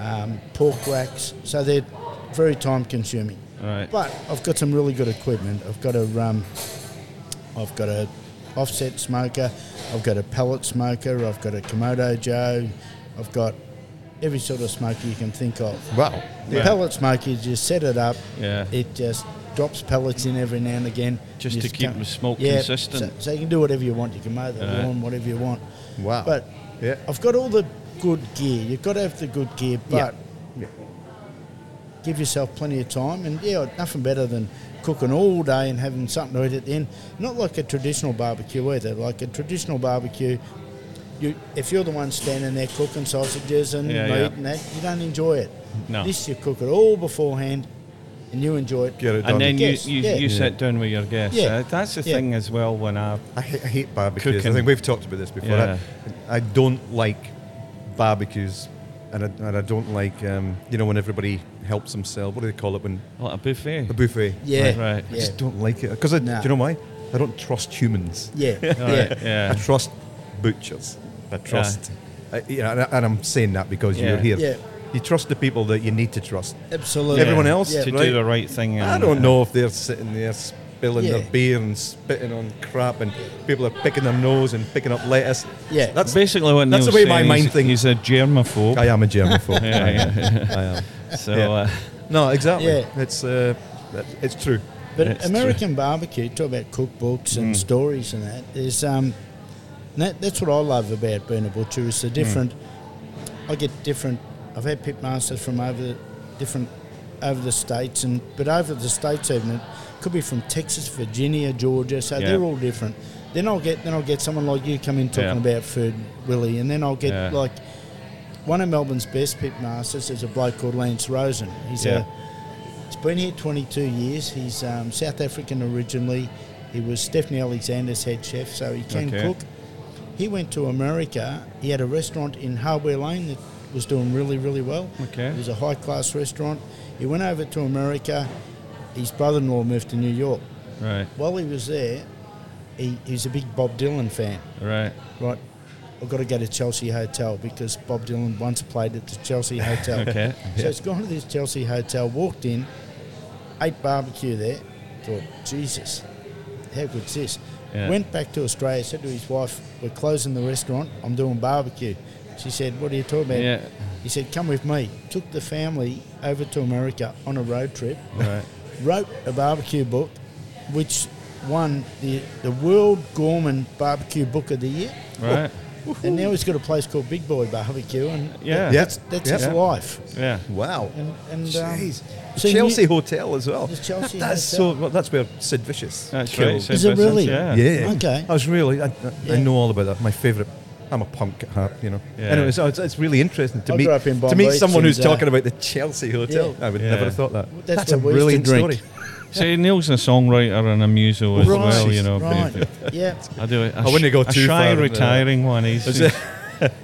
[SPEAKER 6] um, pork racks. So they're very time consuming.
[SPEAKER 5] Right.
[SPEAKER 6] But I've got some really good equipment. I've got a um, I've got a offset smoker, I've got a pellet smoker, I've got a Komodo Joe, I've got every sort of smoker you can think of.
[SPEAKER 4] Wow.
[SPEAKER 6] The
[SPEAKER 5] Yeah.
[SPEAKER 6] pellet smoker, you just set it up.
[SPEAKER 5] Yeah.
[SPEAKER 6] It just drops pellets in every now and again.
[SPEAKER 5] Just
[SPEAKER 6] You
[SPEAKER 5] to keep
[SPEAKER 6] can't-
[SPEAKER 5] the smoke
[SPEAKER 6] yeah,
[SPEAKER 5] consistent.
[SPEAKER 6] So, so you can do whatever you want. You can mow the
[SPEAKER 5] Right.
[SPEAKER 6] lawn, whatever you want.
[SPEAKER 4] Wow.
[SPEAKER 6] But
[SPEAKER 4] Yeah.
[SPEAKER 6] I've got all the good gear. You've got to have the good gear, but
[SPEAKER 4] Yeah.
[SPEAKER 6] give yourself plenty of time. And yeah, nothing better than cooking all day and having something to eat at the end. Not like a traditional barbecue either. Like a traditional barbecue, you if you're the one standing there cooking sausages and
[SPEAKER 5] Yeah, yeah.
[SPEAKER 6] meat and that, you don't enjoy it.
[SPEAKER 5] No.
[SPEAKER 6] This you cook it all beforehand, and you enjoy it.
[SPEAKER 4] Get it done.
[SPEAKER 5] And then
[SPEAKER 6] Guests,
[SPEAKER 5] you, you,
[SPEAKER 6] yeah.
[SPEAKER 5] you sit down with your guests.
[SPEAKER 6] Yeah.
[SPEAKER 5] Uh, that's the
[SPEAKER 6] Yeah.
[SPEAKER 5] thing as well when I.
[SPEAKER 4] I, ha- I hate barbecues.
[SPEAKER 5] Cooking.
[SPEAKER 4] I think we've talked about this before.
[SPEAKER 5] Yeah.
[SPEAKER 4] I, I don't like barbecues, and I, and I don't like um, you know when everybody helps themselves. What do they call it when
[SPEAKER 5] Like a buffet.
[SPEAKER 4] a buffet?
[SPEAKER 6] Yeah.
[SPEAKER 5] Right, right.
[SPEAKER 4] I
[SPEAKER 6] Yeah.
[SPEAKER 4] just don't like it because do
[SPEAKER 6] Nah.
[SPEAKER 4] you know why? I don't trust humans.
[SPEAKER 6] Yeah. yeah.
[SPEAKER 5] Right, yeah.
[SPEAKER 4] I trust butchers. I trust. I, you know, and, I, and I'm saying that because
[SPEAKER 5] Yeah.
[SPEAKER 4] you're here.
[SPEAKER 6] Yeah.
[SPEAKER 4] You trust the people that you need to trust.
[SPEAKER 6] Absolutely.
[SPEAKER 4] Everyone else
[SPEAKER 6] Yeah.
[SPEAKER 5] to
[SPEAKER 4] right?
[SPEAKER 5] do the right thing.
[SPEAKER 4] I
[SPEAKER 5] and,
[SPEAKER 4] don't
[SPEAKER 5] uh,
[SPEAKER 4] know if they're sitting there spilling
[SPEAKER 6] Yeah.
[SPEAKER 4] their beer and spitting on crap, and people are picking their nose and picking up lettuce.
[SPEAKER 6] Yeah.
[SPEAKER 4] that's
[SPEAKER 5] Basically, what
[SPEAKER 4] That's
[SPEAKER 5] Neil's
[SPEAKER 4] the way my
[SPEAKER 5] saying,
[SPEAKER 4] mind
[SPEAKER 5] he's-
[SPEAKER 4] thinks.
[SPEAKER 5] He's a germaphobe.
[SPEAKER 4] I am a germaphobe.
[SPEAKER 5] Yeah,
[SPEAKER 4] I
[SPEAKER 5] yeah.
[SPEAKER 4] am. I am.
[SPEAKER 5] so
[SPEAKER 4] Yeah.
[SPEAKER 5] uh,
[SPEAKER 4] No, exactly.
[SPEAKER 6] Yeah.
[SPEAKER 4] It's uh, that- it's true.
[SPEAKER 6] But
[SPEAKER 5] That's Mm.
[SPEAKER 6] American barbecue, talk about cookbooks and stories and that. There's um, and that, that's what I love about being a butcher is the
[SPEAKER 5] Mm.
[SPEAKER 6] different. I get different. I've had pit masters from over different over the states and but over the states even it could be from Texas, Virginia, Georgia. So
[SPEAKER 5] Yeah.
[SPEAKER 6] they're all different. Then I'll get then I'll get someone like you come in talking
[SPEAKER 5] Yeah.
[SPEAKER 6] about food, Willie, and then I'll get
[SPEAKER 5] Yeah.
[SPEAKER 6] like one of Melbourne's best pit masters is a bloke called Lance Rosen. He's
[SPEAKER 5] Yeah.
[SPEAKER 6] a He's been here 22 years. He's um, South African originally. He was Stephanie Alexander's head chef, so he can
[SPEAKER 5] Okay.
[SPEAKER 6] cook. He went to America. He had a restaurant in Hardware Lane that was doing really, really well.
[SPEAKER 5] Okay.
[SPEAKER 6] It was a high class restaurant. He went over to America. his brother-in-law moved to New York.
[SPEAKER 5] Right.
[SPEAKER 6] While he was there, he, he was a big Bob Dylan fan.
[SPEAKER 5] Right.
[SPEAKER 6] Right, I've got to go to Chelsea Hotel because Bob Dylan once played at the Chelsea Hotel.
[SPEAKER 5] Okay.
[SPEAKER 6] So it's gone to this Chelsea hotel, walked in, ate barbecue there, thought, Jesus, how good's this?
[SPEAKER 5] Yeah.
[SPEAKER 6] Went back to Australia, said to his wife, We're closing the restaurant, I'm doing barbecue. She said, What are you talking about?
[SPEAKER 5] Yeah.
[SPEAKER 6] He said, Come with me. Took the family over to America on a road trip,
[SPEAKER 5] Right.
[SPEAKER 6] wrote a barbecue book, which won the, the World Gorman Barbecue Book of the Year.
[SPEAKER 5] Right.
[SPEAKER 6] And now he's got a place called Big Boy Barbecue, and
[SPEAKER 5] Yeah.
[SPEAKER 4] Yes.
[SPEAKER 6] that's
[SPEAKER 4] Yeah.
[SPEAKER 6] his life.
[SPEAKER 5] Yeah.
[SPEAKER 4] Wow.
[SPEAKER 6] And, and um,
[SPEAKER 4] Jeez.
[SPEAKER 6] so you-
[SPEAKER 4] Chelsea Hotel as well.
[SPEAKER 6] The Chelsea
[SPEAKER 4] that's
[SPEAKER 6] Hotel.
[SPEAKER 4] so. Well, that's where Sid Vicious.
[SPEAKER 5] That's
[SPEAKER 4] killed.
[SPEAKER 5] right. so
[SPEAKER 6] Is it
[SPEAKER 5] business,
[SPEAKER 6] really?
[SPEAKER 5] Yeah.
[SPEAKER 4] Yeah.
[SPEAKER 6] Okay.
[SPEAKER 4] I was really. I, I,
[SPEAKER 6] Yeah.
[SPEAKER 4] I know all about that. My favourite. I'm a punk at heart, you know.
[SPEAKER 5] Yeah.
[SPEAKER 4] Anyway, so it's, it's really interesting to
[SPEAKER 6] I
[SPEAKER 4] meet
[SPEAKER 6] grew up in
[SPEAKER 4] to
[SPEAKER 6] Bombay,
[SPEAKER 4] meet someone who's
[SPEAKER 6] and, uh,
[SPEAKER 4] talking about the Chelsea Hotel.
[SPEAKER 6] Yeah.
[SPEAKER 4] I would
[SPEAKER 5] Yeah.
[SPEAKER 4] never have thought that.
[SPEAKER 6] That's
[SPEAKER 4] a
[SPEAKER 6] where we
[SPEAKER 4] brilliant
[SPEAKER 6] used to drink.
[SPEAKER 4] story.
[SPEAKER 5] See, Neil's a songwriter and a muso as well, you know.
[SPEAKER 6] um, right.
[SPEAKER 5] but-
[SPEAKER 6] yeah.
[SPEAKER 5] I do it. I
[SPEAKER 4] Oh, wouldn't go
[SPEAKER 5] a
[SPEAKER 4] too
[SPEAKER 5] shy
[SPEAKER 4] far into that.
[SPEAKER 5] retiring one. He's
[SPEAKER 4] Is it? I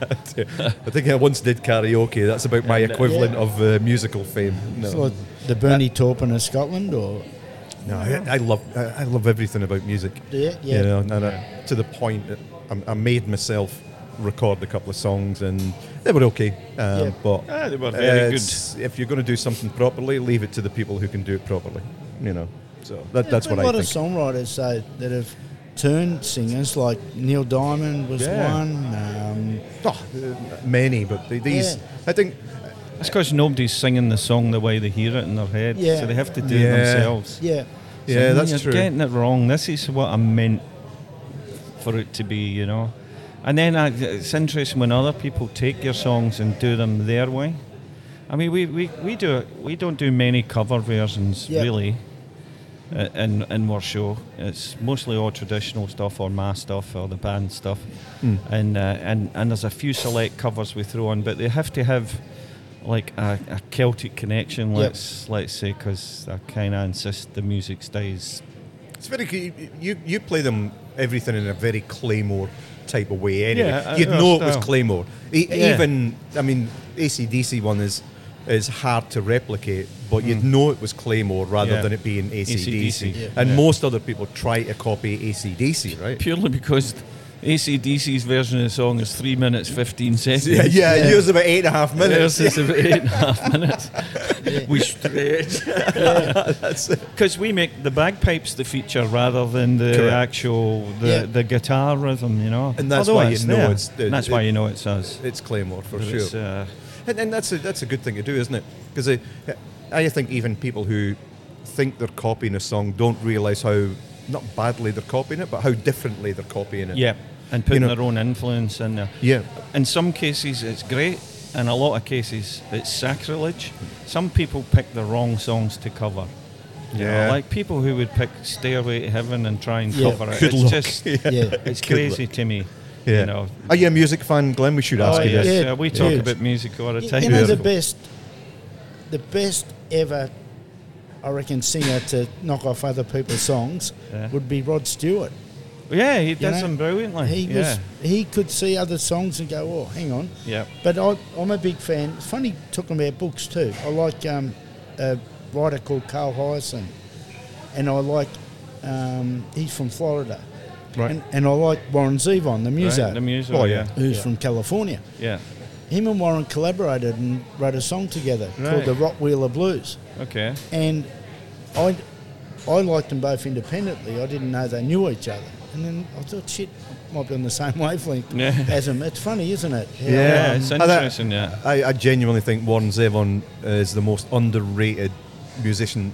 [SPEAKER 4] think I once did karaoke. That's about my equivalent of uh, musical fame. No,
[SPEAKER 6] It's like the Bernie Taupin of Scotland, or
[SPEAKER 4] no I, I love I, I love everything about music.
[SPEAKER 6] Do you? Yeah.
[SPEAKER 4] You know, and I, to the point that I, I made myself record a couple of songs, and they were okay. Um,
[SPEAKER 6] Yeah.
[SPEAKER 4] But
[SPEAKER 5] Ah, they were very good.
[SPEAKER 4] it's- If you're going to do something properly, leave it to the people who can do it properly. You know, so that, that's
[SPEAKER 6] There's
[SPEAKER 4] what
[SPEAKER 6] been a
[SPEAKER 4] I
[SPEAKER 6] lot
[SPEAKER 4] think.
[SPEAKER 6] of songwriters though that have turned singers, like Neil Diamond was
[SPEAKER 4] Yeah.
[SPEAKER 6] one. Um,
[SPEAKER 4] Oh, uh, many, but the- these
[SPEAKER 6] Yeah.
[SPEAKER 4] I think.
[SPEAKER 5] It's because nobody's singing the song the way they hear it in their head,
[SPEAKER 6] Yeah.
[SPEAKER 5] so they have to do
[SPEAKER 4] Yeah.
[SPEAKER 5] it themselves.
[SPEAKER 6] yeah,
[SPEAKER 5] So,
[SPEAKER 4] Yeah,
[SPEAKER 5] "No,
[SPEAKER 4] that's
[SPEAKER 5] you're
[SPEAKER 4] true.
[SPEAKER 5] getting it wrong. This is what I meant for it to be, you know. And then I, it's interesting when other people take your songs and do them their way. I mean, we, we, we do we don't do many cover versions
[SPEAKER 6] Yeah.
[SPEAKER 5] really i- in in our show. It's mostly all traditional stuff or my stuff or the band stuff,
[SPEAKER 4] Hmm.
[SPEAKER 5] and uh, and and there's a few select covers we throw on, but they have to have like a, a Celtic connection. Let's let's say because I kind of insist the music stays.
[SPEAKER 4] It's very good. You you play them everything in a very Claymore type of way. Anyway,
[SPEAKER 5] Yeah, uh,
[SPEAKER 4] you'd
[SPEAKER 5] our
[SPEAKER 4] know it was
[SPEAKER 5] style.
[SPEAKER 4] Claymore. E-
[SPEAKER 5] Yeah.
[SPEAKER 4] Even I mean, ACDC one is is hard to replicate, but you'd know it was Claymore rather
[SPEAKER 5] Hmm. Yeah.
[SPEAKER 4] than it being ACDC.
[SPEAKER 5] AC/DC. Yeah.
[SPEAKER 4] And
[SPEAKER 5] Yeah.
[SPEAKER 4] most other people try to copy ACDC, right?
[SPEAKER 5] Purely because ACDC's version of the song is three minutes fifteen seconds.
[SPEAKER 4] Yeah, yeah, yours is about eight and a half minutes.
[SPEAKER 5] Theirs is about eight and a half minutes. We stretch. Because we make the bagpipes the feature rather than the
[SPEAKER 4] Correct.
[SPEAKER 5] actual the,
[SPEAKER 6] Yeah.
[SPEAKER 5] the guitar rhythm, you know.
[SPEAKER 4] And that's
[SPEAKER 5] Although
[SPEAKER 4] why you know
[SPEAKER 5] there.
[SPEAKER 4] it's- it-
[SPEAKER 5] that's why
[SPEAKER 4] it-
[SPEAKER 5] you know it's us.
[SPEAKER 4] It's Claymore for
[SPEAKER 5] But
[SPEAKER 4] sure.
[SPEAKER 5] it's, uh,
[SPEAKER 4] And, and that's a, that's a good thing to do, isn't it? Because I, I think even people who think they're copying a song don't realise how not badly they're copying it, but how differently they're copying it.
[SPEAKER 5] yeah, and putting
[SPEAKER 4] know-
[SPEAKER 5] their own influence in there.
[SPEAKER 4] Yeah.
[SPEAKER 5] In some cases, it's great. In a lot of cases, it's sacrilege. Some people pick the wrong songs to cover. You know,
[SPEAKER 4] Yeah.
[SPEAKER 5] like people who would pick "Stairway to Heaven" and try and
[SPEAKER 6] Yeah.
[SPEAKER 5] cover it.
[SPEAKER 4] Good
[SPEAKER 5] it's
[SPEAKER 4] luck.
[SPEAKER 5] just,
[SPEAKER 6] yeah.
[SPEAKER 5] it's
[SPEAKER 4] Good
[SPEAKER 5] crazy to me.
[SPEAKER 4] Yeah.
[SPEAKER 5] You know,
[SPEAKER 4] Are you a music fan, Glenn? We should ask
[SPEAKER 5] Oh,
[SPEAKER 4] you
[SPEAKER 5] yes.
[SPEAKER 4] this.
[SPEAKER 6] Yeah,
[SPEAKER 5] yeah, we talk
[SPEAKER 6] huge.
[SPEAKER 5] about music all the
[SPEAKER 6] You-
[SPEAKER 5] time.
[SPEAKER 6] You know the
[SPEAKER 4] Beautiful.
[SPEAKER 6] best, the best ever, I reckon, singer to knock off other people's songs
[SPEAKER 5] Yeah.
[SPEAKER 6] would be Rod Stewart.
[SPEAKER 5] yeah, he does
[SPEAKER 6] know,
[SPEAKER 5] them
[SPEAKER 4] Oh,
[SPEAKER 5] brilliantly.
[SPEAKER 6] He
[SPEAKER 5] yeah.
[SPEAKER 6] was he could see other songs and go, oh, hang on.
[SPEAKER 5] Yep.
[SPEAKER 6] But I, I'm a big fan. It's funny talking about books too. I like um, a writer called Carl Hyacin, and I like um, he's from Florida,
[SPEAKER 4] Right.
[SPEAKER 6] and, and I like Warren Zevon, the
[SPEAKER 5] Right,
[SPEAKER 6] muso,
[SPEAKER 5] The music.
[SPEAKER 4] Oh,
[SPEAKER 5] yeah.
[SPEAKER 4] yeah.
[SPEAKER 6] who's from California.
[SPEAKER 5] yeah.
[SPEAKER 6] Him and Warren collaborated and wrote a song together
[SPEAKER 5] Right.
[SPEAKER 6] called the Rock Wheeler Blues,
[SPEAKER 5] Okay.
[SPEAKER 6] and I I liked them both independently. I didn't know they knew each other, and then I thought, shit, I might be on the same wavelength
[SPEAKER 5] Yeah.
[SPEAKER 6] as them. It's funny, isn't it? How,
[SPEAKER 5] Yeah,
[SPEAKER 6] um,
[SPEAKER 5] it's
[SPEAKER 4] And that-
[SPEAKER 5] interesting, yeah.
[SPEAKER 4] I, I genuinely think Warren Zevon is the most underrated musician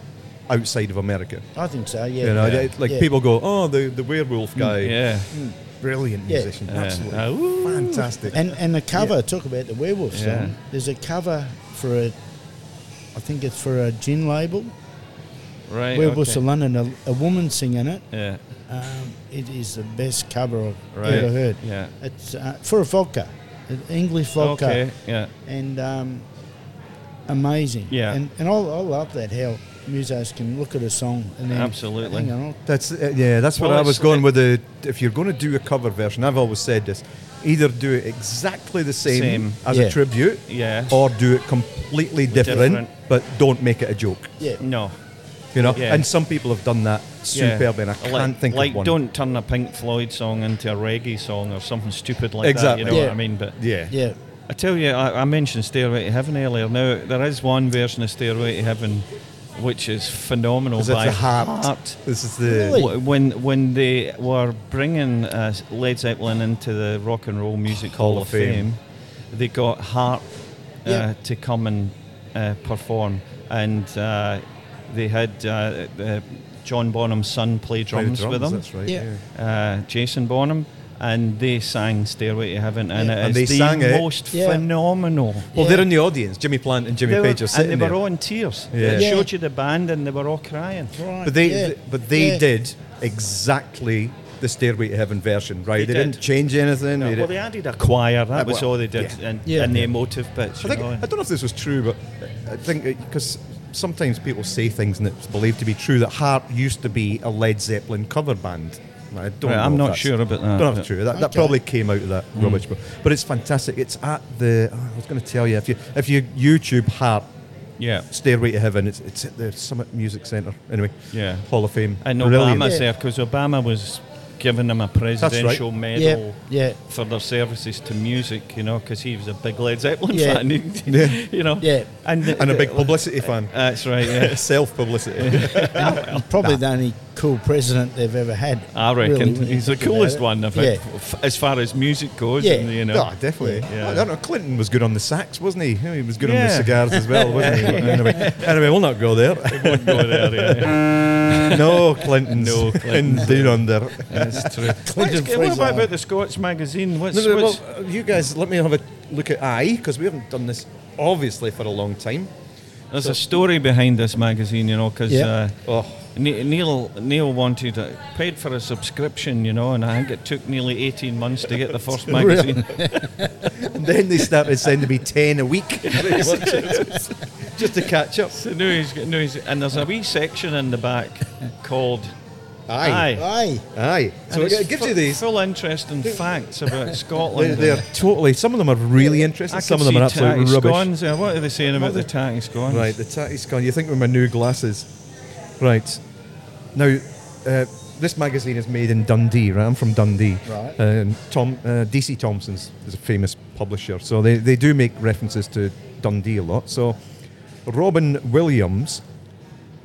[SPEAKER 4] outside of America.
[SPEAKER 6] I think so. Yeah.
[SPEAKER 4] You know,
[SPEAKER 5] Yeah. Mm,
[SPEAKER 4] it- like
[SPEAKER 6] Yeah.
[SPEAKER 4] people go, "Oh, the, the werewolf guy,
[SPEAKER 5] Yeah.
[SPEAKER 6] Hmm.
[SPEAKER 4] brilliant
[SPEAKER 6] Yeah.
[SPEAKER 4] musician,
[SPEAKER 5] Yeah.
[SPEAKER 4] absolutely
[SPEAKER 5] Ah, woo.
[SPEAKER 4] fantastic."
[SPEAKER 6] And and the cover talk about the werewolf song.
[SPEAKER 5] Yeah.
[SPEAKER 6] There's a cover for a, I think it's for a gin label.
[SPEAKER 5] Right.
[SPEAKER 6] Werewolves
[SPEAKER 5] okay.
[SPEAKER 6] of London. A, a woman singing it.
[SPEAKER 5] Yeah.
[SPEAKER 6] Um, it is the best cover I've
[SPEAKER 5] Right.
[SPEAKER 6] ever heard.
[SPEAKER 5] Yeah.
[SPEAKER 6] It's uh, for a vodka, an English vodka,
[SPEAKER 5] Okay. Yeah.
[SPEAKER 6] and um, amazing.
[SPEAKER 5] Yeah.
[SPEAKER 6] And and I, I love that how musos can look at a song and then
[SPEAKER 5] Absolutely.
[SPEAKER 6] Hang on, I'll-
[SPEAKER 4] That's uh, yeah. That's what
[SPEAKER 5] Well,
[SPEAKER 4] I was
[SPEAKER 5] it's- uh,
[SPEAKER 4] going with. The if you're going to do a cover version, I've always said this: either do it exactly the same,
[SPEAKER 5] Same.
[SPEAKER 4] as
[SPEAKER 6] Yeah.
[SPEAKER 4] a tribute,
[SPEAKER 5] Yeah.
[SPEAKER 4] or do it completely different,
[SPEAKER 5] Different.
[SPEAKER 4] but don't make it a joke.
[SPEAKER 6] yeah.
[SPEAKER 5] No.
[SPEAKER 4] You know,
[SPEAKER 5] Yeah.
[SPEAKER 4] and some people have done that superbly, and I can't
[SPEAKER 5] like,
[SPEAKER 4] think
[SPEAKER 5] like
[SPEAKER 4] of one.
[SPEAKER 5] don't turn a Pink Floyd song into a reggae song or something stupid like
[SPEAKER 4] Exactly.
[SPEAKER 5] that. You know
[SPEAKER 6] Yeah.
[SPEAKER 5] what I mean? But
[SPEAKER 4] yeah,
[SPEAKER 6] Yeah.
[SPEAKER 5] I tell you, I, I mentioned Stairway to Heaven earlier. Now there is one version of Stairway to Heaven, which is phenomenal.
[SPEAKER 4] Is it
[SPEAKER 5] by
[SPEAKER 4] the Heart?
[SPEAKER 5] Heart.
[SPEAKER 4] This is the
[SPEAKER 6] Really?
[SPEAKER 5] Wh- When when they were bringing uh, Led Zeppelin into the Rock and Roll Music Hall, of Fame, they got Hart uh,
[SPEAKER 6] Yeah.
[SPEAKER 5] to come and uh, perform, and uh, they had uh, uh, John Bonham's son
[SPEAKER 4] Play
[SPEAKER 5] play
[SPEAKER 4] the
[SPEAKER 5] drums, with them,
[SPEAKER 4] That's right.
[SPEAKER 6] Yeah.
[SPEAKER 4] yeah.
[SPEAKER 5] uh, Jason Bonham. And they sang "Stairway to Heaven," and
[SPEAKER 6] Yeah.
[SPEAKER 5] it
[SPEAKER 4] And
[SPEAKER 5] is
[SPEAKER 4] they
[SPEAKER 5] the
[SPEAKER 4] sang it.
[SPEAKER 5] most
[SPEAKER 6] Yeah.
[SPEAKER 5] phenomenal.
[SPEAKER 4] Well,
[SPEAKER 6] Yeah.
[SPEAKER 4] they're in the audience. Jimmy Plant and Jimmy
[SPEAKER 5] They were-
[SPEAKER 4] Page are sitting
[SPEAKER 5] and they were
[SPEAKER 4] there.
[SPEAKER 5] all in tears.
[SPEAKER 4] Yeah.
[SPEAKER 5] It
[SPEAKER 6] Yeah.
[SPEAKER 5] showed you the band, and they were all crying.
[SPEAKER 6] Right.
[SPEAKER 4] But they,
[SPEAKER 6] yeah,
[SPEAKER 4] th- but they
[SPEAKER 6] yeah.
[SPEAKER 4] did exactly the Stairway to Heaven version, right? They,
[SPEAKER 5] They did.
[SPEAKER 4] didn't change anything. they
[SPEAKER 5] Well,
[SPEAKER 4] did-
[SPEAKER 5] they added a choir. That
[SPEAKER 4] Uh,
[SPEAKER 5] was
[SPEAKER 4] well,
[SPEAKER 5] all they did,
[SPEAKER 4] yeah.
[SPEAKER 5] and,
[SPEAKER 6] Yeah.
[SPEAKER 5] and the emotive bits.
[SPEAKER 4] I
[SPEAKER 5] You
[SPEAKER 4] think
[SPEAKER 5] know, and-
[SPEAKER 4] I don't know if this was true, but I think because sometimes people say things and it's believed to be true that Heart used to be a Led Zeppelin cover band. I don't.
[SPEAKER 5] Right,
[SPEAKER 4] know
[SPEAKER 5] I'm
[SPEAKER 4] if
[SPEAKER 5] not
[SPEAKER 4] that's-
[SPEAKER 5] sure about that,
[SPEAKER 4] Don't know if
[SPEAKER 5] but- Hmm.
[SPEAKER 4] it's true. That, that
[SPEAKER 6] Okay.
[SPEAKER 4] probably came out of that rubbish, but, but it's fantastic. It's at the. oh, I was going to tell you if you if you YouTube Heart
[SPEAKER 5] yeah.
[SPEAKER 4] Stairway to Heaven, it's it's at the Summit Music Centre. Anyway,
[SPEAKER 5] Yeah.
[SPEAKER 4] Hall of Fame.
[SPEAKER 5] And
[SPEAKER 4] Brilliant.
[SPEAKER 5] Obama's there because Obama was giving them a presidential
[SPEAKER 6] Yeah.
[SPEAKER 5] medal
[SPEAKER 6] Yeah.
[SPEAKER 5] for their services to music. You know, because he was a big Led Zeppelin
[SPEAKER 6] Yeah.
[SPEAKER 5] fan.
[SPEAKER 4] Yeah.
[SPEAKER 5] you know.
[SPEAKER 6] Yeah.
[SPEAKER 5] And,
[SPEAKER 4] and a big publicity fan.
[SPEAKER 5] That's right. Yeah.
[SPEAKER 4] Self publicity.
[SPEAKER 6] Probably the only cool president they've ever had.
[SPEAKER 5] I reckon
[SPEAKER 6] really, when you
[SPEAKER 5] he's the
[SPEAKER 6] think about
[SPEAKER 5] coolest
[SPEAKER 6] it.
[SPEAKER 5] one. I
[SPEAKER 6] Yeah.
[SPEAKER 5] think, f- as far as music goes.
[SPEAKER 6] Yeah.
[SPEAKER 5] And, you know.
[SPEAKER 4] No, definitely.
[SPEAKER 5] Yeah.
[SPEAKER 4] I don't know. Clinton was good on the sax, wasn't he? He was good on the
[SPEAKER 5] Yeah.
[SPEAKER 4] cigars as well, wasn't he? But anyway, anyway, we'll not go there.
[SPEAKER 5] Go there, yeah.
[SPEAKER 4] no, Clinton's
[SPEAKER 5] No, Clinton.
[SPEAKER 4] indeed on there.
[SPEAKER 5] That's true.
[SPEAKER 6] Clinton
[SPEAKER 5] What's- what about,
[SPEAKER 6] Fraser.
[SPEAKER 5] about the Scots magazine? What's,
[SPEAKER 4] No, no,
[SPEAKER 5] what's-
[SPEAKER 4] well, uh, you guys, let me have a look at I because we haven't done this obviously for a long time.
[SPEAKER 5] There's a story behind this magazine, you know, because
[SPEAKER 6] Yeah.
[SPEAKER 5] uh,
[SPEAKER 4] Oh,
[SPEAKER 5] Ne- Neil Neil wanted uh, paid for a subscription, you know, and I think it took nearly 18 months to get the first magazine.
[SPEAKER 4] and then they started sending me ten a week, just to catch up.
[SPEAKER 5] So now he's got- now he's- and there's a wee section in the back called
[SPEAKER 4] Aye,
[SPEAKER 5] Aye.
[SPEAKER 6] Aye.
[SPEAKER 4] aye. So
[SPEAKER 5] And
[SPEAKER 4] it,
[SPEAKER 5] it's
[SPEAKER 4] gives
[SPEAKER 5] fu-
[SPEAKER 4] you these.
[SPEAKER 5] full interesting facts about
[SPEAKER 4] They're,
[SPEAKER 5] Scotland.
[SPEAKER 4] they're totally. Some of them are really interesting.
[SPEAKER 5] I
[SPEAKER 4] Some of
[SPEAKER 5] can
[SPEAKER 4] them are
[SPEAKER 5] see
[SPEAKER 4] absolutely
[SPEAKER 5] tacky
[SPEAKER 4] rubbish.
[SPEAKER 5] Scones. there. What are they saying about the tacky scones?
[SPEAKER 4] Right, the tatty's gone. You think with my new glasses. Right. Now, uh, this magazine is made in Dundee, right? I'm from Dundee.
[SPEAKER 6] Right.
[SPEAKER 4] And Tom, uh, DC Thompson's is a famous publisher. So they, they do make references to Dundee a lot. So Robin Williams,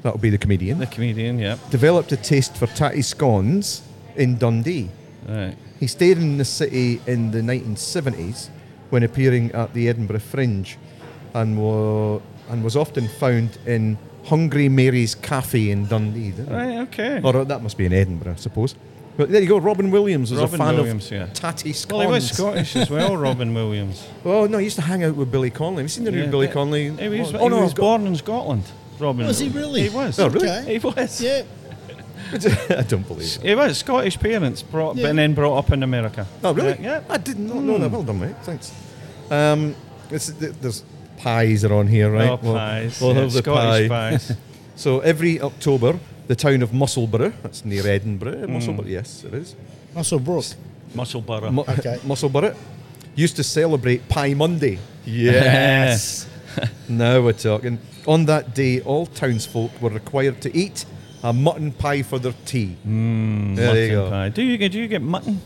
[SPEAKER 4] that would be the comedian,
[SPEAKER 5] The comedian, yeah.
[SPEAKER 4] developed a taste for tatty scones in Dundee.
[SPEAKER 5] Right.
[SPEAKER 4] He stayed in the city in the 1970s when appearing at the Edinburgh Fringe and, wa- and was often found in Hungry Mary's Cafe in Dundee. didn't he?
[SPEAKER 5] Right, okay.
[SPEAKER 4] Or uh, that must be in Edinburgh, I suppose. But there you go, Robin Williams was
[SPEAKER 5] Robin
[SPEAKER 4] a fan
[SPEAKER 5] Williams,
[SPEAKER 4] of
[SPEAKER 5] yeah.
[SPEAKER 4] Tatty Scones.
[SPEAKER 5] well, he was Scottish as well, Robin Williams.
[SPEAKER 4] Oh, no, he used to hang out with Billy Connolly. Have you seen the
[SPEAKER 5] Yeah.
[SPEAKER 4] new Billy Connolly?
[SPEAKER 5] He was,
[SPEAKER 4] oh,
[SPEAKER 5] he
[SPEAKER 4] no,
[SPEAKER 5] was
[SPEAKER 4] I've got-
[SPEAKER 5] born in Scotland, Robin.
[SPEAKER 6] Was he
[SPEAKER 5] Williams.
[SPEAKER 6] really?
[SPEAKER 5] He was.
[SPEAKER 4] Oh, really?
[SPEAKER 6] Okay.
[SPEAKER 5] He was.
[SPEAKER 6] Yeah.
[SPEAKER 4] I don't believe it.
[SPEAKER 5] He was Scottish parents, brought
[SPEAKER 6] Yeah.
[SPEAKER 5] and then brought up in America.
[SPEAKER 4] Oh, really?
[SPEAKER 5] Yeah. Hmm. yeah.
[SPEAKER 4] I did not know that. Well done, mate. Thanks. Um, it's, th- there's pies are on here, right?
[SPEAKER 5] Oh,
[SPEAKER 4] We'll-
[SPEAKER 5] pies.
[SPEAKER 4] We'll
[SPEAKER 5] Yeah,
[SPEAKER 4] have the
[SPEAKER 5] Scottish
[SPEAKER 4] pie.
[SPEAKER 5] pies.
[SPEAKER 4] So every October, the town of Musselburgh, that's near Edinburgh,
[SPEAKER 5] Hmm.
[SPEAKER 4] Musselburgh, yes, it is.
[SPEAKER 6] Russell Brook.
[SPEAKER 5] Musselburgh.
[SPEAKER 4] Mu-
[SPEAKER 6] Okay.
[SPEAKER 4] Musselburgh used to celebrate Pie Monday. Yes. now we're talking. On that day, all townsfolk were required to eat a mutton pie for their tea. there you
[SPEAKER 5] Hmm, Mutton
[SPEAKER 4] go.
[SPEAKER 5] pie. Do you get do you get mutton?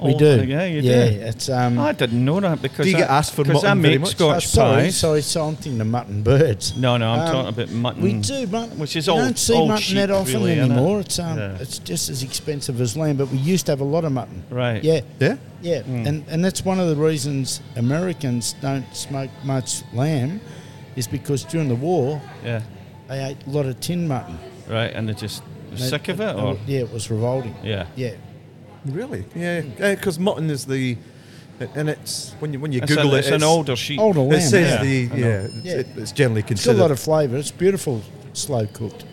[SPEAKER 6] We
[SPEAKER 5] Oh,
[SPEAKER 6] do.
[SPEAKER 5] Yeah, you
[SPEAKER 6] yeah,
[SPEAKER 5] do.
[SPEAKER 6] It's um.
[SPEAKER 5] I didn't know that because
[SPEAKER 4] Do you
[SPEAKER 5] I,
[SPEAKER 4] get asked for
[SPEAKER 5] 'cause I
[SPEAKER 4] mutton
[SPEAKER 5] make
[SPEAKER 4] very much?
[SPEAKER 6] oh,
[SPEAKER 5] Scottish
[SPEAKER 6] sorry,
[SPEAKER 5] pies.
[SPEAKER 6] sorry, so I'm thinking the mutton birds.
[SPEAKER 5] No, no, I'm
[SPEAKER 6] Um,
[SPEAKER 5] talking about mutton.
[SPEAKER 6] We do mutton,
[SPEAKER 5] which is
[SPEAKER 6] you
[SPEAKER 5] old-
[SPEAKER 6] don't see
[SPEAKER 5] old
[SPEAKER 6] mutton that
[SPEAKER 5] sheep,
[SPEAKER 6] often
[SPEAKER 5] really, innit?
[SPEAKER 6] anymore. It's um,
[SPEAKER 5] Yeah.
[SPEAKER 6] it's just as expensive as lamb, but we used to have a lot of mutton.
[SPEAKER 5] Right. Mm.
[SPEAKER 6] Yeah.
[SPEAKER 4] Yeah?
[SPEAKER 6] Yeah, and, and that's one of the reasons Americans don't smoke much lamb, is because during the war
[SPEAKER 5] Yeah.
[SPEAKER 6] they ate a lot of tin mutton.
[SPEAKER 5] Right, and they're just
[SPEAKER 6] They-
[SPEAKER 5] sick of
[SPEAKER 6] they-
[SPEAKER 5] it, or
[SPEAKER 6] yeah, it was revolting.
[SPEAKER 5] yeah.
[SPEAKER 6] Yeah,
[SPEAKER 4] Really? Yeah, because mutton is the, and it's when you when you
[SPEAKER 5] It's,
[SPEAKER 4] Google
[SPEAKER 5] an,
[SPEAKER 4] it,
[SPEAKER 5] it's an older sheep.
[SPEAKER 6] older lamb.
[SPEAKER 4] It says
[SPEAKER 6] yeah.
[SPEAKER 4] the
[SPEAKER 5] I know.
[SPEAKER 4] yeah, it's-
[SPEAKER 6] Yeah.
[SPEAKER 4] It, it's generally
[SPEAKER 6] it's got
[SPEAKER 4] considered.
[SPEAKER 6] a lot of flavour. It's beautiful, slow cooked.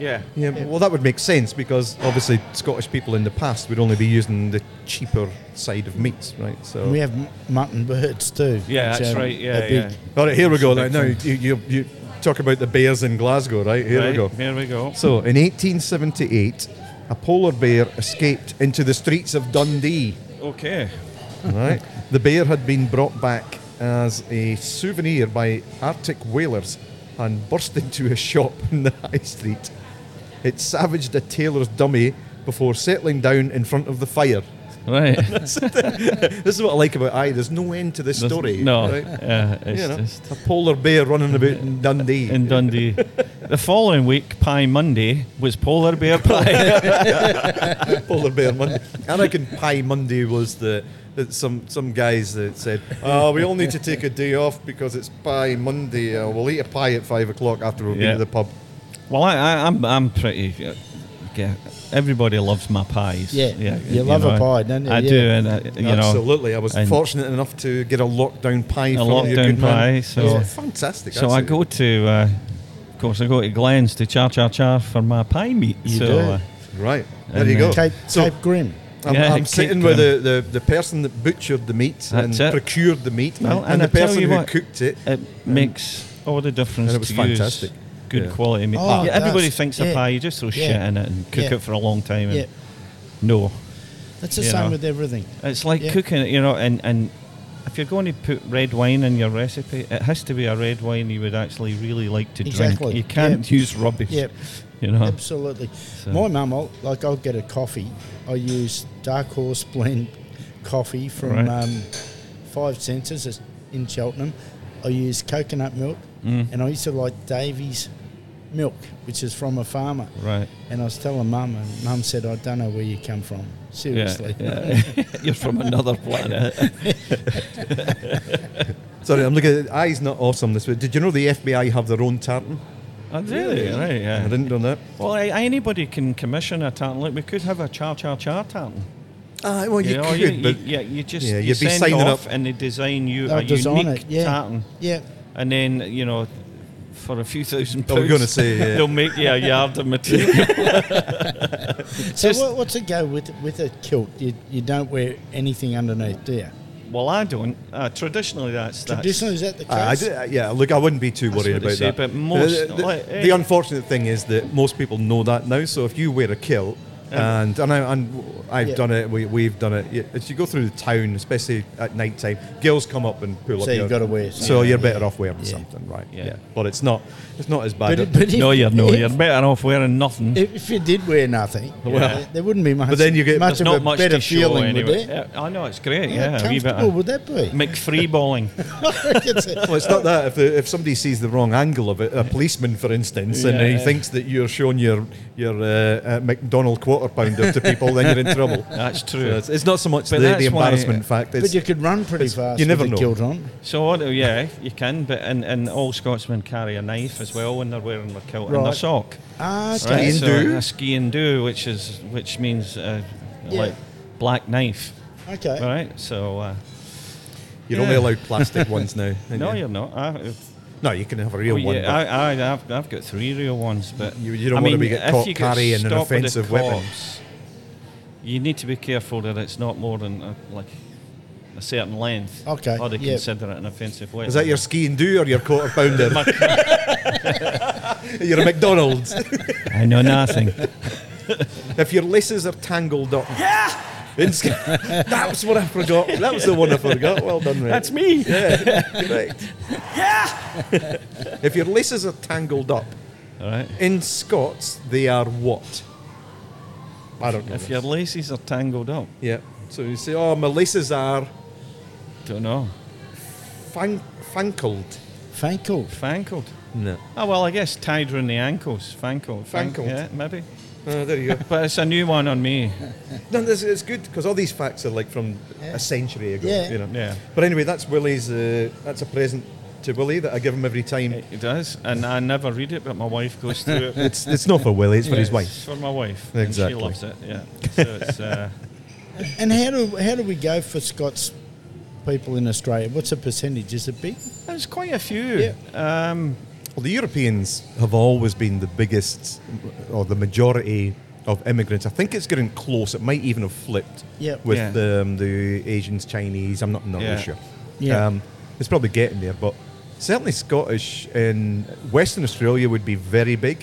[SPEAKER 5] Yeah.
[SPEAKER 4] Yeah, well, that would make sense because obviously Scottish people in the past would only be using the cheaper side of meats, right? So,
[SPEAKER 6] And we have m- mutton birds too.
[SPEAKER 5] Yeah,
[SPEAKER 6] which
[SPEAKER 5] that's
[SPEAKER 6] are
[SPEAKER 5] right.
[SPEAKER 6] a
[SPEAKER 5] Yeah,
[SPEAKER 6] big-
[SPEAKER 5] yeah.
[SPEAKER 4] all right, here we go. Now, now you, you, you talk about the bears in Glasgow, right? Here
[SPEAKER 5] right,
[SPEAKER 4] we go.
[SPEAKER 5] Here we go.
[SPEAKER 4] So, in 1878, a polar bear escaped into the streets of Dundee.
[SPEAKER 5] Okay.
[SPEAKER 4] Right, the bear had been brought back as a souvenir by Arctic whalers and burst into a shop in the high street. It savaged a tailor's dummy before settling down in front of the fire.
[SPEAKER 5] Right.
[SPEAKER 4] This is what I like about I. There's no end to this
[SPEAKER 5] There's-
[SPEAKER 4] story.
[SPEAKER 5] No.
[SPEAKER 4] right?
[SPEAKER 5] Yeah, it's
[SPEAKER 4] You know.
[SPEAKER 5] just
[SPEAKER 4] a polar bear running about in Dundee.
[SPEAKER 5] in Dundee. the following week, Pie Monday, was Polar Bear Pie.
[SPEAKER 4] Polar Bear Monday. I reckon Pie Monday was the that some some guys that said, "Oh, we all need to take a day off because it's Pie Monday. Uh, we'll eat a pie at five o'clock after we've been
[SPEAKER 5] Yeah.
[SPEAKER 4] to the pub."
[SPEAKER 5] well, I, I, I'm, I'm pretty. uh, Yeah, everybody loves my pies.
[SPEAKER 6] Yeah, you love a pie, don't you?
[SPEAKER 5] I
[SPEAKER 6] Yeah.
[SPEAKER 5] do, and I, you know.
[SPEAKER 4] Absolutely, I was
[SPEAKER 5] and-
[SPEAKER 4] fortunate enough to get a lockdown pie. A
[SPEAKER 5] lockdown pie, so-
[SPEAKER 4] fantastic.
[SPEAKER 5] So I go to, uh, of course, I go to Glenn's to char char char for my pie meat.
[SPEAKER 6] You
[SPEAKER 5] so
[SPEAKER 6] do.
[SPEAKER 5] uh,
[SPEAKER 4] right there.
[SPEAKER 5] and,
[SPEAKER 4] You
[SPEAKER 5] uh,
[SPEAKER 4] go.
[SPEAKER 6] Cape,
[SPEAKER 4] So-
[SPEAKER 6] Cape Grim.
[SPEAKER 4] I'm,
[SPEAKER 5] Yeah,
[SPEAKER 4] I'm
[SPEAKER 5] Cape
[SPEAKER 4] sitting with the, the, the person that butchered the meat and
[SPEAKER 5] it.
[SPEAKER 4] procured the meat,
[SPEAKER 5] Well,
[SPEAKER 4] and,
[SPEAKER 5] and I
[SPEAKER 4] the
[SPEAKER 5] tell
[SPEAKER 4] person
[SPEAKER 5] you
[SPEAKER 4] who
[SPEAKER 5] what,
[SPEAKER 4] cooked it.
[SPEAKER 5] it makes all the difference.
[SPEAKER 4] and it was
[SPEAKER 5] to use
[SPEAKER 4] fantastic.
[SPEAKER 5] Good
[SPEAKER 4] Yeah.
[SPEAKER 5] quality meat.
[SPEAKER 6] Oh,
[SPEAKER 5] Yeah,
[SPEAKER 6] it
[SPEAKER 5] everybody
[SPEAKER 6] does.
[SPEAKER 5] thinks
[SPEAKER 6] Yeah.
[SPEAKER 5] a pie, you just throw shit
[SPEAKER 6] Yeah.
[SPEAKER 5] in it and cook
[SPEAKER 6] Yeah.
[SPEAKER 5] it for a long time. And
[SPEAKER 6] Yeah,
[SPEAKER 5] No,
[SPEAKER 6] that's the
[SPEAKER 5] You
[SPEAKER 6] same
[SPEAKER 5] know.
[SPEAKER 6] with everything.
[SPEAKER 5] It's like
[SPEAKER 6] Yeah.
[SPEAKER 5] cooking it, you know, and, and if you're going to put red wine in your recipe, it has to be a red wine you would actually really like to
[SPEAKER 6] Exactly.
[SPEAKER 5] drink. You can't
[SPEAKER 6] Yeah.
[SPEAKER 5] use rubbish.
[SPEAKER 6] Yep.
[SPEAKER 5] You know,
[SPEAKER 6] Absolutely. My mum, I'll, like, I'll get a coffee. I use Dark Horse Blend coffee from
[SPEAKER 5] Right.
[SPEAKER 6] um, Five Senses it's in Cheltenham. I use coconut milk,
[SPEAKER 5] Mm.
[SPEAKER 6] and I used to like Davies milk, which is from a farmer.
[SPEAKER 5] right.
[SPEAKER 6] And I was telling mum, and mum said, I don't know where you come from.
[SPEAKER 5] Yeah,
[SPEAKER 6] Seriously.
[SPEAKER 5] yeah. You're from another planet.
[SPEAKER 4] Sorry, I'm looking at eyes not awesome this week. Did you know the FBI have their own tartan?
[SPEAKER 5] oh, really? Right,
[SPEAKER 4] I
[SPEAKER 5] yeah.
[SPEAKER 4] didn't know that.
[SPEAKER 5] Well, I, anybody can commission a tartan. Like, we could have a char char char tartan.
[SPEAKER 4] Ah, well, you,
[SPEAKER 5] know,
[SPEAKER 4] could,
[SPEAKER 5] you,
[SPEAKER 4] but
[SPEAKER 5] yeah, you just
[SPEAKER 4] Yeah,
[SPEAKER 5] you
[SPEAKER 4] you'd be
[SPEAKER 5] send
[SPEAKER 4] signing
[SPEAKER 5] off
[SPEAKER 4] up-
[SPEAKER 5] and they design you
[SPEAKER 6] They'll
[SPEAKER 5] a
[SPEAKER 6] design
[SPEAKER 5] unique
[SPEAKER 6] it, yeah.
[SPEAKER 5] tartan.
[SPEAKER 6] Yeah.
[SPEAKER 5] and then you know for a few thousand
[SPEAKER 4] I
[SPEAKER 5] pounds
[SPEAKER 4] was gonna say, yeah.
[SPEAKER 5] they'll make you a yard of material
[SPEAKER 6] So
[SPEAKER 5] Just-
[SPEAKER 6] what, what's it go with with a kilt? You, you don't wear anything underneath, do you?
[SPEAKER 5] well I don't uh, traditionally that's that's-
[SPEAKER 6] Traditionally, is that the case?
[SPEAKER 4] Ah, I did- yeah, look, I wouldn't be too
[SPEAKER 5] That's
[SPEAKER 4] worried
[SPEAKER 5] what they
[SPEAKER 4] about
[SPEAKER 5] say,
[SPEAKER 4] that.
[SPEAKER 5] but most-
[SPEAKER 4] the, the-
[SPEAKER 5] like,
[SPEAKER 4] the
[SPEAKER 5] eh.
[SPEAKER 4] unfortunate thing is that most people know that now. So if you wear a kilt, and and, I, and w- I've
[SPEAKER 6] Yeah.
[SPEAKER 4] done it, we, we've done it. y- As you go through the town, especially at night time, girls come up and pull up.
[SPEAKER 6] So you've
[SPEAKER 4] your-
[SPEAKER 6] gotta wear
[SPEAKER 4] So
[SPEAKER 6] something,
[SPEAKER 4] you're
[SPEAKER 6] yeah.
[SPEAKER 4] better off wearing
[SPEAKER 6] Yeah.
[SPEAKER 4] something, right?
[SPEAKER 5] Yeah.
[SPEAKER 4] but it's not it's not as bad.
[SPEAKER 6] But- but-
[SPEAKER 5] no you're no
[SPEAKER 6] If-
[SPEAKER 5] you're better off wearing nothing
[SPEAKER 6] If if you did wear nothing,
[SPEAKER 5] Well-
[SPEAKER 6] there- there wouldn't be much.
[SPEAKER 4] But then you get-
[SPEAKER 6] much
[SPEAKER 5] there's
[SPEAKER 6] of
[SPEAKER 5] not
[SPEAKER 6] a
[SPEAKER 5] much
[SPEAKER 6] better
[SPEAKER 5] to show
[SPEAKER 6] feeling, would
[SPEAKER 5] anyway
[SPEAKER 6] there?
[SPEAKER 5] Yeah, I know it's great
[SPEAKER 6] How
[SPEAKER 5] yeah, a wee bit
[SPEAKER 6] comfortable
[SPEAKER 5] of
[SPEAKER 6] would that be?
[SPEAKER 5] McFree balling
[SPEAKER 6] It's a-
[SPEAKER 4] Well, it's not that. If, the, if somebody sees the wrong angle of it, a policeman, for instance, and he
[SPEAKER 5] Yeah.
[SPEAKER 4] thinks that you're showing your your uh, uh, McDonald quarter pounder to people, then you're in trouble.
[SPEAKER 5] that's
[SPEAKER 4] So
[SPEAKER 5] true
[SPEAKER 4] it's, it's not so much the,
[SPEAKER 5] But
[SPEAKER 4] the
[SPEAKER 5] that's why-
[SPEAKER 4] embarrassment fact. It's,
[SPEAKER 6] but you could run pretty fast.
[SPEAKER 4] you never
[SPEAKER 6] with a
[SPEAKER 4] know.
[SPEAKER 6] kilt on.
[SPEAKER 5] so what- yeah you can but and, and all Scotsmen carry a knife as well when they're wearing their kilt and their
[SPEAKER 6] Right.
[SPEAKER 5] sock
[SPEAKER 6] Ah, okay.
[SPEAKER 5] Right,
[SPEAKER 4] and
[SPEAKER 5] so
[SPEAKER 4] do.
[SPEAKER 5] a ski and do which is which means uh,
[SPEAKER 6] Yeah.
[SPEAKER 5] like black knife
[SPEAKER 6] okay.
[SPEAKER 5] right so uh,
[SPEAKER 4] you're only
[SPEAKER 5] yeah.
[SPEAKER 4] allowed plastic ones now. aren't
[SPEAKER 5] no
[SPEAKER 4] you?
[SPEAKER 5] you're not I,
[SPEAKER 4] no, you can have a real
[SPEAKER 5] Well,
[SPEAKER 4] one.
[SPEAKER 5] yeah,
[SPEAKER 4] but
[SPEAKER 5] I, I, I've, I've got three real ones, but
[SPEAKER 4] You- you don't
[SPEAKER 5] I
[SPEAKER 4] wanna
[SPEAKER 5] mean,
[SPEAKER 4] be get
[SPEAKER 5] if
[SPEAKER 4] caught
[SPEAKER 5] you get
[SPEAKER 4] carrying an
[SPEAKER 5] stopped with a
[SPEAKER 4] offensive weapon.
[SPEAKER 5] corpse, You need to be careful that it's not more than a, like a certain length.
[SPEAKER 6] Okay,
[SPEAKER 5] Or they
[SPEAKER 6] yeah.
[SPEAKER 5] consider it an offensive weapon.
[SPEAKER 4] is that your ski and do or your quarter pounder? you're a McDonald's.
[SPEAKER 5] I know nothing.
[SPEAKER 4] if your laces are tangled up. Yeah! that was what I forgot. That was the one I forgot. Well done, mate.
[SPEAKER 5] That's me.
[SPEAKER 4] Correct. Yeah. if your laces are tangled up,
[SPEAKER 5] All right.
[SPEAKER 4] in Scots they are what? I don't know.
[SPEAKER 5] If your laces are tangled up,
[SPEAKER 4] yeah. So you say, oh, my laces are
[SPEAKER 5] don't know,
[SPEAKER 4] fan- fankled.
[SPEAKER 6] Fankled.
[SPEAKER 5] fankled.
[SPEAKER 4] No.
[SPEAKER 5] Oh well, I guess tied around the ankles, fankled. Fan-
[SPEAKER 4] Fankled.
[SPEAKER 5] Yeah, maybe.
[SPEAKER 4] Oh, there you go.
[SPEAKER 5] But it's a new one on me.
[SPEAKER 4] no, this is good because all these facts are like from a century ago.
[SPEAKER 6] Yeah.
[SPEAKER 4] You know.
[SPEAKER 5] Yeah.
[SPEAKER 4] But anyway, that's Willie's. Uh, that's a present to Willie that I give him every time.
[SPEAKER 5] It does, and I never read it, but my wife goes through it.
[SPEAKER 4] It's it's not for Willie. It's for his
[SPEAKER 5] Yeah,
[SPEAKER 4] wife.
[SPEAKER 5] It's for my wife.
[SPEAKER 4] Exactly.
[SPEAKER 5] And she loves it. Yeah. So it's, uh,
[SPEAKER 6] And how do how do we go for Scots people in Australia? What's the percentage? Is it big?
[SPEAKER 5] there's quite a few. Um,
[SPEAKER 4] Well, the Europeans have always been the biggest, or the majority of immigrants. I think it's getting close. It might even have flipped
[SPEAKER 6] Yep.
[SPEAKER 4] with
[SPEAKER 5] Yeah.
[SPEAKER 4] the, um, the Asians, Chinese. I'm not, not
[SPEAKER 5] Yeah.
[SPEAKER 4] really sure.
[SPEAKER 6] Yeah.
[SPEAKER 4] Um, it's probably getting there, but certainly Scottish in Western Australia would be very big.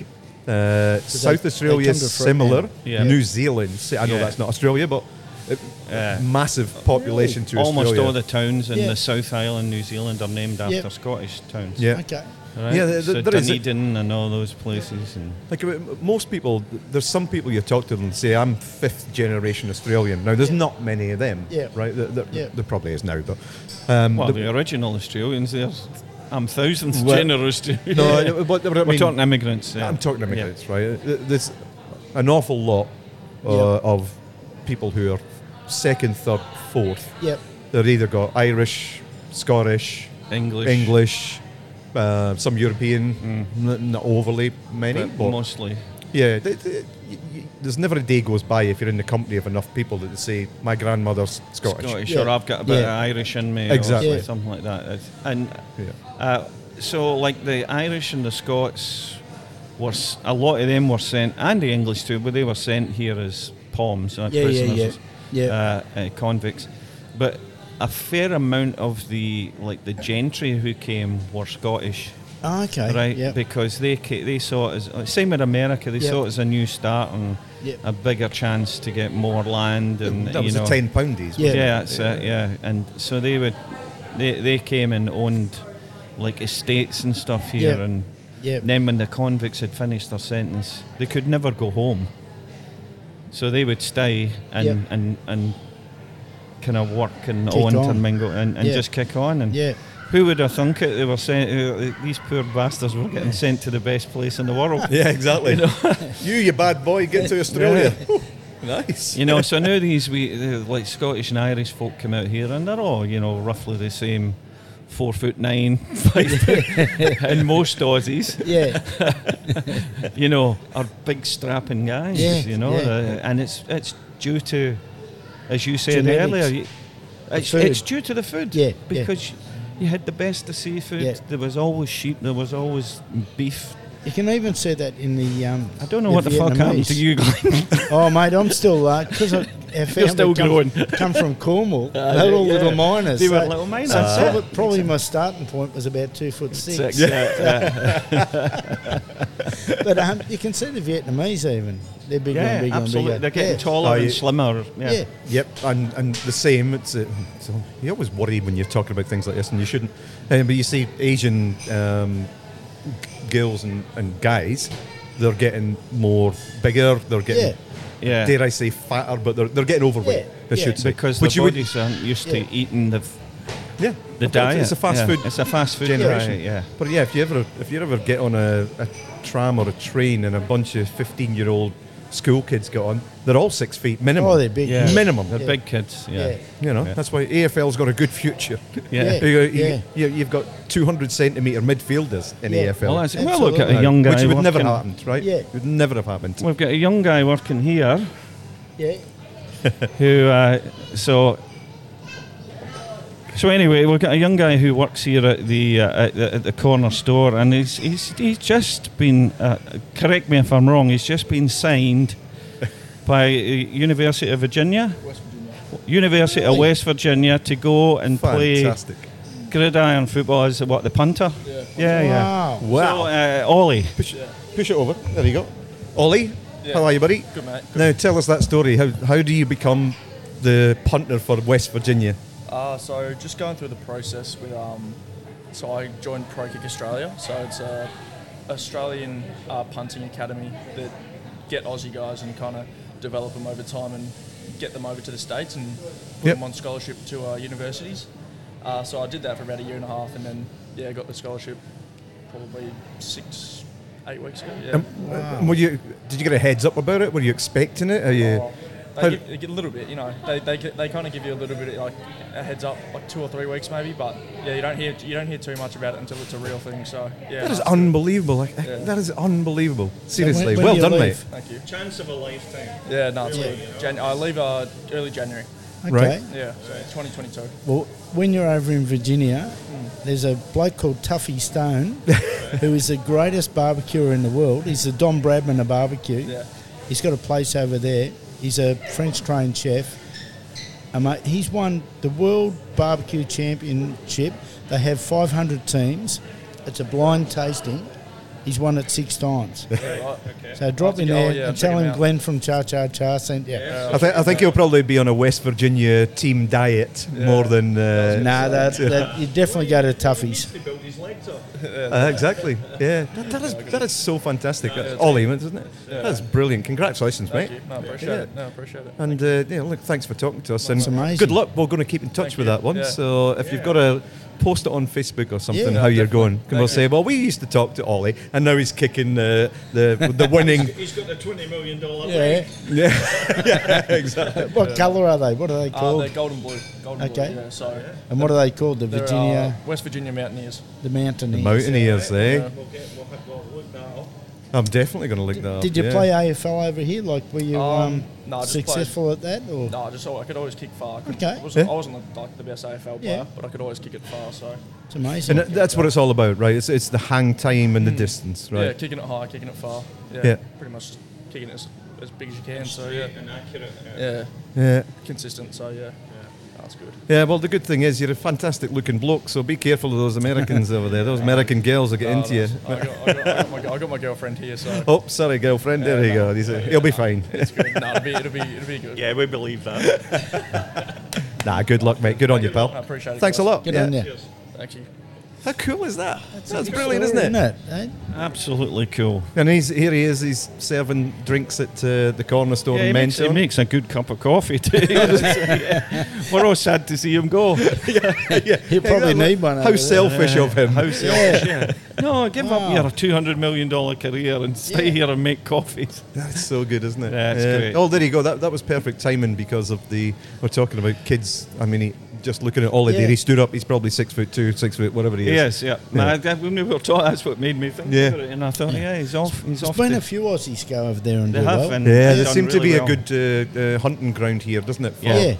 [SPEAKER 4] Uh, South
[SPEAKER 6] they- they
[SPEAKER 4] Australia
[SPEAKER 6] come to
[SPEAKER 4] is
[SPEAKER 6] Fr-
[SPEAKER 4] similar.
[SPEAKER 5] Yeah.
[SPEAKER 4] New Zealand, I know
[SPEAKER 5] Yeah.
[SPEAKER 4] that's not Australia, but It-
[SPEAKER 5] Yeah.
[SPEAKER 4] Massive population to
[SPEAKER 5] Almost
[SPEAKER 4] Australia.
[SPEAKER 5] all the towns in
[SPEAKER 6] Yeah.
[SPEAKER 5] the South Island, New Zealand, are named after
[SPEAKER 6] Yep.
[SPEAKER 5] Scottish towns.
[SPEAKER 4] yeah.
[SPEAKER 6] Okay.
[SPEAKER 5] Right?
[SPEAKER 4] Yeah, there-
[SPEAKER 5] so
[SPEAKER 4] there is a-
[SPEAKER 5] Dunedin and all those places. And
[SPEAKER 4] Like uh, most people, there's some people you talk to them and say, "I'm fifth generation Australian." Now, there's not many of them,
[SPEAKER 6] Yeah.
[SPEAKER 4] right? There, there,
[SPEAKER 6] Yeah.
[SPEAKER 4] there probably is now, but um,
[SPEAKER 5] well,
[SPEAKER 4] the-
[SPEAKER 5] the, original Australians, there's I'm thousands
[SPEAKER 4] Well-
[SPEAKER 5] generous to.
[SPEAKER 4] no, no, but, but I
[SPEAKER 5] we're
[SPEAKER 4] mean,
[SPEAKER 5] talking immigrants. yeah.
[SPEAKER 4] I'm talking
[SPEAKER 5] Yeah.
[SPEAKER 4] immigrants, right? Th- There's an awful lot uh,
[SPEAKER 6] Yeah.
[SPEAKER 4] of people who are second, third, fourth.
[SPEAKER 6] Yep.
[SPEAKER 4] They've either got Irish, Scottish,
[SPEAKER 5] English,
[SPEAKER 4] English, uh, some European, n- not overly many,
[SPEAKER 5] Mm. but
[SPEAKER 4] but
[SPEAKER 5] mostly.
[SPEAKER 4] yeah, th- th- y- y- there's never a day goes by if you're in the company of enough people that they say my grandmother's Scottish.
[SPEAKER 5] Scottish,
[SPEAKER 6] Yeah.
[SPEAKER 5] or I've got a bit
[SPEAKER 6] Yeah.
[SPEAKER 5] of Irish in me,
[SPEAKER 4] Exactly.
[SPEAKER 5] or
[SPEAKER 6] Yeah.
[SPEAKER 5] something like that. It's- And
[SPEAKER 4] Yeah.
[SPEAKER 5] uh, so, like the Irish and the Scots were s- a lot of them were sent, and the English too, but they were sent here as palms, like
[SPEAKER 6] Yeah, yeah,
[SPEAKER 5] prisoners,
[SPEAKER 6] yeah. Yeah.
[SPEAKER 5] Uh, uh, convicts. But a fair amount of the like the gentry who came were Scottish.
[SPEAKER 6] Ah, okay.
[SPEAKER 5] Right,
[SPEAKER 6] Yep.
[SPEAKER 5] because they ca- they saw it as same with America. They
[SPEAKER 6] Yep.
[SPEAKER 5] saw it as a new start and
[SPEAKER 6] Yep.
[SPEAKER 5] a bigger chance to get more land and
[SPEAKER 4] That
[SPEAKER 5] you
[SPEAKER 4] was
[SPEAKER 5] know
[SPEAKER 4] the ten poundies.
[SPEAKER 6] Yeah.
[SPEAKER 5] yeah, that's it. Yeah, and so they would, they they came and owned like estates and stuff here,
[SPEAKER 6] Yeah.
[SPEAKER 5] and
[SPEAKER 6] Yeah.
[SPEAKER 5] then when the convicts had finished their sentence, they could never go home. So they would stay and
[SPEAKER 6] Yeah.
[SPEAKER 5] and and kind of work and
[SPEAKER 6] Kick
[SPEAKER 5] own
[SPEAKER 6] on.
[SPEAKER 5] and mingle and, and
[SPEAKER 6] Yeah.
[SPEAKER 5] just kick on and
[SPEAKER 6] Yeah.
[SPEAKER 5] Who would have thunk it? They were sent. Uh, these poor bastards were getting sent to the best place in the world.
[SPEAKER 4] Yeah, exactly. You, you, bad boy, get to Australia. nice.
[SPEAKER 5] You know, so now these we the, like Scottish and Irish folk come out here, and they're all you know roughly the same, four foot nine, five foot, and most Aussies,
[SPEAKER 6] Yeah.
[SPEAKER 5] you know, are big strapping guys.
[SPEAKER 6] Yeah,
[SPEAKER 5] you know,
[SPEAKER 6] yeah.
[SPEAKER 5] uh, and it's it's due to, as you said
[SPEAKER 6] Genetics.
[SPEAKER 5] earlier, you- it's,
[SPEAKER 6] food.
[SPEAKER 5] it's due to the food.
[SPEAKER 6] Yeah, yeah.
[SPEAKER 5] because you had the best of seafood.
[SPEAKER 6] Yeah.
[SPEAKER 5] There was always sheep. There was always beef.
[SPEAKER 6] You can even see that in the. Um,
[SPEAKER 5] I don't know what the fuck happened to
[SPEAKER 6] Vietnamese.
[SPEAKER 5] you. Glenn.
[SPEAKER 6] Oh, mate, I'm still uh 'cause I our family
[SPEAKER 5] still
[SPEAKER 6] come,
[SPEAKER 5] growing.
[SPEAKER 6] come from Cornwall. they were all
[SPEAKER 5] yeah.
[SPEAKER 6] little miners.
[SPEAKER 5] They were
[SPEAKER 6] so-
[SPEAKER 5] little miners, Ah.
[SPEAKER 6] so
[SPEAKER 5] that's
[SPEAKER 6] probably,
[SPEAKER 5] it.
[SPEAKER 6] probably my starting point was about two foot six. But um, you can see the Vietnamese even. They're bigger
[SPEAKER 5] Yeah,
[SPEAKER 6] and bigger
[SPEAKER 5] absolutely.
[SPEAKER 6] and
[SPEAKER 5] They're
[SPEAKER 6] bigger.
[SPEAKER 5] getting taller
[SPEAKER 4] Oh,
[SPEAKER 5] and
[SPEAKER 4] yeah.
[SPEAKER 5] slimmer. Yeah.
[SPEAKER 6] Yeah.
[SPEAKER 4] Yep, and, and the same. It's, uh, it's all- you always worry when you're talking about things like this, and you shouldn't. Uh, but you see Asian um, g- girls and, and guys, they're getting more bigger. They're getting,
[SPEAKER 5] Yeah.
[SPEAKER 4] dare I say, fatter, but they're, they're getting overweight.
[SPEAKER 6] Yeah,
[SPEAKER 4] I
[SPEAKER 6] yeah.
[SPEAKER 4] should say
[SPEAKER 5] because
[SPEAKER 4] Which
[SPEAKER 5] the
[SPEAKER 4] you would-
[SPEAKER 5] bodies aren't used
[SPEAKER 6] Yeah.
[SPEAKER 5] to eating the f-
[SPEAKER 4] yeah,
[SPEAKER 5] the
[SPEAKER 4] It's-
[SPEAKER 5] diet.
[SPEAKER 4] It's a fast
[SPEAKER 5] yeah.
[SPEAKER 4] food.
[SPEAKER 5] It's a fast food
[SPEAKER 4] generation.
[SPEAKER 5] diet, yeah.
[SPEAKER 4] But yeah, if you ever if you ever get on a, a tram or a train and a bunch of fifteen year old school kids get on, they're all six feet minimum.
[SPEAKER 6] Oh, they're big.
[SPEAKER 5] Yeah.
[SPEAKER 4] Minimum.
[SPEAKER 5] They're big kids. Yeah.
[SPEAKER 6] Yeah.
[SPEAKER 4] You know,
[SPEAKER 5] Yeah.
[SPEAKER 4] that's why AFL's got a good future.
[SPEAKER 5] Yeah.
[SPEAKER 6] Yeah.
[SPEAKER 4] You, you,
[SPEAKER 6] Yeah.
[SPEAKER 4] You, you've got 200 centimetre midfielders in
[SPEAKER 6] Yeah.
[SPEAKER 4] AFL.
[SPEAKER 5] Well, that's, well, look at
[SPEAKER 6] Absolutely.
[SPEAKER 5] a young guy.
[SPEAKER 4] Which would never
[SPEAKER 5] working-
[SPEAKER 4] have happened, right?
[SPEAKER 6] Yeah.
[SPEAKER 4] It would never have happened.
[SPEAKER 5] We've got a young guy working here
[SPEAKER 6] Yeah.
[SPEAKER 5] who, uh, so. So anyway, we've got a young guy who works here at the uh, at the, at the corner store, and he's he's, he's just been uh, correct me if I'm wrong. He's just been signed by uh, University of Virginia, University of West Virginia, to go and play
[SPEAKER 4] Fantastic.
[SPEAKER 5] gridiron football is what the punter. Yeah, yeah.
[SPEAKER 6] Wow.
[SPEAKER 5] So, uh, Ollie,
[SPEAKER 4] Push, push it over. There you go. Ollie, how are you, buddy? Good,
[SPEAKER 7] mate.
[SPEAKER 4] Now, tell us that story. How, how do you become the punter for West Virginia?
[SPEAKER 7] Uh, so just going through the process with um, so I joined Pro Kick Australia. So it's a Australian uh, punting academy that get Aussie guys and kind of develop them over time and get them over to the states and put
[SPEAKER 4] Yep.
[SPEAKER 7] them on scholarship to uh, universities. Uh, so I did that for about a year and a half, and then yeah, got the scholarship probably six, eight weeks ago. Yeah.
[SPEAKER 4] And Were you, did you get a heads up about it? Were you expecting it? Are you,
[SPEAKER 7] Oh, Well,
[SPEAKER 4] How-
[SPEAKER 7] They give, they give a little bit, you know. They, they, they kind of give you a little bit of like a heads up, like two or three weeks maybe. But yeah, you don't hear you don't hear too much about it until it's a real thing. So yeah,
[SPEAKER 4] that is
[SPEAKER 7] that's good.
[SPEAKER 4] unbelievable. Like, That is unbelievable. Seriously.
[SPEAKER 6] when do
[SPEAKER 4] well
[SPEAKER 6] you
[SPEAKER 4] done,
[SPEAKER 6] leave?
[SPEAKER 7] Thank you.
[SPEAKER 5] chance of a lifetime.
[SPEAKER 7] Yeah, no, it's good. Jan- I leave uh, early January.
[SPEAKER 6] Oh, Okay.
[SPEAKER 4] Right.
[SPEAKER 7] Yeah, so 2022.
[SPEAKER 6] Well, when you're over in Virginia, there's a bloke called Tuffy Stone, who is the greatest barbecuer in the world. He's the Don Bradman of barbecue.
[SPEAKER 7] Yeah.
[SPEAKER 6] He's got a place over there. He's a French trained chef. Um, uh, he's won the World Barbecue Championship. They have 500 teams. It's a blind tasting. He's won it six times.
[SPEAKER 7] Right.
[SPEAKER 6] So drop in there
[SPEAKER 7] Oh, yeah,
[SPEAKER 6] and
[SPEAKER 7] check
[SPEAKER 6] tell
[SPEAKER 7] him
[SPEAKER 6] him
[SPEAKER 7] out.
[SPEAKER 6] Glenn from Cha Cha Cha sent you.
[SPEAKER 4] I, th- I think he'll probably be on a West Virginia team diet more than. Uh,
[SPEAKER 6] Nah, that, that, you definitely go to Tuffy's.
[SPEAKER 4] uh, exactly. Yeah. That, that, is, that is so fantastic. That's all Eamon, isn't it? That's brilliant. Congratulations,
[SPEAKER 7] Thank
[SPEAKER 4] mate.
[SPEAKER 7] you. No, I appreciate
[SPEAKER 4] Yeah.
[SPEAKER 7] it. No, I appreciate it.
[SPEAKER 4] And uh, yeah, look, thanks for talking to us. and
[SPEAKER 6] amazing.
[SPEAKER 4] good luck. We're going to keep in touch
[SPEAKER 7] Thank
[SPEAKER 4] with
[SPEAKER 7] you.
[SPEAKER 4] that one.
[SPEAKER 7] Yeah.
[SPEAKER 4] So if you've got to post it on Facebook or something,
[SPEAKER 6] Yeah.
[SPEAKER 4] how
[SPEAKER 7] Yeah,
[SPEAKER 4] you're
[SPEAKER 7] definitely.
[SPEAKER 4] going, and we'll
[SPEAKER 7] Thank
[SPEAKER 4] say, well, we used to talk to Ollie, and now he's kicking uh, the the winning.
[SPEAKER 8] He's got the $20 million
[SPEAKER 6] Yeah.
[SPEAKER 4] exactly.
[SPEAKER 6] What colour are they? What are they
[SPEAKER 7] Uh,
[SPEAKER 6] called?
[SPEAKER 7] they're golden blue. Golden
[SPEAKER 6] Okay.
[SPEAKER 7] blue. Yeah, so
[SPEAKER 6] and what are they called? The
[SPEAKER 7] they're, uh,
[SPEAKER 6] Virginia,
[SPEAKER 7] West Virginia Mountaineers.
[SPEAKER 6] the Mountaineers.
[SPEAKER 4] Mountaineers, eh?
[SPEAKER 8] We'll get, we'll, have- we'll look that up.
[SPEAKER 4] I'm definitely going to look that up.
[SPEAKER 6] Did you
[SPEAKER 4] uh, yeah.
[SPEAKER 6] play AFL over here? Like, were you um,
[SPEAKER 7] Um, no, I just played-
[SPEAKER 6] successful at that? Or
[SPEAKER 7] No, I just I could always kick far. I couldn't-
[SPEAKER 6] Okay.
[SPEAKER 7] I wasn't,
[SPEAKER 4] Yeah.
[SPEAKER 7] I wasn't like the best AFL player,
[SPEAKER 6] Yeah.
[SPEAKER 7] but I could always kick it far. So
[SPEAKER 6] it's amazing.
[SPEAKER 4] And that- that's what it's all about, right? It's, it's the hang time
[SPEAKER 8] Mm.
[SPEAKER 4] and the distance,
[SPEAKER 7] yeah,
[SPEAKER 4] right?
[SPEAKER 7] kicking it high, kicking it far. Yeah,
[SPEAKER 4] Yeah.
[SPEAKER 7] pretty much just kicking it as, as big as you can. So yeah,
[SPEAKER 8] Straight and accurate. uh,
[SPEAKER 7] yeah,
[SPEAKER 4] Yeah.
[SPEAKER 7] consistent. So yeah, that's good.
[SPEAKER 4] Yeah, well, the good thing is you're a fantastic looking bloke, so be careful of those Americans over there. Those American girls will get
[SPEAKER 7] No,
[SPEAKER 4] into you.
[SPEAKER 7] no, I got, I, got, I, got my, I got my girlfriend here, so
[SPEAKER 4] Oh, sorry, girlfriend. There you go. He's a- He'll be fine.
[SPEAKER 7] it's good. No, it'll be it'll be it'll be good.
[SPEAKER 8] Yeah, we believe that.
[SPEAKER 4] Nah, good luck, mate. Good on you, pal.
[SPEAKER 7] I appreciate it,
[SPEAKER 4] Thanks a
[SPEAKER 7] guys.
[SPEAKER 4] lot.
[SPEAKER 6] Good
[SPEAKER 4] Yeah.
[SPEAKER 6] on you.
[SPEAKER 7] Thank you.
[SPEAKER 4] How cool is that? That's, brilliant, isn't it?
[SPEAKER 6] Isn't it? eh?
[SPEAKER 5] Absolutely cool.
[SPEAKER 4] And he's here. He is. He's serving drinks at uh, the corner store
[SPEAKER 5] Yeah, he,
[SPEAKER 4] in
[SPEAKER 5] makes, he
[SPEAKER 4] Mentor.
[SPEAKER 5] makes a good cup of coffee too. We're all sad to see him go.
[SPEAKER 6] He'll probably need one. over
[SPEAKER 4] How
[SPEAKER 6] there.
[SPEAKER 4] selfish of him. How
[SPEAKER 6] Yeah.
[SPEAKER 5] No, give
[SPEAKER 6] Wow.
[SPEAKER 5] up your two hundred million dollar career and stay here and make coffees.
[SPEAKER 4] That's so good, isn't it?
[SPEAKER 5] That's great.
[SPEAKER 4] Oh, there you go. That, that was perfect timing because of the. We're talking about kids. I mean, he, just looking at Ollie
[SPEAKER 6] Yeah.
[SPEAKER 4] there, he stood up. He's probably six foot two, six foot, whatever he is.
[SPEAKER 5] Yes, yeah. No, I- I- when we were taught, that's what made me think
[SPEAKER 4] Yeah.
[SPEAKER 5] about it, and I thought, yeah, he's off. He's
[SPEAKER 6] There's
[SPEAKER 5] off.
[SPEAKER 6] been
[SPEAKER 5] to-
[SPEAKER 6] a few Aussies go over there and
[SPEAKER 5] they
[SPEAKER 6] do
[SPEAKER 5] have,
[SPEAKER 6] well.
[SPEAKER 5] and
[SPEAKER 4] Yeah,
[SPEAKER 5] they've
[SPEAKER 4] there
[SPEAKER 5] done
[SPEAKER 4] seems
[SPEAKER 5] really
[SPEAKER 4] to be
[SPEAKER 5] well.
[SPEAKER 4] a good uh, uh, hunting ground here, doesn't it? For
[SPEAKER 5] Yeah.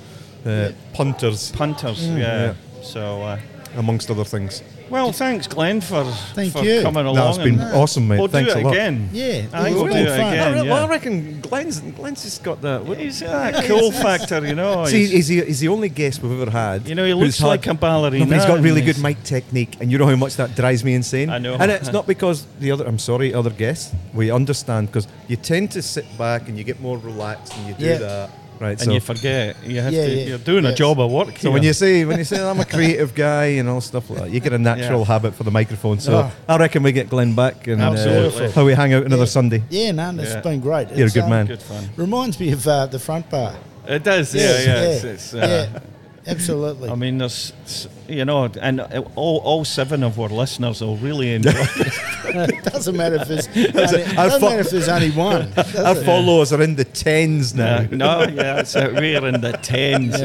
[SPEAKER 6] yeah.
[SPEAKER 4] Uh, punters,
[SPEAKER 5] punters.
[SPEAKER 4] Mm.
[SPEAKER 5] yeah. So, uh,
[SPEAKER 4] amongst other things.
[SPEAKER 5] well, thanks, Glenn, for
[SPEAKER 6] Thank
[SPEAKER 5] for
[SPEAKER 6] you.
[SPEAKER 5] coming along.
[SPEAKER 4] That's been
[SPEAKER 5] and-
[SPEAKER 4] awesome, mate.
[SPEAKER 5] We'll
[SPEAKER 4] Thanks
[SPEAKER 5] do it
[SPEAKER 4] a lot.
[SPEAKER 5] again.
[SPEAKER 6] Yeah,
[SPEAKER 4] Ah,
[SPEAKER 5] I think
[SPEAKER 6] it was
[SPEAKER 5] we'll do
[SPEAKER 6] good
[SPEAKER 5] it
[SPEAKER 6] fun.
[SPEAKER 5] again.
[SPEAKER 4] I, re-
[SPEAKER 5] yeah.
[SPEAKER 4] well, I reckon Glenn's, Glenn's just got that. what-
[SPEAKER 5] He's that cool factor, you know.
[SPEAKER 4] See,
[SPEAKER 5] he's-
[SPEAKER 4] he's the, he's the only guest we've ever had.
[SPEAKER 5] Oh, You know, he
[SPEAKER 4] who's
[SPEAKER 5] looks like a ballerina
[SPEAKER 4] No, but he's got
[SPEAKER 5] and
[SPEAKER 4] really
[SPEAKER 5] he's-
[SPEAKER 4] good mic technique, and you know how much that drives me insane.
[SPEAKER 5] I know.
[SPEAKER 4] And it's not because the other. I'm sorry, other guests. We understand because you tend to sit back and you get more relaxed and you do
[SPEAKER 6] Yeah.
[SPEAKER 4] that, right?
[SPEAKER 5] and you forget you have
[SPEAKER 6] Yeah,
[SPEAKER 5] to,
[SPEAKER 6] yeah.
[SPEAKER 5] you're doing a
[SPEAKER 6] Yes.
[SPEAKER 5] job of work.
[SPEAKER 4] So when you say when you say I'm a creative guy and all stuff like that, you get a natural
[SPEAKER 5] Yeah.
[SPEAKER 4] habit for the microphone. So
[SPEAKER 6] Oh.
[SPEAKER 4] I reckon we get Glenn back and uh,
[SPEAKER 5] Absolutely.
[SPEAKER 4] how we hang out another
[SPEAKER 6] Yeah.
[SPEAKER 4] Sunday.
[SPEAKER 6] Yeah, no, it's
[SPEAKER 5] Yeah.
[SPEAKER 6] been great.
[SPEAKER 4] You're a
[SPEAKER 6] It's,
[SPEAKER 4] good
[SPEAKER 6] um,
[SPEAKER 4] man.
[SPEAKER 5] good fun,
[SPEAKER 6] Reminds me of uh, the front bar.
[SPEAKER 5] it does. Yeah, yeah. It's, it's, uh,
[SPEAKER 6] yeah, absolutely.
[SPEAKER 5] I mean, there's s- you know, and uh, all, all seven of our listeners will really enjoy.
[SPEAKER 6] doesn't matter if there's only, doesn't
[SPEAKER 4] I fo-
[SPEAKER 6] matter if there's only one. does
[SPEAKER 4] Our
[SPEAKER 6] it?
[SPEAKER 4] followers are in the tens now.
[SPEAKER 5] Uh, no, yeah, it's uh, we're in the tens.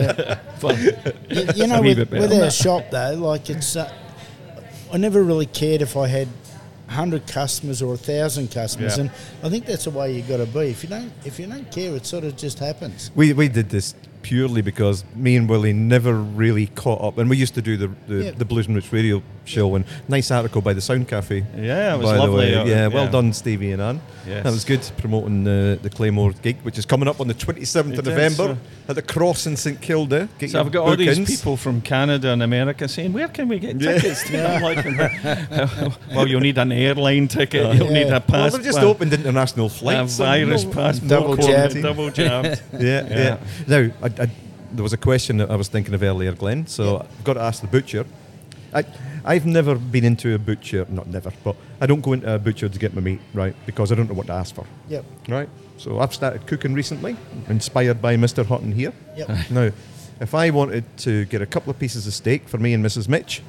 [SPEAKER 5] But-
[SPEAKER 6] you, you know,
[SPEAKER 5] a wee
[SPEAKER 6] with,
[SPEAKER 5] bit better.
[SPEAKER 6] with our shop though, like it's, uh, I never really cared if I had hundred customers or thousand customers,
[SPEAKER 5] Yeah.
[SPEAKER 6] and I think that's the way you got to be. If you don't, if you don't care, it sort of just happens.
[SPEAKER 4] We, we did this purely because me and Willie never really caught up, and we used to do the the,
[SPEAKER 6] Yeah.
[SPEAKER 4] the Blues and Roots radio show. And nice article by the Sound Cafe.
[SPEAKER 5] Yeah, it was
[SPEAKER 4] by the
[SPEAKER 5] lovely,
[SPEAKER 4] way.
[SPEAKER 5] uh,
[SPEAKER 4] yeah, well
[SPEAKER 5] yeah.
[SPEAKER 4] done, Stevie and Ann.
[SPEAKER 5] Yes.
[SPEAKER 4] That was good promoting the the Claymore gig, which is coming up on the twenty seventh of
[SPEAKER 5] It is,
[SPEAKER 4] November
[SPEAKER 5] so-
[SPEAKER 4] at the Cross in St Kilda. Get
[SPEAKER 5] so
[SPEAKER 4] your
[SPEAKER 5] I've got all these
[SPEAKER 4] bookings.
[SPEAKER 5] people from Canada and America saying, "Where can we get tickets?" to-" I'm like, well, you'll need an airline ticket. you'll need a
[SPEAKER 4] Uh, Well,
[SPEAKER 5] pass.
[SPEAKER 4] they've just
[SPEAKER 5] well,
[SPEAKER 4] opened international
[SPEAKER 5] a
[SPEAKER 4] flights.
[SPEAKER 5] virus
[SPEAKER 4] No-
[SPEAKER 5] pass.
[SPEAKER 6] double
[SPEAKER 5] no
[SPEAKER 6] jabbed.
[SPEAKER 5] COVID, Double jabbed.
[SPEAKER 4] yeah,
[SPEAKER 5] Yeah.
[SPEAKER 4] yeah. Now, I, I, there was a question that I was thinking of earlier, Glenn. So I've got to ask the butcher. I, I've never been into a butcher, not never, but I don't go into a butcher to get my meat, right? Because I don't know what to ask for,
[SPEAKER 6] Yep,
[SPEAKER 4] right? So I've started cooking recently, inspired by Mr. Hutton here.
[SPEAKER 6] yep.
[SPEAKER 4] Now, if I wanted to get a couple of pieces of steak for me and Mrs. Mitch,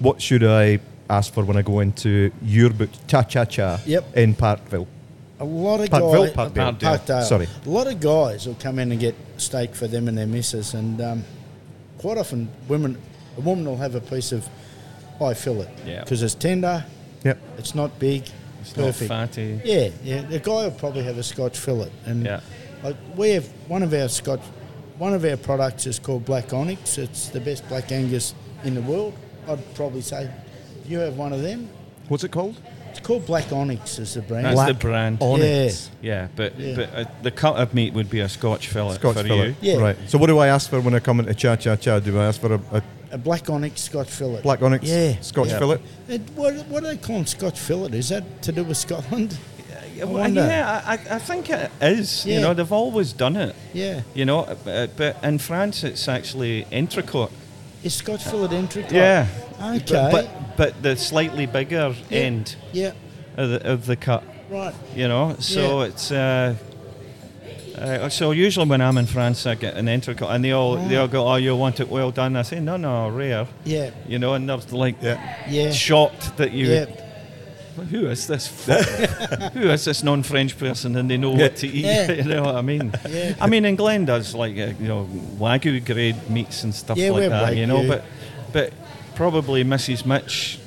[SPEAKER 4] what should I ask for when I go into your butcher, Cha Cha Cha,
[SPEAKER 6] Yep.
[SPEAKER 4] in Parkville?
[SPEAKER 6] A lot of
[SPEAKER 4] Parkville,
[SPEAKER 6] guys,
[SPEAKER 4] Parkdale.
[SPEAKER 6] Parkdale.
[SPEAKER 4] Sorry.
[SPEAKER 6] A lot of guys will come in and get steak for them and their missus, and um, quite often women, a woman will have a piece of eye fillet
[SPEAKER 5] Yeah.
[SPEAKER 6] because it's tender,
[SPEAKER 4] Yep.
[SPEAKER 6] it's not big, it's
[SPEAKER 5] Not
[SPEAKER 6] perfect.
[SPEAKER 5] fatty.
[SPEAKER 6] Yeah, yeah. The guy will probably have a Scotch fillet, and
[SPEAKER 5] Yeah.
[SPEAKER 6] like we have one of our Scotch, one of our products is called Black Onyx. It's the best Black Angus in the world. I'd probably say you have one of them.
[SPEAKER 4] What's it called?
[SPEAKER 6] It's called Black Onyx is the brand.
[SPEAKER 5] That's
[SPEAKER 4] Black
[SPEAKER 5] the brand.
[SPEAKER 4] Onyx.
[SPEAKER 5] Yeah, but
[SPEAKER 6] Yeah.
[SPEAKER 5] but uh, the cut of meat would be a Scotch fillet
[SPEAKER 4] Scotch
[SPEAKER 5] for
[SPEAKER 4] fillet.
[SPEAKER 5] you.
[SPEAKER 6] Yeah.
[SPEAKER 4] Right. So what do I ask for when I come into Cha Cha Cha? Do I ask for a, a
[SPEAKER 6] a black onyx Scotch fillet.
[SPEAKER 4] Black onyx,
[SPEAKER 6] Yeah.
[SPEAKER 4] Scotch
[SPEAKER 6] yeah.
[SPEAKER 4] fillet.
[SPEAKER 6] It, what, what do they call them, Scotch fillet? Is that to do with Scotland?
[SPEAKER 5] Yeah, well,
[SPEAKER 6] wonder.
[SPEAKER 5] yeah, I, I- I think it is.
[SPEAKER 6] Yeah.
[SPEAKER 5] You know, they've always done it.
[SPEAKER 6] Yeah.
[SPEAKER 5] You know, uh, but in France it's actually entrecôte.
[SPEAKER 6] Is Scotch fillet entrecôte?
[SPEAKER 5] Yeah.
[SPEAKER 6] Okay.
[SPEAKER 5] But but the slightly bigger
[SPEAKER 6] Yeah.
[SPEAKER 5] end
[SPEAKER 6] yeah.
[SPEAKER 5] of the, of the cut.
[SPEAKER 6] Right.
[SPEAKER 5] You know, so
[SPEAKER 6] Yeah.
[SPEAKER 5] it's. Uh, uh, so usually when I'm in France, I get an entrecôte, and they all
[SPEAKER 6] Ah.
[SPEAKER 5] they all go, "Oh, you want it well done?" I say, "No, no, rare."
[SPEAKER 6] Yeah.
[SPEAKER 5] You know, and they're like
[SPEAKER 4] Yeah.
[SPEAKER 6] Yeah.
[SPEAKER 5] shocked that you.
[SPEAKER 6] Yeah.
[SPEAKER 5] Who is this? fuck- who is this non-French person? And they know what to eat.
[SPEAKER 6] Yeah.
[SPEAKER 5] you know what I mean?
[SPEAKER 6] Yeah.
[SPEAKER 5] I mean, England does like uh, you know wagyu grade meats and stuff
[SPEAKER 6] Yeah,
[SPEAKER 5] like
[SPEAKER 6] we're
[SPEAKER 5] that. You know,
[SPEAKER 6] Wagyu.
[SPEAKER 5] but but probably Mrs. Mitch,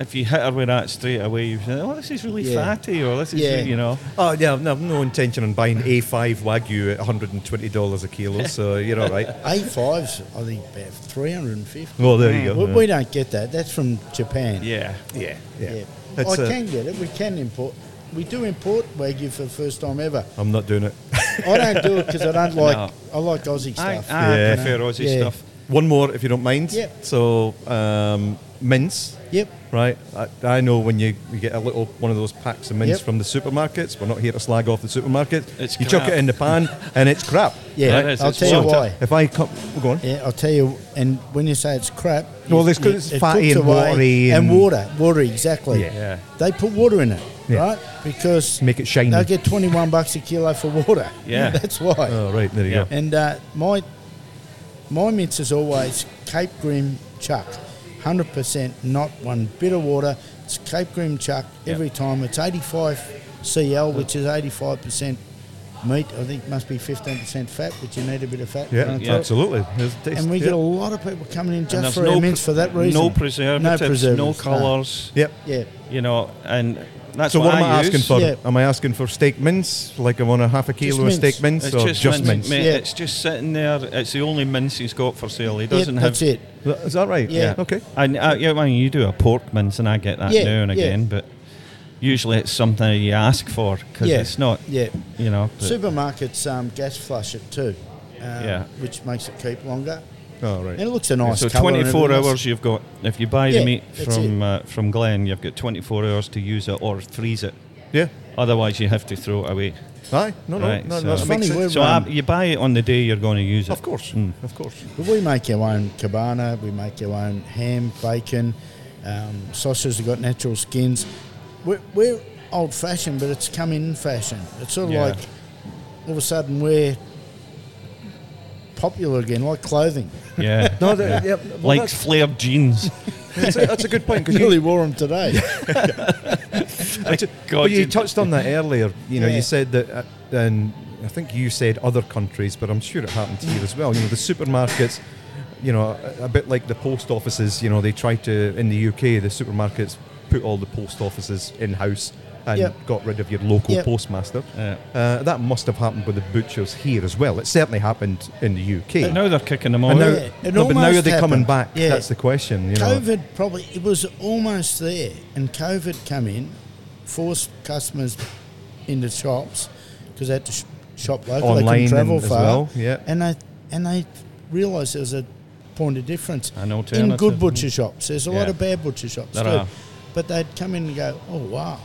[SPEAKER 5] if you hit her with that straight away, you say, "Oh, this is really
[SPEAKER 6] Yeah.
[SPEAKER 5] fatty," or "This is
[SPEAKER 6] Yeah.
[SPEAKER 5] really," you know.
[SPEAKER 4] Oh yeah, no, no intention on buying A5 Wagyu at 120 dollars a kilo. So you're all right.
[SPEAKER 6] A5's, I think, about 350.
[SPEAKER 4] Well, there you go.
[SPEAKER 6] We, we don't get that. That's from Japan.
[SPEAKER 5] Yeah.
[SPEAKER 4] Mm-hmm. yeah, yeah.
[SPEAKER 6] Yeah.
[SPEAKER 4] It's,
[SPEAKER 6] I
[SPEAKER 4] uh,
[SPEAKER 6] can get it. We can import. We do import Wagyu for the first time ever.
[SPEAKER 4] I'm not doing it.
[SPEAKER 6] I don't do it because I don't like.
[SPEAKER 5] No.
[SPEAKER 6] I like Aussie
[SPEAKER 5] I, uh,
[SPEAKER 6] stuff.
[SPEAKER 5] I
[SPEAKER 4] Yeah.
[SPEAKER 5] prefer Aussie
[SPEAKER 6] Yeah.
[SPEAKER 5] stuff.
[SPEAKER 4] One more, if you don't mind.
[SPEAKER 6] Yep.
[SPEAKER 4] So um, mince.
[SPEAKER 6] yep.
[SPEAKER 4] Right, I, I know when you, you get a little one of those packs of mince
[SPEAKER 6] Yep.
[SPEAKER 4] from the supermarkets. We're not here to slag off the supermarket.
[SPEAKER 5] It's
[SPEAKER 4] you chuck
[SPEAKER 5] crap.
[SPEAKER 4] it in the pan and it's crap.
[SPEAKER 6] Yeah.
[SPEAKER 5] That is,
[SPEAKER 6] I'll
[SPEAKER 5] it's
[SPEAKER 6] tell you
[SPEAKER 5] water.
[SPEAKER 6] why.
[SPEAKER 4] If I come, we'll go on.
[SPEAKER 6] Yeah, I'll tell you. And when you say it's crap,
[SPEAKER 4] Well,
[SPEAKER 6] you-
[SPEAKER 4] it's 'cause
[SPEAKER 6] you-
[SPEAKER 4] it's
[SPEAKER 6] it
[SPEAKER 4] fatty
[SPEAKER 6] cooks
[SPEAKER 4] and
[SPEAKER 6] away
[SPEAKER 4] watery
[SPEAKER 6] and
[SPEAKER 4] and-
[SPEAKER 6] water, water exactly.
[SPEAKER 4] Yeah.
[SPEAKER 5] Yeah.
[SPEAKER 6] They put water in it,
[SPEAKER 4] Yeah.
[SPEAKER 6] right? Because
[SPEAKER 4] Make it shiny.
[SPEAKER 6] They'll get twenty-one bucks a kilo for water.
[SPEAKER 5] Yeah.
[SPEAKER 6] that's why.
[SPEAKER 4] Oh, right, there you
[SPEAKER 5] Yeah.
[SPEAKER 4] go.
[SPEAKER 6] And uh, my my mince is always Cape Grim chuck, hundred percent, not one bit of water. It's Cape Grim chuck every time. It's eighty-five cl, which is eighty-five percent meat. I think must be fifteen percent fat, which you need a bit of fat.
[SPEAKER 4] Yeah,
[SPEAKER 6] Don't throw it.
[SPEAKER 4] absolutely. There's taste,
[SPEAKER 6] uh, And we
[SPEAKER 4] yeah.
[SPEAKER 6] get a lot of people coming in
[SPEAKER 5] And
[SPEAKER 6] just
[SPEAKER 5] there's
[SPEAKER 6] for our mince
[SPEAKER 5] pre-
[SPEAKER 6] for that reason.
[SPEAKER 5] No preservatives. No, colours.
[SPEAKER 4] Yep.
[SPEAKER 6] Yeah.
[SPEAKER 5] You know, and that's
[SPEAKER 4] So what, am I,
[SPEAKER 5] use.
[SPEAKER 4] asking for?
[SPEAKER 6] Yeah.
[SPEAKER 4] Am I asking for steak mince? Like I want a half a kilo of
[SPEAKER 6] mince.
[SPEAKER 4] steak mince
[SPEAKER 5] It's
[SPEAKER 4] or
[SPEAKER 5] just,
[SPEAKER 4] just mince?
[SPEAKER 5] mince, mate.
[SPEAKER 6] Yeah.
[SPEAKER 5] It's just sitting there. It's the only mince he's got for sale. He
[SPEAKER 6] Yeah,
[SPEAKER 5] doesn't have.
[SPEAKER 6] that's it.
[SPEAKER 4] Is that right?
[SPEAKER 6] Yeah.
[SPEAKER 4] Okay.
[SPEAKER 5] And uh, yeah, I mean, you do a pork mince, and I get that
[SPEAKER 6] Yeah,
[SPEAKER 5] now and
[SPEAKER 6] yeah.
[SPEAKER 5] again, but usually it's something you ask for because
[SPEAKER 6] Yeah,
[SPEAKER 5] it's not.
[SPEAKER 6] yeah.
[SPEAKER 5] You know. but-
[SPEAKER 6] Supermarkets um, gas flush it too, um,
[SPEAKER 5] Yeah.
[SPEAKER 6] which makes it keep longer.
[SPEAKER 4] All right.
[SPEAKER 6] And it looks a nice
[SPEAKER 5] so
[SPEAKER 6] colour and
[SPEAKER 5] 24
[SPEAKER 6] everything
[SPEAKER 5] hours you've got. If you buy
[SPEAKER 6] Yeah,
[SPEAKER 5] the meat
[SPEAKER 6] that's
[SPEAKER 5] from uh, from Glen, you've got 24 hours to use it or freeze it.
[SPEAKER 4] Yeah.
[SPEAKER 5] Otherwise, you have to throw it away.
[SPEAKER 4] Aye. No. No.
[SPEAKER 5] Right,
[SPEAKER 4] no,
[SPEAKER 5] so-
[SPEAKER 4] no,
[SPEAKER 5] It's
[SPEAKER 4] that makes
[SPEAKER 6] funny,
[SPEAKER 4] sense.
[SPEAKER 6] we're-
[SPEAKER 5] So
[SPEAKER 6] Um,
[SPEAKER 5] uh, you buy it on the day you're going to else. use it. Mm,
[SPEAKER 4] Of course.
[SPEAKER 5] Hmm.
[SPEAKER 4] Of course.
[SPEAKER 6] But we make our own cabana, we make our own ham, bacon, um, sausages have got natural skins. We're, we're old fashioned, but it's come in fashion. It's sort of
[SPEAKER 5] Yeah.
[SPEAKER 6] like all of a sudden we're popular again, like clothing.
[SPEAKER 5] Yeah.
[SPEAKER 4] No. that- uh, yeah. well,
[SPEAKER 5] like
[SPEAKER 4] that's,
[SPEAKER 5] flared jeans.
[SPEAKER 4] that's, a, that's a good point because you
[SPEAKER 6] Nearly wore them today.
[SPEAKER 4] But
[SPEAKER 5] God,
[SPEAKER 4] you
[SPEAKER 5] you-
[SPEAKER 4] touched on that earlier. You know,
[SPEAKER 6] Yeah.
[SPEAKER 4] you said that, uh, and I think you said other countries, but I'm sure it happened to you as well. You know, the supermarkets. You know, a, a bit like the post offices. You know, they try to in the UK, the supermarkets put all the post offices in house and
[SPEAKER 6] Yep.
[SPEAKER 4] got rid of your local
[SPEAKER 6] Yep.
[SPEAKER 4] postmaster.
[SPEAKER 5] Yeah.
[SPEAKER 4] Uh, that must have happened with the butchers here as well. It certainly happened in the UK.
[SPEAKER 5] now they're kicking them all.
[SPEAKER 4] and now,
[SPEAKER 5] out.
[SPEAKER 6] Oh, Yeah, it
[SPEAKER 4] no, but now are
[SPEAKER 6] almost
[SPEAKER 4] they coming
[SPEAKER 6] happened.
[SPEAKER 4] back?
[SPEAKER 6] Yeah.
[SPEAKER 4] That's the question. You know,
[SPEAKER 6] COVID probably it was almost there, and COVID come in, forced customers into shops because they had to sh- shop local,
[SPEAKER 4] Online
[SPEAKER 6] they couldn't travel
[SPEAKER 4] and- as
[SPEAKER 6] far,
[SPEAKER 4] well, yeah.
[SPEAKER 6] and they and they realised there was a point of difference
[SPEAKER 5] An
[SPEAKER 6] in
[SPEAKER 5] alternative,
[SPEAKER 6] good
[SPEAKER 5] mhm.
[SPEAKER 6] butcher shops. There's a lot
[SPEAKER 5] Yeah.
[SPEAKER 6] of bad butcher shops
[SPEAKER 5] There
[SPEAKER 6] too,
[SPEAKER 5] are.
[SPEAKER 6] but they'd come in and go, oh wow,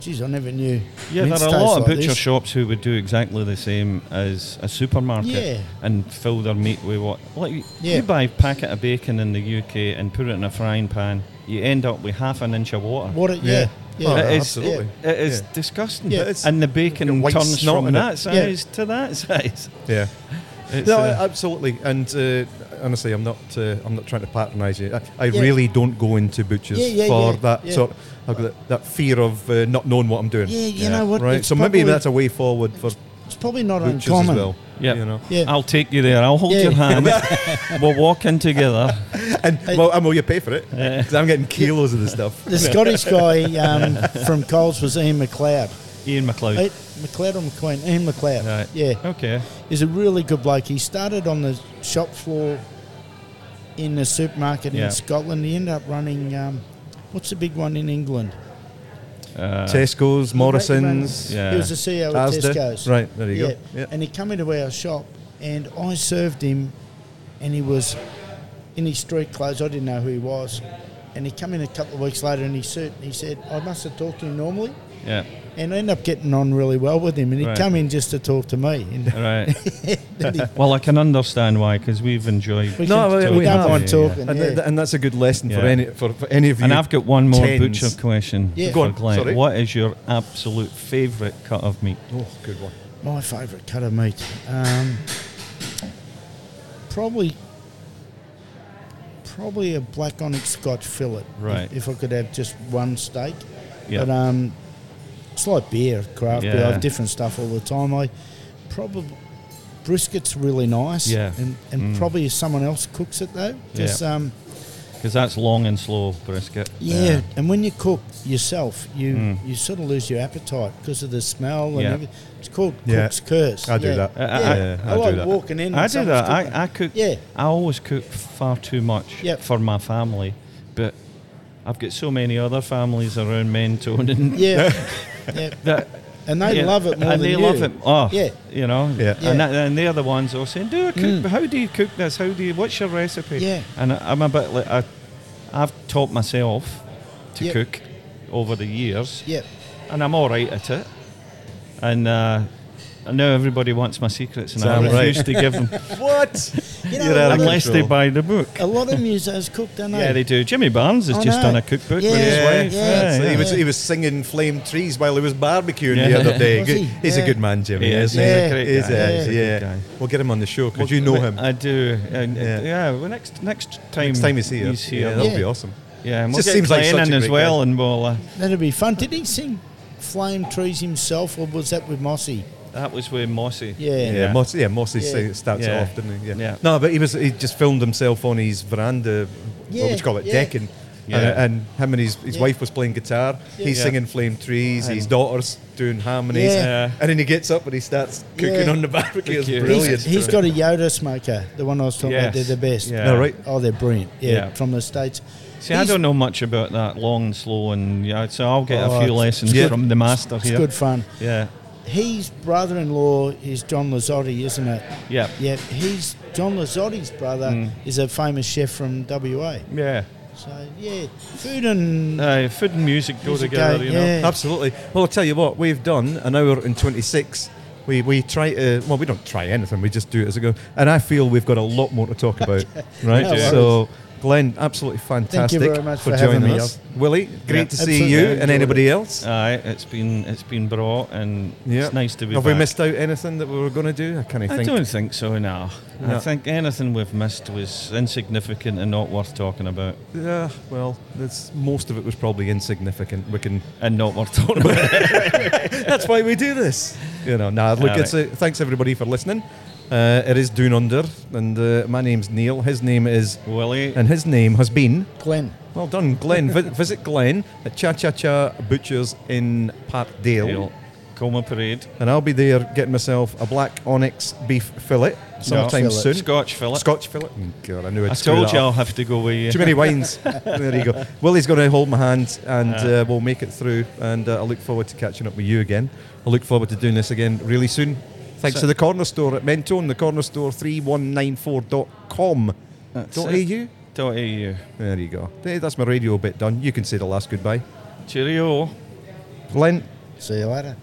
[SPEAKER 6] geez, I never knew.
[SPEAKER 5] Yeah,
[SPEAKER 6] mince
[SPEAKER 5] there are a
[SPEAKER 6] tastes
[SPEAKER 5] lot of
[SPEAKER 6] like
[SPEAKER 5] butcher
[SPEAKER 6] this."
[SPEAKER 5] shops who would do exactly the same as a supermarket
[SPEAKER 6] Yeah.
[SPEAKER 5] and fill their meat with what. Like you-
[SPEAKER 6] Yeah.
[SPEAKER 5] you buy a packet of bacon in the UK and put it in a frying pan, you end up with half an inch of water.
[SPEAKER 6] What? It, yeah, yeah,
[SPEAKER 4] Oh,
[SPEAKER 5] It is-
[SPEAKER 4] absolutely.
[SPEAKER 5] It is
[SPEAKER 4] Yeah.
[SPEAKER 5] disgusting.
[SPEAKER 6] Yeah.
[SPEAKER 4] It's-
[SPEAKER 5] and the bacon
[SPEAKER 4] white
[SPEAKER 5] turns
[SPEAKER 4] snot
[SPEAKER 5] from
[SPEAKER 4] in it.
[SPEAKER 5] that
[SPEAKER 6] Yeah.
[SPEAKER 5] size to that size.
[SPEAKER 4] yeah.
[SPEAKER 5] It's,
[SPEAKER 4] No,
[SPEAKER 5] uh,
[SPEAKER 4] absolutely. And uh, honestly, I'm not. Uh, I'm not trying to patronise you. I, I
[SPEAKER 6] Yeah.
[SPEAKER 4] really don't go into butchers
[SPEAKER 6] Yeah, yeah,
[SPEAKER 4] for
[SPEAKER 6] yeah,
[SPEAKER 4] that
[SPEAKER 6] yeah.
[SPEAKER 4] sort. I've got that, that fear of uh, not knowing what I'm doing.
[SPEAKER 6] Yeah, you know what,
[SPEAKER 4] Right.
[SPEAKER 6] it's
[SPEAKER 4] So maybe
[SPEAKER 6] probably-
[SPEAKER 4] that's a way forward for
[SPEAKER 6] it's probably not
[SPEAKER 4] butchers
[SPEAKER 6] uncommon.
[SPEAKER 4] as well.
[SPEAKER 5] yeah.
[SPEAKER 4] You know.
[SPEAKER 6] Yeah.
[SPEAKER 5] I'll take you there. I'll hold
[SPEAKER 6] Yeah.
[SPEAKER 5] your hand. we'll walk in together.
[SPEAKER 4] And well, I'm will you pay for it? Because I'm getting kilos of the stuff.
[SPEAKER 6] The Scottish guy um, from Coles was Ian McLeod.
[SPEAKER 5] Ian McLeod.
[SPEAKER 6] Hey, McLeod or McQueen? Ian McLeod.
[SPEAKER 5] Right.
[SPEAKER 4] Oh.
[SPEAKER 6] Yeah.
[SPEAKER 5] Okay.
[SPEAKER 6] He's a really good bloke. He started on the shop floor in the supermarket
[SPEAKER 5] Yeah.
[SPEAKER 6] in Scotland. He ended up running, um, what's the big one in England?
[SPEAKER 4] Tesco's, Morrison's.
[SPEAKER 5] Uh, Yeah.
[SPEAKER 6] He was the CEO of
[SPEAKER 4] Asda.
[SPEAKER 6] Tesco's.
[SPEAKER 4] Right, there you
[SPEAKER 6] yeah.
[SPEAKER 4] go. Yeah.
[SPEAKER 6] And he come into our shop and I served him and he was, in his street clothes. I didn't know who he was. And he come in a couple of weeks later in his suit and he said, I must have talked to you normally.
[SPEAKER 5] Yeah.
[SPEAKER 6] And I ended up getting on really well with him. And he'd
[SPEAKER 5] Right.
[SPEAKER 6] come in just to talk to me. And
[SPEAKER 5] Right.
[SPEAKER 6] then he-
[SPEAKER 5] well, I can understand why because we've enjoyed.
[SPEAKER 6] we,
[SPEAKER 4] No,
[SPEAKER 6] can,
[SPEAKER 4] we-
[SPEAKER 6] we,
[SPEAKER 4] we
[SPEAKER 6] don't
[SPEAKER 4] have,
[SPEAKER 6] mind
[SPEAKER 5] yeah,
[SPEAKER 6] talking.
[SPEAKER 4] And,
[SPEAKER 6] yeah.
[SPEAKER 4] th- and that's a good lesson for
[SPEAKER 5] Yeah.
[SPEAKER 4] any for, for any of you.
[SPEAKER 5] And I've got one more
[SPEAKER 4] tens.
[SPEAKER 5] butcher question
[SPEAKER 6] Yeah.
[SPEAKER 4] Go on,
[SPEAKER 5] for Glenn.
[SPEAKER 4] sorry.
[SPEAKER 5] What is your absolute favourite cut of meat?
[SPEAKER 4] Oh, good one.
[SPEAKER 6] My favourite cut of meat. Um, probably probably a black onyx scotch fillet.
[SPEAKER 5] Right.
[SPEAKER 6] If, if I could have just one steak.
[SPEAKER 5] Yeah.
[SPEAKER 6] But um, it's like beer, craft beer. I
[SPEAKER 5] Yeah.
[SPEAKER 6] have different stuff all the time. I probably brisket's really nice.
[SPEAKER 5] Yeah. Mm.
[SPEAKER 6] And, and probably if someone else cooks it though. Just, um,
[SPEAKER 5] Because that's long and slow brisket.
[SPEAKER 6] yeah. And when you cook yourself, you you sort of lose your appetite because of the smell and
[SPEAKER 5] Hmm. Yeah.
[SPEAKER 6] everything. It's called
[SPEAKER 4] Yeah.
[SPEAKER 6] cook's curse.
[SPEAKER 4] I do that.
[SPEAKER 5] I- I-
[SPEAKER 6] Yeah.
[SPEAKER 4] I
[SPEAKER 6] I,
[SPEAKER 4] do
[SPEAKER 6] like
[SPEAKER 4] that.
[SPEAKER 6] walking in.
[SPEAKER 5] I
[SPEAKER 6] and
[SPEAKER 5] do
[SPEAKER 6] someone's
[SPEAKER 5] that.
[SPEAKER 6] cooking.
[SPEAKER 5] I, I cook.
[SPEAKER 6] Yeah.
[SPEAKER 5] I always cook far too much
[SPEAKER 6] Yep.
[SPEAKER 5] for my family, but I've got so many other families around Mentone and
[SPEAKER 6] Yeah. yeah.
[SPEAKER 5] that.
[SPEAKER 6] And they
[SPEAKER 5] yeah,
[SPEAKER 6] love it more
[SPEAKER 5] and
[SPEAKER 6] than
[SPEAKER 5] they
[SPEAKER 6] you.
[SPEAKER 5] love it. Oh,
[SPEAKER 6] Yeah.
[SPEAKER 5] you know,
[SPEAKER 4] Yeah.
[SPEAKER 6] Yeah. Mm.
[SPEAKER 5] And, that, and they're the ones who are saying, "Do I cook? How do you cook this? How do you? What's your recipe?"
[SPEAKER 6] Yeah.
[SPEAKER 5] And I, I'm a bit like I, I've taught myself to
[SPEAKER 6] Yep.
[SPEAKER 5] cook over the years,
[SPEAKER 6] Yeah.
[SPEAKER 5] and I'm all right at it. And uh, I know everybody wants my secrets, and
[SPEAKER 4] Is
[SPEAKER 5] I
[SPEAKER 4] that right?
[SPEAKER 5] refuse to give them.
[SPEAKER 4] What?
[SPEAKER 6] You
[SPEAKER 4] You're
[SPEAKER 6] know,
[SPEAKER 4] out of
[SPEAKER 6] a, lot,
[SPEAKER 5] unless they buy the book.
[SPEAKER 6] a lot of musos cook, don't
[SPEAKER 5] Yeah, they
[SPEAKER 6] they?
[SPEAKER 5] do. Jimmy Barnes has
[SPEAKER 6] I
[SPEAKER 5] just
[SPEAKER 6] know.
[SPEAKER 5] done a cookbook
[SPEAKER 6] Oh, Yeah,
[SPEAKER 5] with his wife.
[SPEAKER 6] yeah,
[SPEAKER 5] Yeah,
[SPEAKER 6] it's-
[SPEAKER 4] So
[SPEAKER 5] yeah.
[SPEAKER 4] he was
[SPEAKER 6] Yeah.
[SPEAKER 4] he was singing "Flame Trees" while he was barbecuing
[SPEAKER 5] Yeah.
[SPEAKER 4] the other day.
[SPEAKER 6] Was
[SPEAKER 4] Good-
[SPEAKER 6] he?
[SPEAKER 4] He's
[SPEAKER 6] Yeah.
[SPEAKER 4] a good man, Jimmy.
[SPEAKER 5] He is,
[SPEAKER 4] isn't
[SPEAKER 5] he's
[SPEAKER 6] a
[SPEAKER 4] he?
[SPEAKER 5] great
[SPEAKER 4] He's
[SPEAKER 5] guy,
[SPEAKER 4] a-
[SPEAKER 5] he's a
[SPEAKER 4] yeah.
[SPEAKER 5] good guy.
[SPEAKER 4] We'll get him on the show because you know him.
[SPEAKER 5] I do. And, uh,
[SPEAKER 4] Yeah.
[SPEAKER 5] yeah. well, next next time
[SPEAKER 4] Next time he's here,
[SPEAKER 5] he's
[SPEAKER 4] Yeah,
[SPEAKER 5] here.
[SPEAKER 4] that'll
[SPEAKER 5] Yeah,
[SPEAKER 6] Yeah.
[SPEAKER 4] be awesome.
[SPEAKER 5] and we'll
[SPEAKER 4] Just
[SPEAKER 5] get
[SPEAKER 4] seems like
[SPEAKER 5] Glenn
[SPEAKER 4] such a
[SPEAKER 5] in as
[SPEAKER 4] great
[SPEAKER 5] well, and we'll. Uh,
[SPEAKER 6] That'd be fun. Did he sing Flame Trees himself, or was that with Mossy?
[SPEAKER 5] that was with Mossy.
[SPEAKER 6] Yeah.
[SPEAKER 4] Yeah, Moss, yeah, Mossy
[SPEAKER 6] Yeah.
[SPEAKER 4] sa- starts it
[SPEAKER 5] Yeah.
[SPEAKER 4] off, didn't he? Yeah.
[SPEAKER 5] Yeah.
[SPEAKER 4] No, but he was he just filmed himself on his veranda. What
[SPEAKER 6] Yeah,
[SPEAKER 4] would you call it?
[SPEAKER 6] yeah.
[SPEAKER 4] Decking.
[SPEAKER 5] Yeah.
[SPEAKER 4] And, and him and his, his
[SPEAKER 6] Yeah.
[SPEAKER 4] wife was playing guitar. He's
[SPEAKER 5] Yeah.
[SPEAKER 4] singing "Flame Trees." his
[SPEAKER 5] And-
[SPEAKER 4] daughter's doing harmonies.
[SPEAKER 6] Yeah.
[SPEAKER 5] Yeah.
[SPEAKER 4] And then he gets up and he starts cooking
[SPEAKER 6] Yeah.
[SPEAKER 4] on the barbecue. It's
[SPEAKER 5] He's-
[SPEAKER 4] brilliant.
[SPEAKER 6] He's, he's got a Yoda smoker, the one I was talking about.
[SPEAKER 5] Yes.
[SPEAKER 6] They're the best.
[SPEAKER 5] Yeah.
[SPEAKER 4] No, right.
[SPEAKER 6] Oh, they're brilliant. Yeah,
[SPEAKER 5] Yeah.
[SPEAKER 6] from the States.
[SPEAKER 5] See, I
[SPEAKER 6] He's-
[SPEAKER 5] don't know much about that long and slow, and yeah, so I'll get
[SPEAKER 6] Oh,
[SPEAKER 5] a few
[SPEAKER 6] it's-
[SPEAKER 5] lessons
[SPEAKER 4] it's good.
[SPEAKER 5] from the master
[SPEAKER 6] It's
[SPEAKER 5] here.
[SPEAKER 6] good fun.
[SPEAKER 5] Yeah,
[SPEAKER 6] His brother in law is John Lazzotti, isn't it?
[SPEAKER 5] yeah,
[SPEAKER 6] Yeah, he's John Lazzotti's brother is a famous chef from WA.
[SPEAKER 5] yeah.
[SPEAKER 6] So yeah, food and
[SPEAKER 5] Uh, food and music go
[SPEAKER 6] Music
[SPEAKER 5] together,
[SPEAKER 6] go-
[SPEAKER 5] you know.
[SPEAKER 6] yeah.
[SPEAKER 4] Absolutely. Well, I'll tell you what, we've done an hour and 26. We, we try to, well, we don't try anything, we just do it as it goes. And I feel we've got a lot more to talk about. right?
[SPEAKER 6] No worries.
[SPEAKER 4] so, Glenn, absolutely fantastic
[SPEAKER 6] very much for having
[SPEAKER 4] joining
[SPEAKER 6] me.
[SPEAKER 4] us. Willie, great
[SPEAKER 5] Yeah.
[SPEAKER 4] to see
[SPEAKER 6] Absolutely.
[SPEAKER 4] you
[SPEAKER 6] I
[SPEAKER 4] and
[SPEAKER 6] enjoyed
[SPEAKER 4] anybody else.
[SPEAKER 5] Aye, it's been it's been brought, and Uh, it's nice to be.
[SPEAKER 4] Have
[SPEAKER 5] back.
[SPEAKER 4] we missed out anything that we were going to do? I can't
[SPEAKER 5] I
[SPEAKER 4] think.
[SPEAKER 5] don't think so. No.
[SPEAKER 4] No.
[SPEAKER 5] I think anything we've missed was insignificant and not worth talking about,
[SPEAKER 4] Yeah, Uh, well, that's, most of it was probably insignificant. We can.
[SPEAKER 5] and not worth talking about.
[SPEAKER 4] That's why we do this. You know, nah, look,
[SPEAKER 5] All
[SPEAKER 4] it's a, thanks everybody for listening. Uh, it is Dune Under, and uh, my name's Neil. His name is
[SPEAKER 5] Willie,
[SPEAKER 4] And his name has been,
[SPEAKER 6] Glenn.
[SPEAKER 4] well done, Glenn. Vi- visit Glenn at Cha Cha Cha Butchers in Parkdale.
[SPEAKER 5] Dale, Coma Parade,
[SPEAKER 4] And I'll be there getting myself a black onyx beef fillet sometime
[SPEAKER 6] fillet.
[SPEAKER 4] soon.
[SPEAKER 5] Scotch fillet.
[SPEAKER 4] Scotch fillet. Mm, God, I knew it.
[SPEAKER 5] I told you I'll have to go with you.
[SPEAKER 4] Too many wines. there you go. Willie's going to hold my hand and uh, we'll make it through. And uh, I look forward to catching up with you again. I look forward to doing this again really soon. Thanks
[SPEAKER 5] So-
[SPEAKER 4] to the corner store at Mentone, the corner store 3194.com.
[SPEAKER 5] That's
[SPEAKER 4] Dot
[SPEAKER 5] it.
[SPEAKER 4] au.
[SPEAKER 5] Dot au.
[SPEAKER 4] There you go. There, that's my radio bit done. You can say the last goodbye.
[SPEAKER 5] Cheerio.
[SPEAKER 4] Glenn,
[SPEAKER 6] See you later.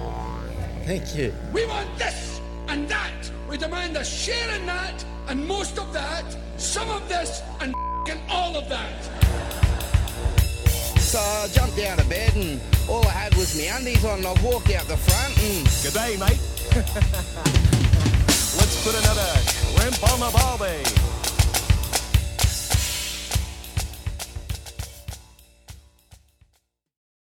[SPEAKER 6] Thank you.
[SPEAKER 1] We want this and that. We demand a share in that and most of that, some of this and f***ing all of that.
[SPEAKER 2] So I jumped out of bed and all I had was my undies on and I walked out the front and
[SPEAKER 3] Good day, mate. Let's put another rimp on the ball, babe.